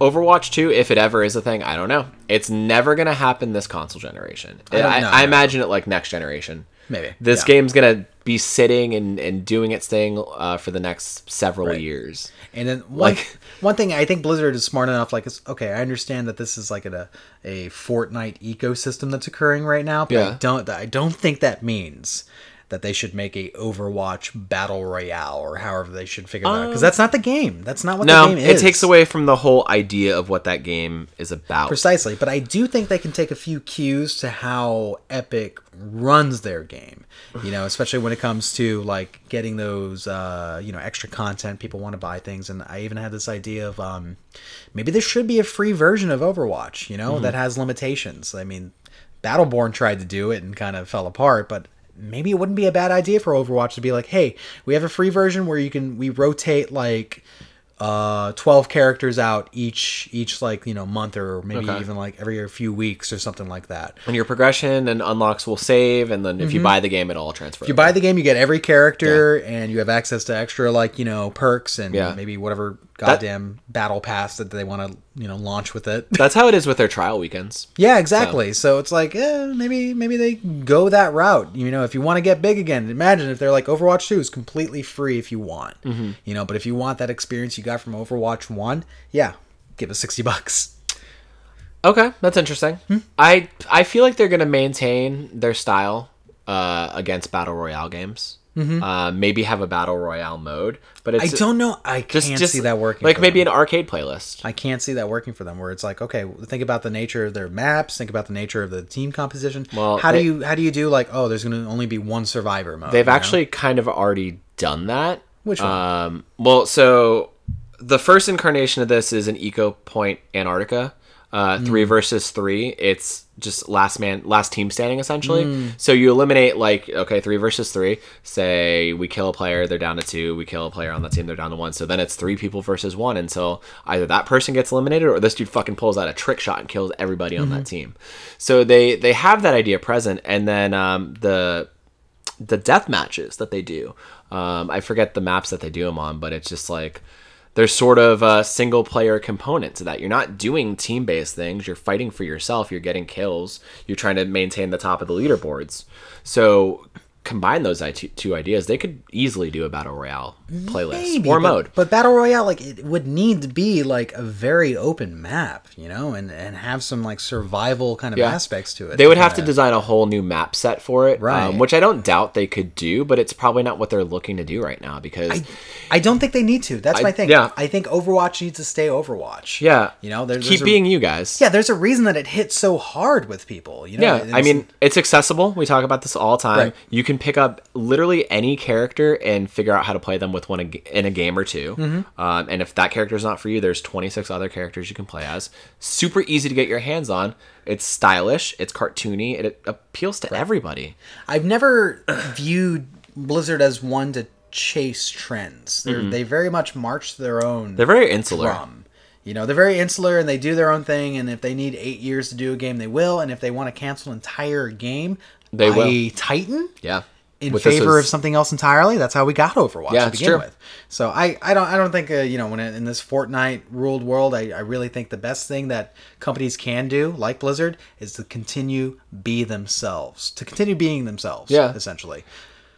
S2: Overwatch 2, if it ever is a thing, I don't know. It's never going to happen this console generation. I,
S1: don't know,
S2: I,
S1: no.
S2: imagine it like next generation.
S1: Maybe.
S2: This
S1: Yeah.
S2: game's going to be sitting and, and doing its thing uh, for the next several years.
S1: And then one,
S2: Like-
S1: one thing I think Blizzard is smart enough, like, it's, okay, I understand that this is like a, a Fortnite ecosystem that's occurring right now, but
S2: Yeah.
S1: I don't I don't think that means that they should make a Overwatch battle royale or however they should figure that out because that's not the game. That's not what the
S2: Um, No,
S1: game is.
S2: it takes away from the whole idea of what that game is about.
S1: Precisely, but I do think they can take a few cues to how Epic runs their game. You know, especially when it comes to like getting those, uh, you know, extra content. People want to buy things, and I even had this idea of um, maybe there should be a free version of Overwatch. You know, that has limitations. I mean, Battleborn tried to do it and kind of fell apart, but maybe it wouldn't be a bad idea for Overwatch to be like, hey, we have a free version where you can we rotate like uh 12 characters out each each like you know month or maybe
S2: Okay.
S1: even like every few weeks or something like that
S2: And your progression and unlocks will save, and then if you buy the game, it'll all transfer.
S1: Mm-hmm. you buy the game you get every character and you have access to extra like you know perks and
S2: Yeah.
S1: maybe whatever goddamn battle pass that they want to you know launch with it
S2: That's how it is with their trial weekends.
S1: Yeah, exactly. So, it's like, eh, maybe maybe they go that route. You know, if you want to get big again, imagine if they're like Overwatch Two is completely free if you want.
S2: Mm-hmm.
S1: You know, but if you want that experience you got from Overwatch One, yeah, give us sixty bucks.
S2: Okay, that's interesting.
S1: Hmm?
S2: I I feel like they're gonna maintain their style uh, against battle royale games. Uh, maybe have a battle royale mode, but it's
S1: Mm-hmm. I don't know. I
S2: just-
S1: can't
S2: just
S1: see that working.
S2: Like
S1: for
S2: maybe
S1: them.
S2: an arcade playlist.
S1: I can't see that working for them. Where it's like, okay, think about the nature of their maps. Think about the nature of the team composition.
S2: Well,
S1: how
S2: they-
S1: do you how do you do like, oh, there's going to only be one survivor mode.
S2: They've
S1: you know?
S2: actually kind of already done that.
S1: Which one?
S2: Um, well, so the first incarnation of this is an Eco Point Antarctica, uh, three versus three. It's just last man, last team standing essentially. So you eliminate like okay, three versus three. Say we kill a player, they're down to two. We kill a player on that team, they're down to one. So then it's three people versus one until either that person gets eliminated or this dude fucking pulls out a trick shot and kills everybody on that team. So they they have that idea present, and then um, the the death matches that they do. Um, I forget the maps that they do them on, but it's just like there's sort of a single player component to that. You're not doing team based things. You're fighting for yourself. You're getting kills. You're trying to maintain the top of the leaderboards. So combine those i- two two ideas, they could easily do a battle royale playlist
S1: Maybe,
S2: or
S1: but-
S2: mode.
S1: But battle royale, like it would need to be like a very open map, you know, and and have some like survival kind of
S2: Yeah.
S1: aspects to it.
S2: They would have to
S1: kinda-
S2: design a whole new map set for it,
S1: Right.
S2: um, which I don't doubt they could do, but it's probably not what they're looking to do right now because
S1: I don't think they need to. That's
S2: I-
S1: my thing.
S2: yeah.
S1: I think Overwatch needs to stay Overwatch.
S2: yeah,
S1: You know, there's,
S2: keep
S1: there's a-
S2: being you guys.
S1: yeah, there's a reason that it hit so hard with people. You know,
S2: Yeah, I
S1: It's-
S2: mean, it's accessible. We talk about this all the time.
S1: Right.
S2: You can pick up literally any character and figure out how to play them with one a g- in a game or 2
S1: Mm-hmm.
S2: Um, and if that character is not for you, there's 26 other characters you can play as. Super easy to get your hands on. It's stylish. It's cartoony. It, it appeals to everybody.
S1: I've never viewed Blizzard as one to chase trends. They're, They very much march their own
S2: Mm-hmm. They're very insular.
S1: from. You know, they're very insular and they do their own thing. And if they need eight years to do a game, they will. And if they want to cancel an entire game,
S2: They
S1: by
S2: will.
S1: Titan
S2: Yeah.
S1: in
S2: With this
S1: favor
S2: is-
S1: of something else entirely. That's how we got Overwatch
S2: Yeah,
S1: to
S2: it's
S1: begin
S2: true.
S1: with. So I, I don't I don't think uh, you know when it, in this Fortnite ruled world, I, I really think the best thing that companies can do, like Blizzard, is to continue be themselves, to continue being themselves.
S2: Yeah.
S1: essentially.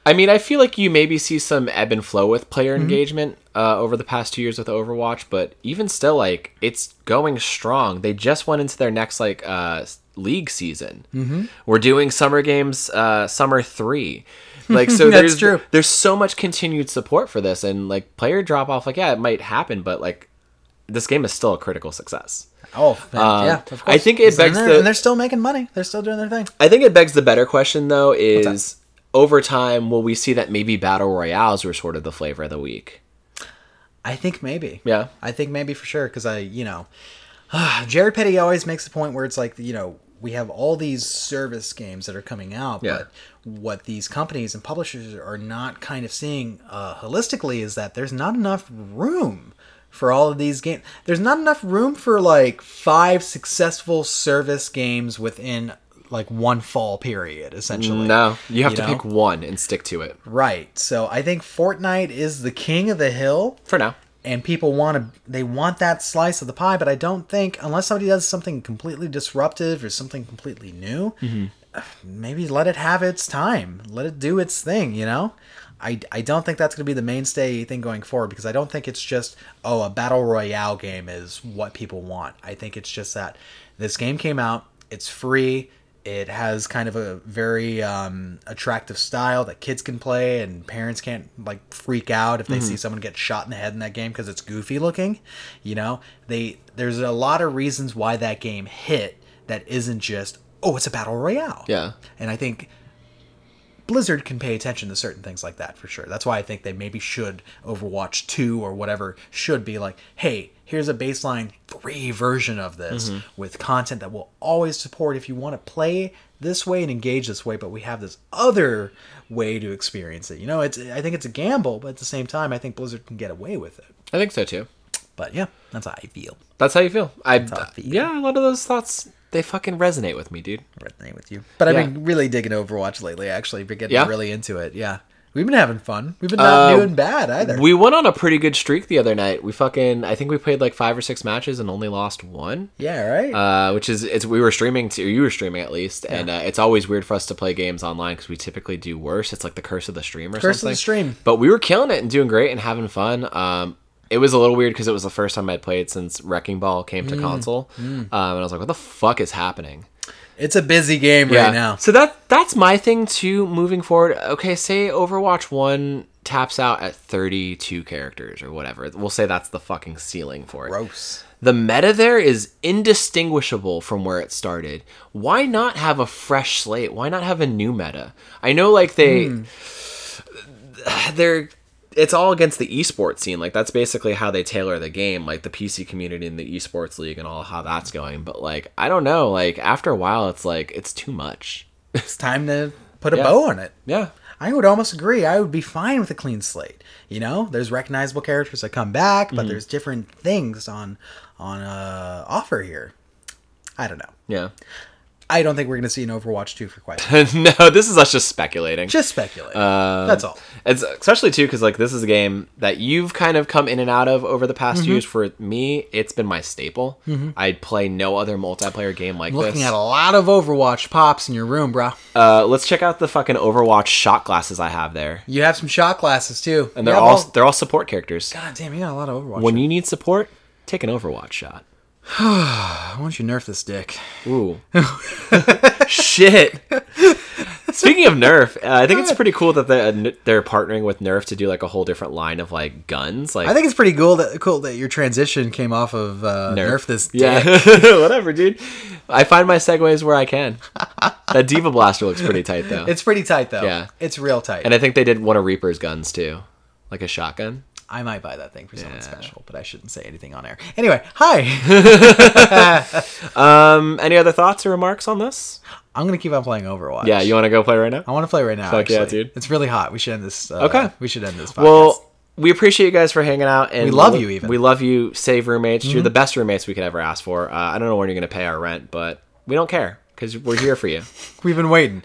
S2: I mean, I feel like you maybe see some ebb and flow with player
S1: Mm-hmm.
S2: engagement uh, over the past two years with Overwatch, but even still, like it's going strong. They just went into their next like uh, s- league season. Mm-hmm. We're doing summer games, uh, summer three. Like so,
S1: That's
S2: there's
S1: true.
S2: there's so much continued support for this, and like player drop off. Like yeah, it might happen, but like this game is still a critical success.
S1: Oh, yeah, of course.
S2: Um, I think it
S1: And
S2: begs
S1: they're-
S2: the-
S1: and they're still making money. They're still doing their thing.
S2: I think it begs the better question though is over time will we see that maybe battle royales were sort of the flavor of the week?
S1: I think maybe.
S2: Yeah.
S1: I think maybe for sure because I, you know, Jared Petty always makes the point where it's like, you know, we have all these service games that are coming out,
S2: Yeah.
S1: but what these companies and publishers are not kind of seeing uh, holistically is that there's not enough room for all of these games. There's not enough room for like five successful service games within like one fall period, essentially.
S2: No, you have
S1: you
S2: to
S1: know?
S2: pick one and stick to it
S1: Right. So I think Fortnite is the king of the hill
S2: for now.
S1: and people want to they want that slice of the pie but i don't think unless somebody does something completely disruptive or something completely new maybe let it have its time let it do its thing you know i, I don't think that's going to be the mainstay thing going forward because i don't think it's just oh a battle royale game is what people want i think it's just that this game came out it's free it has kind of a very um, attractive style that kids can play and parents can't like freak out if they see someone get shot in the head in that game because it's goofy looking you know they there's a lot of reasons why that game hit that isn't just oh it's a battle royale
S2: Yeah.
S1: and I think Blizzard can pay attention to certain things like that for sure. That's why I think they maybe should Overwatch 2 or whatever should be like, hey, here's a baseline free version of this with content that will always support if you want to play this way and engage this way, but we have this other way to experience it. You know, it's I think it's a gamble, but at the same time I think Blizzard can get away with it.
S2: I think so too.
S1: But yeah, that's how I feel.
S2: That's how you feel. I
S1: how I feel.
S2: yeah, a lot of those thoughts they fucking resonate with me, dude.
S1: resonate with you. But I've
S2: Yeah.
S1: been really digging Overwatch lately. Actually, been getting
S2: Yeah?
S1: really into it. Yeah, we've been having fun. We've been not
S2: Uh,
S1: doing bad either.
S2: We went on a pretty good streak the other night. We fucking I think we played like five or six matches and only lost one.
S1: yeah, right.
S2: Uh, which is it's we were streaming to you were streaming at least, and uh, it's always weird for us to play games online because we typically do worse. It's like the curse of the stream or
S1: Curse of
S2: something.
S1: the stream.
S2: But we were killing it and doing great and having fun. Um, it was a little weird because it was the first time I'd played since Wrecking Ball came
S1: Mm.
S2: to console, Um, and I was like, "What the fuck is happening?"
S1: it's a busy game right now.
S2: So that that's my thing too. Moving forward, okay, say Overwatch One taps out at 32 characters or whatever. We'll say that's the fucking ceiling for it.
S1: Gross.
S2: The meta there is indistinguishable from where it started. Why not have a fresh slate? Why not have a new meta? I know like they they're it's all against the esports scene. Like that's basically how they tailor the game, like the PC community and the esports league and all how that's going. But like I don't know, like after a while it's like it's too much.
S1: It's time to put a bow on it.
S2: Yeah.
S1: I would almost agree. I would be fine with a clean slate. You know, there's recognizable characters that come back,
S2: Mm-hmm.
S1: but there's different things on on uh, offer here. I don't know.
S2: Yeah.
S1: I don't think we're going to see an Overwatch 2 for quite a while.
S2: no, this is us just speculating.
S1: Just speculate.
S2: Uh,
S1: That's all.
S2: It's especially too because like this is a game that you've kind of come in and out of over the past
S1: Mm-hmm.
S2: years. For me, it's been my staple. I play no other multiplayer game like
S1: Looking
S2: this.
S1: at a lot of Overwatch pops in your room, bro.
S2: uh, let's check out the fucking Overwatch shot glasses I have there,
S1: You have some shot glasses too,
S2: and they're
S1: You have
S2: all they're all support characters.
S1: God damn, you got a lot of Overwatch.
S2: When you need support, take an Overwatch shot.
S1: Why don't you nerf this dick?
S2: Ooh. Shit. Speaking of Nerf, uh, I think it's pretty cool that they're, they're partnering with Nerf to do like a whole different line of like guns. Like
S1: I think it's pretty cool that cool that your transition came off of uh, nerf. this dick.
S2: Yeah, whatever, dude. I find my segues where I can. That Diva Blaster looks pretty tight though,
S1: It's pretty tight though.
S2: Yeah.
S1: it's real tight.
S2: and I think they did one of Reaper's guns too, like a shotgun.
S1: I might buy that thing for something special, but I shouldn't say anything on air. Anyway, hi.
S2: Um, any other thoughts or remarks on this?
S1: I'm gonna keep on playing Overwatch.
S2: Yeah, you want to go play right now?
S1: I want to play right now.
S2: Fuck yeah,
S1: actually.
S2: dude.
S1: It's really hot. We should end this. Uh,
S2: Okay.
S1: we should end this. Podcast.
S2: Well, we appreciate you guys for hanging out, and
S1: We love you even. Mm-hmm.
S2: we love you, save roommates. You're the best roommates we could ever ask for. Uh, I don't know when you're gonna pay our rent, but we don't care because we're here for you.
S1: we've been waiting.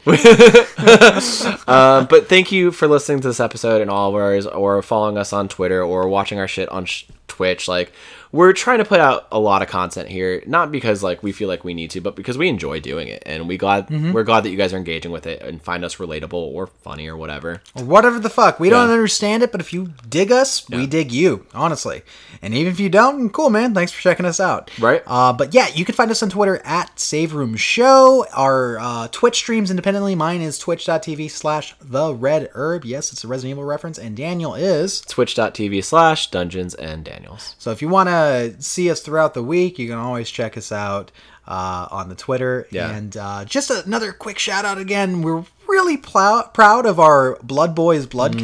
S2: um, but thank you for listening to this episode and all of ours, or following us on Twitter, or watching our shit on sh- Twitch. Like, we're trying to put out a lot of content here, not because like we feel like we need to, but because we enjoy doing it, and we glad
S1: Mm-hmm.
S2: we're glad that you guys are engaging with it and find us relatable or funny or whatever.
S1: Whatever the fuck, we don't
S2: Yeah.
S1: understand it, but if you dig us, we dig you, honestly. And even if you don't, cool, man. Thanks for checking us out.
S2: Right.
S1: Uh, but yeah, you can find us on Twitter at Save Room Show. Our uh, Twitch streams independently. Mine is twitch.tv slash the red herb. Yes, it's a Resident Evil reference. And Daniel is.
S2: Twitch.tv slash Dungeons and Daniels.
S1: So if you want to see us throughout the week, you can always check us out uh, on the Twitter.
S2: Yeah.
S1: And uh, just another quick shout out again. We're really plow- proud of our Blood Boys Bloodcast.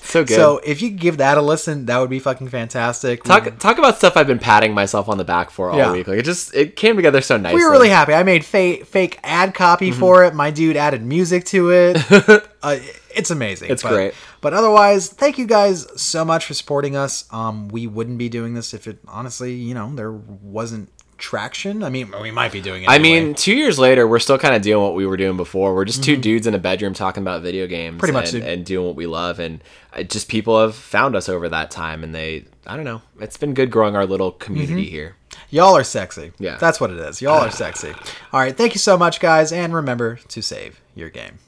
S2: Mm, so good.
S1: So if you could give that a listen, that would be fucking fantastic. we,
S2: Talk, talk about stuff I've been patting myself on the back for all
S1: Mm-hmm. Yeah.
S2: week. Like it just it came together so nicely.
S1: we were really happy. I made fa- fake ad copy
S2: Mm-hmm.
S1: for it. My dude added music to it. uh, it's amazing.
S2: It's
S1: but-
S2: great.
S1: But otherwise, thank you guys so much for supporting us. Um, we wouldn't be doing this if it honestly, you know, there wasn't traction. I mean, we might be doing it.
S2: I
S1: anyway. Mm-hmm.
S2: mean, two years later, we're still kind of doing what we were doing before. We're just two dudes in a bedroom talking about video games,
S1: Pretty much,
S2: and,
S1: dude.
S2: and doing what we love. And uh, just people have found us over that time, and they, I don't know, it's been good growing our little community
S1: Mm-hmm.
S2: here.
S1: Y'all are sexy.
S2: Yeah.
S1: That's what it is. Y'all are sexy. All right. Thank you so much, guys. And remember to save your game.